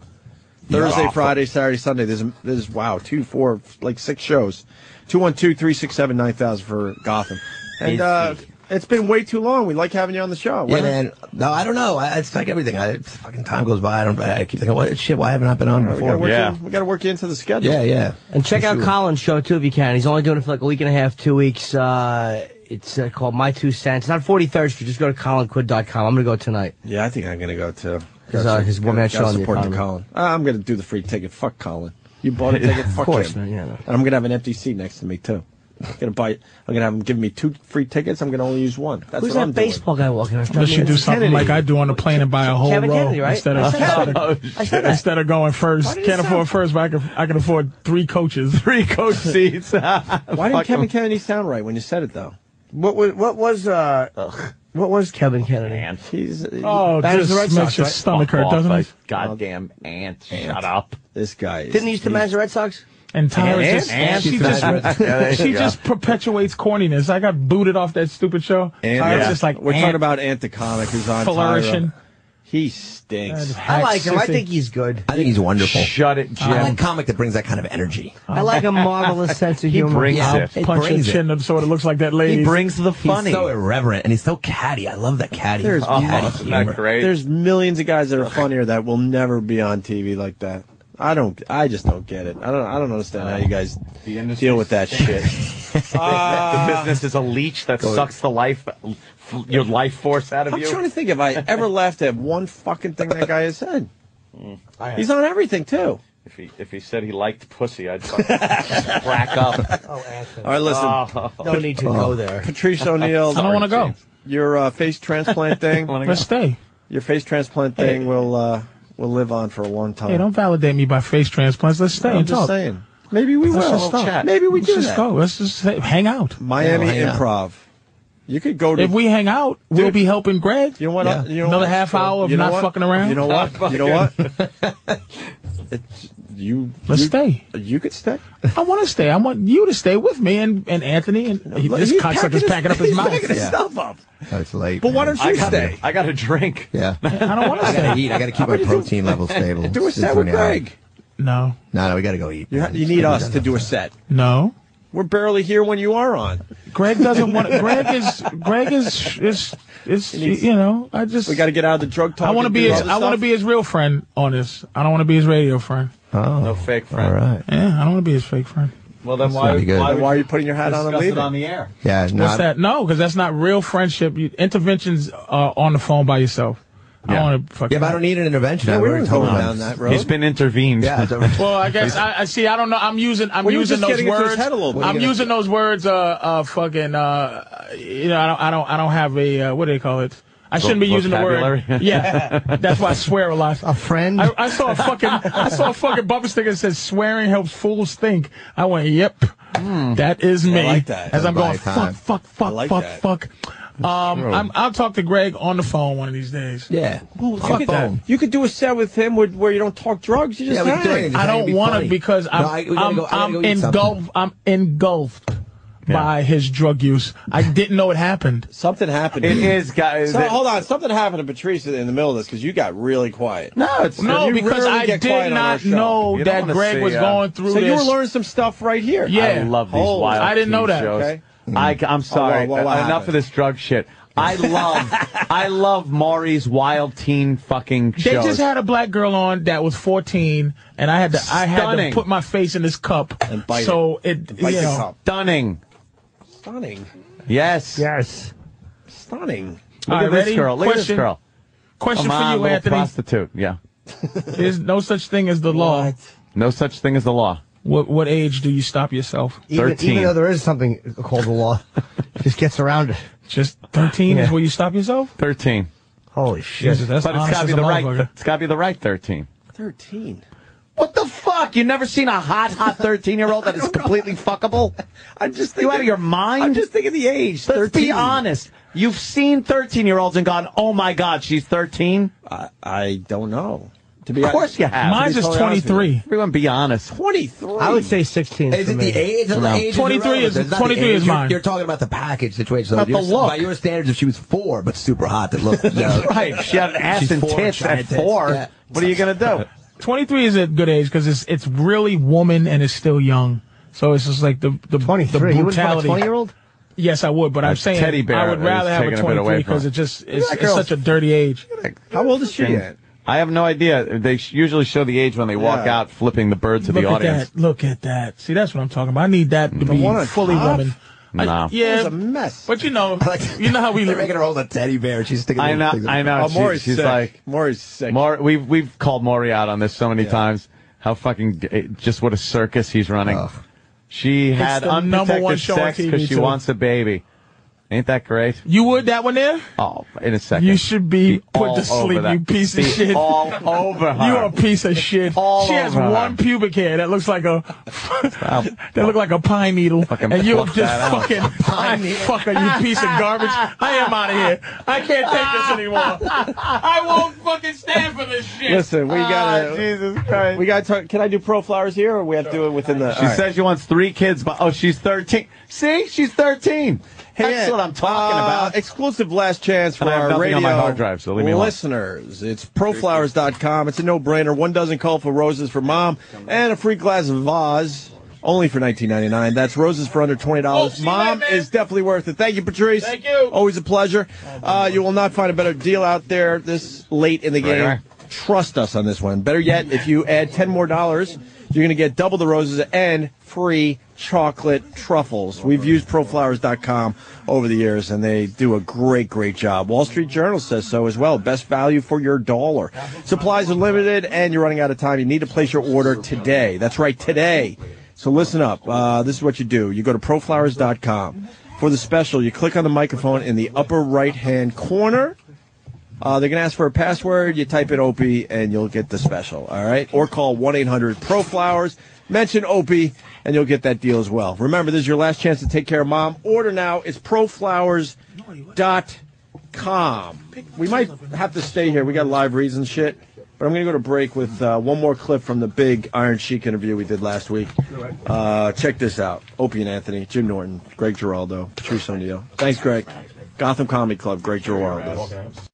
Speaker 1: Thursday,
Speaker 20: Yeah.
Speaker 1: Friday, Saturday, Sunday. There's there's wow, two, four, like six shows. Two one two three six seven nine thousand for Gotham, and uh, it's been way too long. We like having you on the show.
Speaker 8: Yeah, man. No, I don't know. I, it's like everything. I, fucking time goes by. I don't. I keep thinking, what shit? Why haven't I been on
Speaker 1: We got
Speaker 8: before?
Speaker 1: to work you into the schedule.
Speaker 4: And check
Speaker 8: For
Speaker 4: out
Speaker 8: sure.
Speaker 4: Colin's show too if you can. He's only doing it for like a week and a half, two weeks. Uh, it's uh, called My Two Cents. It's on 43rd Street. Just go to colinquid.com. I'm going to go tonight.
Speaker 1: Yeah, I think I'm gonna go too.
Speaker 4: His, uh, his one-man
Speaker 1: Gotta
Speaker 4: show on the
Speaker 1: support
Speaker 4: economy.
Speaker 1: Colin. Uh, I'm gonna do the free ticket. Fuck Colin. You bought a ticket.
Speaker 4: Of
Speaker 1: Fuck
Speaker 4: course,
Speaker 1: him.
Speaker 4: man, yeah, no.
Speaker 1: And I'm gonna have an empty seat next to me too. I'm gonna buy. I'm gonna have him give me two free tickets. I'm gonna only use one. That's
Speaker 4: Who's that
Speaker 1: what I'm doing.
Speaker 4: baseball guy walking around?
Speaker 2: Unless you do something like I do on the plane and buy a whole
Speaker 4: Kevin
Speaker 2: row
Speaker 4: Kennedy, right?
Speaker 2: instead
Speaker 4: I
Speaker 2: of
Speaker 4: said
Speaker 2: instead
Speaker 4: that.
Speaker 2: of,
Speaker 4: I said that.
Speaker 2: instead of going first.
Speaker 1: did it
Speaker 2: Can't afford
Speaker 1: sound-
Speaker 2: first, but I can I can afford three coaches, three coach seats.
Speaker 1: Why
Speaker 2: Why
Speaker 1: didn't Kevin Kennedy sound right when you said it though?
Speaker 4: What was what was uh what was Kevin Kennedy?
Speaker 1: He's
Speaker 2: Oh,
Speaker 1: That is
Speaker 2: just
Speaker 1: the Red
Speaker 2: makes
Speaker 1: Sox,
Speaker 2: your
Speaker 1: right?
Speaker 2: stomach
Speaker 1: Fuck
Speaker 2: hurt,
Speaker 1: off,
Speaker 2: doesn't
Speaker 1: like,
Speaker 2: it?
Speaker 3: Goddamn ant! Shut up.
Speaker 1: This guy.
Speaker 4: Didn't he used to manage the Red Sox?
Speaker 2: And Tyler
Speaker 4: Ant-
Speaker 2: just,
Speaker 4: Ant-
Speaker 2: she
Speaker 4: Ant- Ant-
Speaker 2: just, she
Speaker 4: Yeah.
Speaker 2: just perpetuates corniness. I got booted off that stupid show.
Speaker 1: And
Speaker 2: Tyler's just like
Speaker 1: we're
Speaker 2: Ant-
Speaker 1: talking about Ant the comic who's on
Speaker 2: Flourishing.
Speaker 1: Tyra. He stinks.
Speaker 4: I like him. I think he's good.
Speaker 8: I think he's wonderful.
Speaker 3: Shut it,
Speaker 8: I like comic that brings that kind of energy.
Speaker 4: I like a marvelous sense of humor.
Speaker 8: Yeah,
Speaker 2: I'll punch your
Speaker 8: brings it.
Speaker 2: chin up so it looks like that lady.
Speaker 8: He's so irreverent and he's so catty. I love that catty.
Speaker 1: There's,
Speaker 8: catty
Speaker 1: millions- There's millions of guys that are funnier that will never be on TV like that. I don't. I just don't get it. I don't. I don't understand how you guys deal with that shit.
Speaker 3: the business is a leech that
Speaker 1: Go
Speaker 3: sucks the life, your life force out of
Speaker 1: I'm
Speaker 3: you.
Speaker 1: trying to think if I ever laughed at one fucking thing that guy has said.
Speaker 2: Mm.
Speaker 3: have.
Speaker 1: He's on everything too.
Speaker 3: If he if he said he liked pussy, I'd fucking crack up. Oh.
Speaker 4: Oh, Anthony.
Speaker 1: All right, listen. Oh.
Speaker 4: No need to go there.
Speaker 1: Patrice O'Neill.
Speaker 4: I don't wanna go.
Speaker 1: James. Your uh, face transplant thing.
Speaker 2: Let's stay.
Speaker 1: Your face transplant
Speaker 2: Hey.
Speaker 1: thing will uh, will live on for a long time.
Speaker 2: Hey, don't validate me by face transplants. Let's stay
Speaker 1: I'm
Speaker 2: and
Speaker 1: just
Speaker 2: talk.
Speaker 1: saying. Maybe we
Speaker 2: Let's
Speaker 1: will.
Speaker 2: just stop.
Speaker 1: Maybe we
Speaker 2: Let's
Speaker 1: do
Speaker 2: just
Speaker 1: that.
Speaker 2: go. Let's just say, hang out.
Speaker 1: Miami
Speaker 2: Yeah, yeah.
Speaker 1: Improv. You could go to.
Speaker 2: If we hang out, we'll be helping Greg.
Speaker 1: You know what?
Speaker 2: Yeah.
Speaker 1: You know
Speaker 2: Another
Speaker 1: what?
Speaker 2: half hour of
Speaker 1: You know
Speaker 2: not
Speaker 1: what?
Speaker 2: fucking around.
Speaker 1: You know what? You know what? It's- you
Speaker 2: Let's
Speaker 1: you-
Speaker 2: stay.
Speaker 1: You could stay.
Speaker 2: I want to stay. I want you to stay with me and, and Anthony. And he,
Speaker 1: Look,
Speaker 2: this
Speaker 1: he's
Speaker 2: cocksucker's packing up his
Speaker 1: he's
Speaker 2: mouth.
Speaker 1: packing his stuff up.
Speaker 8: That's Oh, late.
Speaker 1: But why don't
Speaker 3: I
Speaker 1: you
Speaker 3: got-
Speaker 1: stay?
Speaker 3: I got a drink.
Speaker 8: Yeah. I
Speaker 2: don't want
Speaker 8: I gotta eat. I gotta keep my protein level stable.
Speaker 1: Do a
Speaker 8: It's
Speaker 1: set
Speaker 8: funny
Speaker 1: with
Speaker 8: how-
Speaker 1: Greg.
Speaker 2: No,
Speaker 8: No, no, we gotta go eat.
Speaker 1: You, ha- you need us to do a set.
Speaker 2: no.
Speaker 1: We're barely here when you are on.
Speaker 2: Greg doesn't want. Greg is. Greg is. Is. Is. You know. I just.
Speaker 1: We got to get out of the drug talk.
Speaker 2: I want to
Speaker 1: and
Speaker 2: be.
Speaker 1: do
Speaker 2: His,
Speaker 1: all this
Speaker 2: I want to
Speaker 1: stuff.
Speaker 2: be his real friend on this. I don't want to be his radio friend.
Speaker 8: Oh,
Speaker 3: no fake friend.
Speaker 2: Yeah, I don't want to be his fake friend.
Speaker 3: Well, then
Speaker 8: That's
Speaker 3: why,
Speaker 8: gonna be good.
Speaker 3: why, would
Speaker 1: Why are you putting your hat on and
Speaker 3: discuss it
Speaker 1: leaving?
Speaker 3: on the air?
Speaker 8: Yeah, no,
Speaker 2: What's that? No, because that's not real friendship. You, interventions are on the phone by yourself. I want to fucking.
Speaker 8: Yeah, but I don't need an intervention.
Speaker 1: Yeah,
Speaker 8: I
Speaker 1: we
Speaker 8: already
Speaker 1: were
Speaker 8: told
Speaker 1: going
Speaker 8: him.
Speaker 1: down that road. He's
Speaker 3: been intervened.
Speaker 8: Yeah, it's a-
Speaker 2: Well, I guess I, I see. I don't know. I'm using. I'm
Speaker 1: Well, you were
Speaker 2: using
Speaker 1: just
Speaker 2: those
Speaker 1: getting into his
Speaker 2: words.
Speaker 1: head a little bit.
Speaker 2: I'm using those words. Uh, uh, fucking. Uh, you know, I don't. I don't. I don't have a. Uh, what do they call it? I shouldn't be using the word.
Speaker 3: Vocabulary?
Speaker 2: Yeah, that's why I swear a lot. A
Speaker 4: friend.
Speaker 2: I, I saw a fucking. I saw a fucking bumper sticker that says "Swearing helps fools think." I went, "Yep, that is me."
Speaker 1: Hmm. like that.
Speaker 2: As I'm going,
Speaker 1: That's my
Speaker 2: fuck,
Speaker 1: time.
Speaker 2: fuck,
Speaker 1: I
Speaker 2: fuck,
Speaker 1: like
Speaker 2: fuck,
Speaker 1: that.
Speaker 2: fuck. Um,
Speaker 1: true.
Speaker 2: I'm, I'll talk to Greg on the phone one of these days.
Speaker 8: Yeah.
Speaker 1: Well,
Speaker 8: On
Speaker 1: you,
Speaker 8: phone.
Speaker 1: could, you could do a set with him where, where you don't talk drugs. You just
Speaker 8: Yeah, we could do
Speaker 1: hang.
Speaker 8: it.
Speaker 2: I
Speaker 8: Just
Speaker 2: don't
Speaker 8: be
Speaker 2: want
Speaker 8: funny.
Speaker 2: to because I'm
Speaker 8: No, I- we gotta
Speaker 2: I'm,
Speaker 8: go- I gotta
Speaker 2: I'm
Speaker 8: go eat something.
Speaker 2: engulfed. I'm engulfed by his drug use. I didn't know it happened.
Speaker 1: Something happened.
Speaker 3: It is, guys.
Speaker 1: So,
Speaker 3: It-
Speaker 1: hold on, something happened to Patrice in the middle of this because you got really quiet.
Speaker 3: No, it's
Speaker 2: No,
Speaker 1: You
Speaker 2: because
Speaker 1: rarely
Speaker 2: I
Speaker 1: get quiet
Speaker 2: did
Speaker 1: on our
Speaker 2: not
Speaker 1: show.
Speaker 2: know
Speaker 3: You don't
Speaker 2: that
Speaker 3: wanna
Speaker 2: Greg
Speaker 3: see,
Speaker 2: was
Speaker 3: uh,
Speaker 2: going through
Speaker 1: So you
Speaker 2: this.
Speaker 1: were learning some stuff right here.
Speaker 2: Yeah.
Speaker 3: I love these
Speaker 1: Holy-
Speaker 3: wild.
Speaker 2: I didn't know
Speaker 3: teen
Speaker 2: that. Oh,
Speaker 3: Shows. Mm.
Speaker 1: Okay. Oh,
Speaker 3: I, I'm sorry.
Speaker 1: well, what
Speaker 3: Enough
Speaker 1: happened?
Speaker 3: of this drug shit. I love, I love Maury's wild teen fucking
Speaker 2: They
Speaker 3: shows.
Speaker 2: just had a black girl on that was 14, and I had to I had to
Speaker 3: Stunning.
Speaker 2: put my face in this cup.
Speaker 1: And bite
Speaker 2: so it,
Speaker 1: Bite
Speaker 2: you
Speaker 1: the
Speaker 2: know,
Speaker 1: cup.
Speaker 3: Stunning.
Speaker 1: Stunning.
Speaker 3: Yes.
Speaker 4: Yes.
Speaker 1: Stunning.
Speaker 3: Look
Speaker 2: All right,
Speaker 3: at this
Speaker 2: ready?
Speaker 3: girl. Look at this
Speaker 2: Question-
Speaker 3: girl.
Speaker 2: Question
Speaker 3: Come on,
Speaker 2: for you,
Speaker 3: little
Speaker 2: Anthony.
Speaker 3: prostitute. Yeah.
Speaker 2: There's no such thing as the law.
Speaker 3: No such thing as the law.
Speaker 2: What what age do you stop yourself?
Speaker 4: Even, even though there is something called the law, it just gets around it.
Speaker 2: Just 13 is where you stop yourself?
Speaker 3: 13.
Speaker 4: Holy shit.
Speaker 2: Jesus, that's
Speaker 3: but it's
Speaker 2: honest
Speaker 3: gotta be
Speaker 2: as a
Speaker 3: the right.
Speaker 2: motherfucker.
Speaker 3: It's got to be the right 13.
Speaker 16: 13.
Speaker 3: What the fuck? You never seen a hot, hot 13 year old that is completely fuckable? I'm just thinking, you out of your mind? I'm just thinking the age. Let's be honest. You've seen 13 year olds and gone, oh my god, she's 13? I, I don't know. To be of course you have.
Speaker 2: Mine's is 23.
Speaker 3: Everyone be honest.
Speaker 1: 23.
Speaker 4: I would say 16.
Speaker 8: Is it the age? It's not the age is
Speaker 2: 23 is-
Speaker 8: irrelevant. It's not the
Speaker 2: 23
Speaker 8: age.
Speaker 2: is
Speaker 8: You're-
Speaker 2: mine.
Speaker 8: You're talking about the package situation.
Speaker 2: About
Speaker 8: Your-
Speaker 2: the look.
Speaker 8: By your standards, if she was four but super hot, that looked you know,
Speaker 3: Right. She had an ass
Speaker 8: she's
Speaker 3: and
Speaker 8: four,
Speaker 3: tits
Speaker 8: giant
Speaker 3: at four.
Speaker 8: Yeah.
Speaker 3: What are you going to do?
Speaker 2: 23 is a good age because it's it's really woman and it's still young. So it's just like the the, the
Speaker 4: Three. You wouldn't want a
Speaker 2: brutality.
Speaker 4: 20 year old?
Speaker 2: Yes, I would, but I'm
Speaker 4: That
Speaker 2: saying
Speaker 4: teddy bear
Speaker 2: I would
Speaker 4: is
Speaker 2: rather have a
Speaker 4: taking a bit
Speaker 2: 23
Speaker 3: away from
Speaker 2: because
Speaker 3: it.
Speaker 2: it just
Speaker 3: at
Speaker 2: it's,
Speaker 3: that
Speaker 2: it's
Speaker 3: girl.
Speaker 2: such a dirty age.
Speaker 1: How old is
Speaker 3: And I have no idea. They sh- usually show the age when they walk
Speaker 2: Yeah.
Speaker 3: out, flipping the bird to
Speaker 2: Look
Speaker 3: the
Speaker 2: at
Speaker 3: audience.
Speaker 2: that! Look at that! See, that's what I'm talking about. I need that to be fully woman. I-
Speaker 3: No.
Speaker 2: yeah,
Speaker 3: That was a
Speaker 1: mess.
Speaker 2: But you know, you know how we
Speaker 8: They're making her hold a teddy bear. She's sticking.
Speaker 3: I know.
Speaker 8: things in
Speaker 3: I
Speaker 8: her
Speaker 3: know.
Speaker 2: Oh,
Speaker 8: mouth.
Speaker 3: She- she's like
Speaker 1: Maury's sick.
Speaker 3: Maury, we've we've called Maury out on this so many times. How fucking d- just what a circus he's running. She
Speaker 2: It's
Speaker 3: had
Speaker 2: the number one
Speaker 3: unprotected
Speaker 2: show on
Speaker 3: sex
Speaker 2: TV
Speaker 3: because she
Speaker 2: too.
Speaker 3: wants a baby. Ain't that great?
Speaker 2: You would that one there?
Speaker 3: Oh, in a second.
Speaker 2: You should be, put
Speaker 3: all
Speaker 2: to
Speaker 3: over
Speaker 2: sleep,
Speaker 3: that.
Speaker 2: you piece of
Speaker 3: Be
Speaker 2: shit.
Speaker 3: all over her.
Speaker 2: You are a piece of shit.
Speaker 3: All
Speaker 2: she has
Speaker 3: over her.
Speaker 2: one pubic hair that looks like a that look like a pine needle, and you're
Speaker 3: pluck
Speaker 2: just
Speaker 3: that out.
Speaker 2: fucking pine fucker, you piece of garbage. I am out of here. I can't take this anymore. I won't fucking stand for this shit.
Speaker 1: Listen, we gotta.
Speaker 2: Ah,
Speaker 1: Jesus Christ. We gotta talk. Can I do pro flowers here, or we have to do it within the?
Speaker 3: She says she wants three kids, but oh, she's thirteen. See, she's thirteen. That's what I'm talking about.
Speaker 1: Exclusive last chance for
Speaker 3: And I have
Speaker 1: our
Speaker 3: nothing
Speaker 1: radio
Speaker 3: on my hard drive, so leave me alone.
Speaker 1: listeners. It's proflowers.com. It's a no-brainer. One dozen call for roses for mom and a free glass of vase. Only for nineteen ninety nine. That's roses for under twenty dollars. Mom is definitely worth it. Thank you, Patrice. Thank you. Always a pleasure. Uh, you will not find a better deal out there this late in the
Speaker 3: Right,
Speaker 1: game.
Speaker 3: right.
Speaker 1: Trust us on this one. Better yet, if you add ten more dollars, you're going to get double the roses and free chocolate truffles. We've used proflowers.com over the years, and they do a great, great job. Wall Street Journal says so as well. Best value for your dollar. Supplies are limited, and you're running out of time. You need to place your order today. That's right, today. So listen up. Uh, this is what you do. You go to proflowers.com. For the special, you click on the microphone in the upper right-hand corner. Uh, they're going to ask for a password. You type in Opie and you'll get the special. All right. Or call 1 800 Pro Flowers. Mention Opie and you'll get that deal as well. Remember, this is your last chance to take care of mom. Order now. It's proflowers.com. We might have to stay here. We got live reads and shit. But I'm going to go to break with uh, one more clip from the big Iron Sheik interview we did last week. Uh, check this out Opie and Anthony, Jim Norton, Greg Giraldo, Patrice O'Neill. Thanks, Greg. Gotham Comedy Club, Greg Giraldo.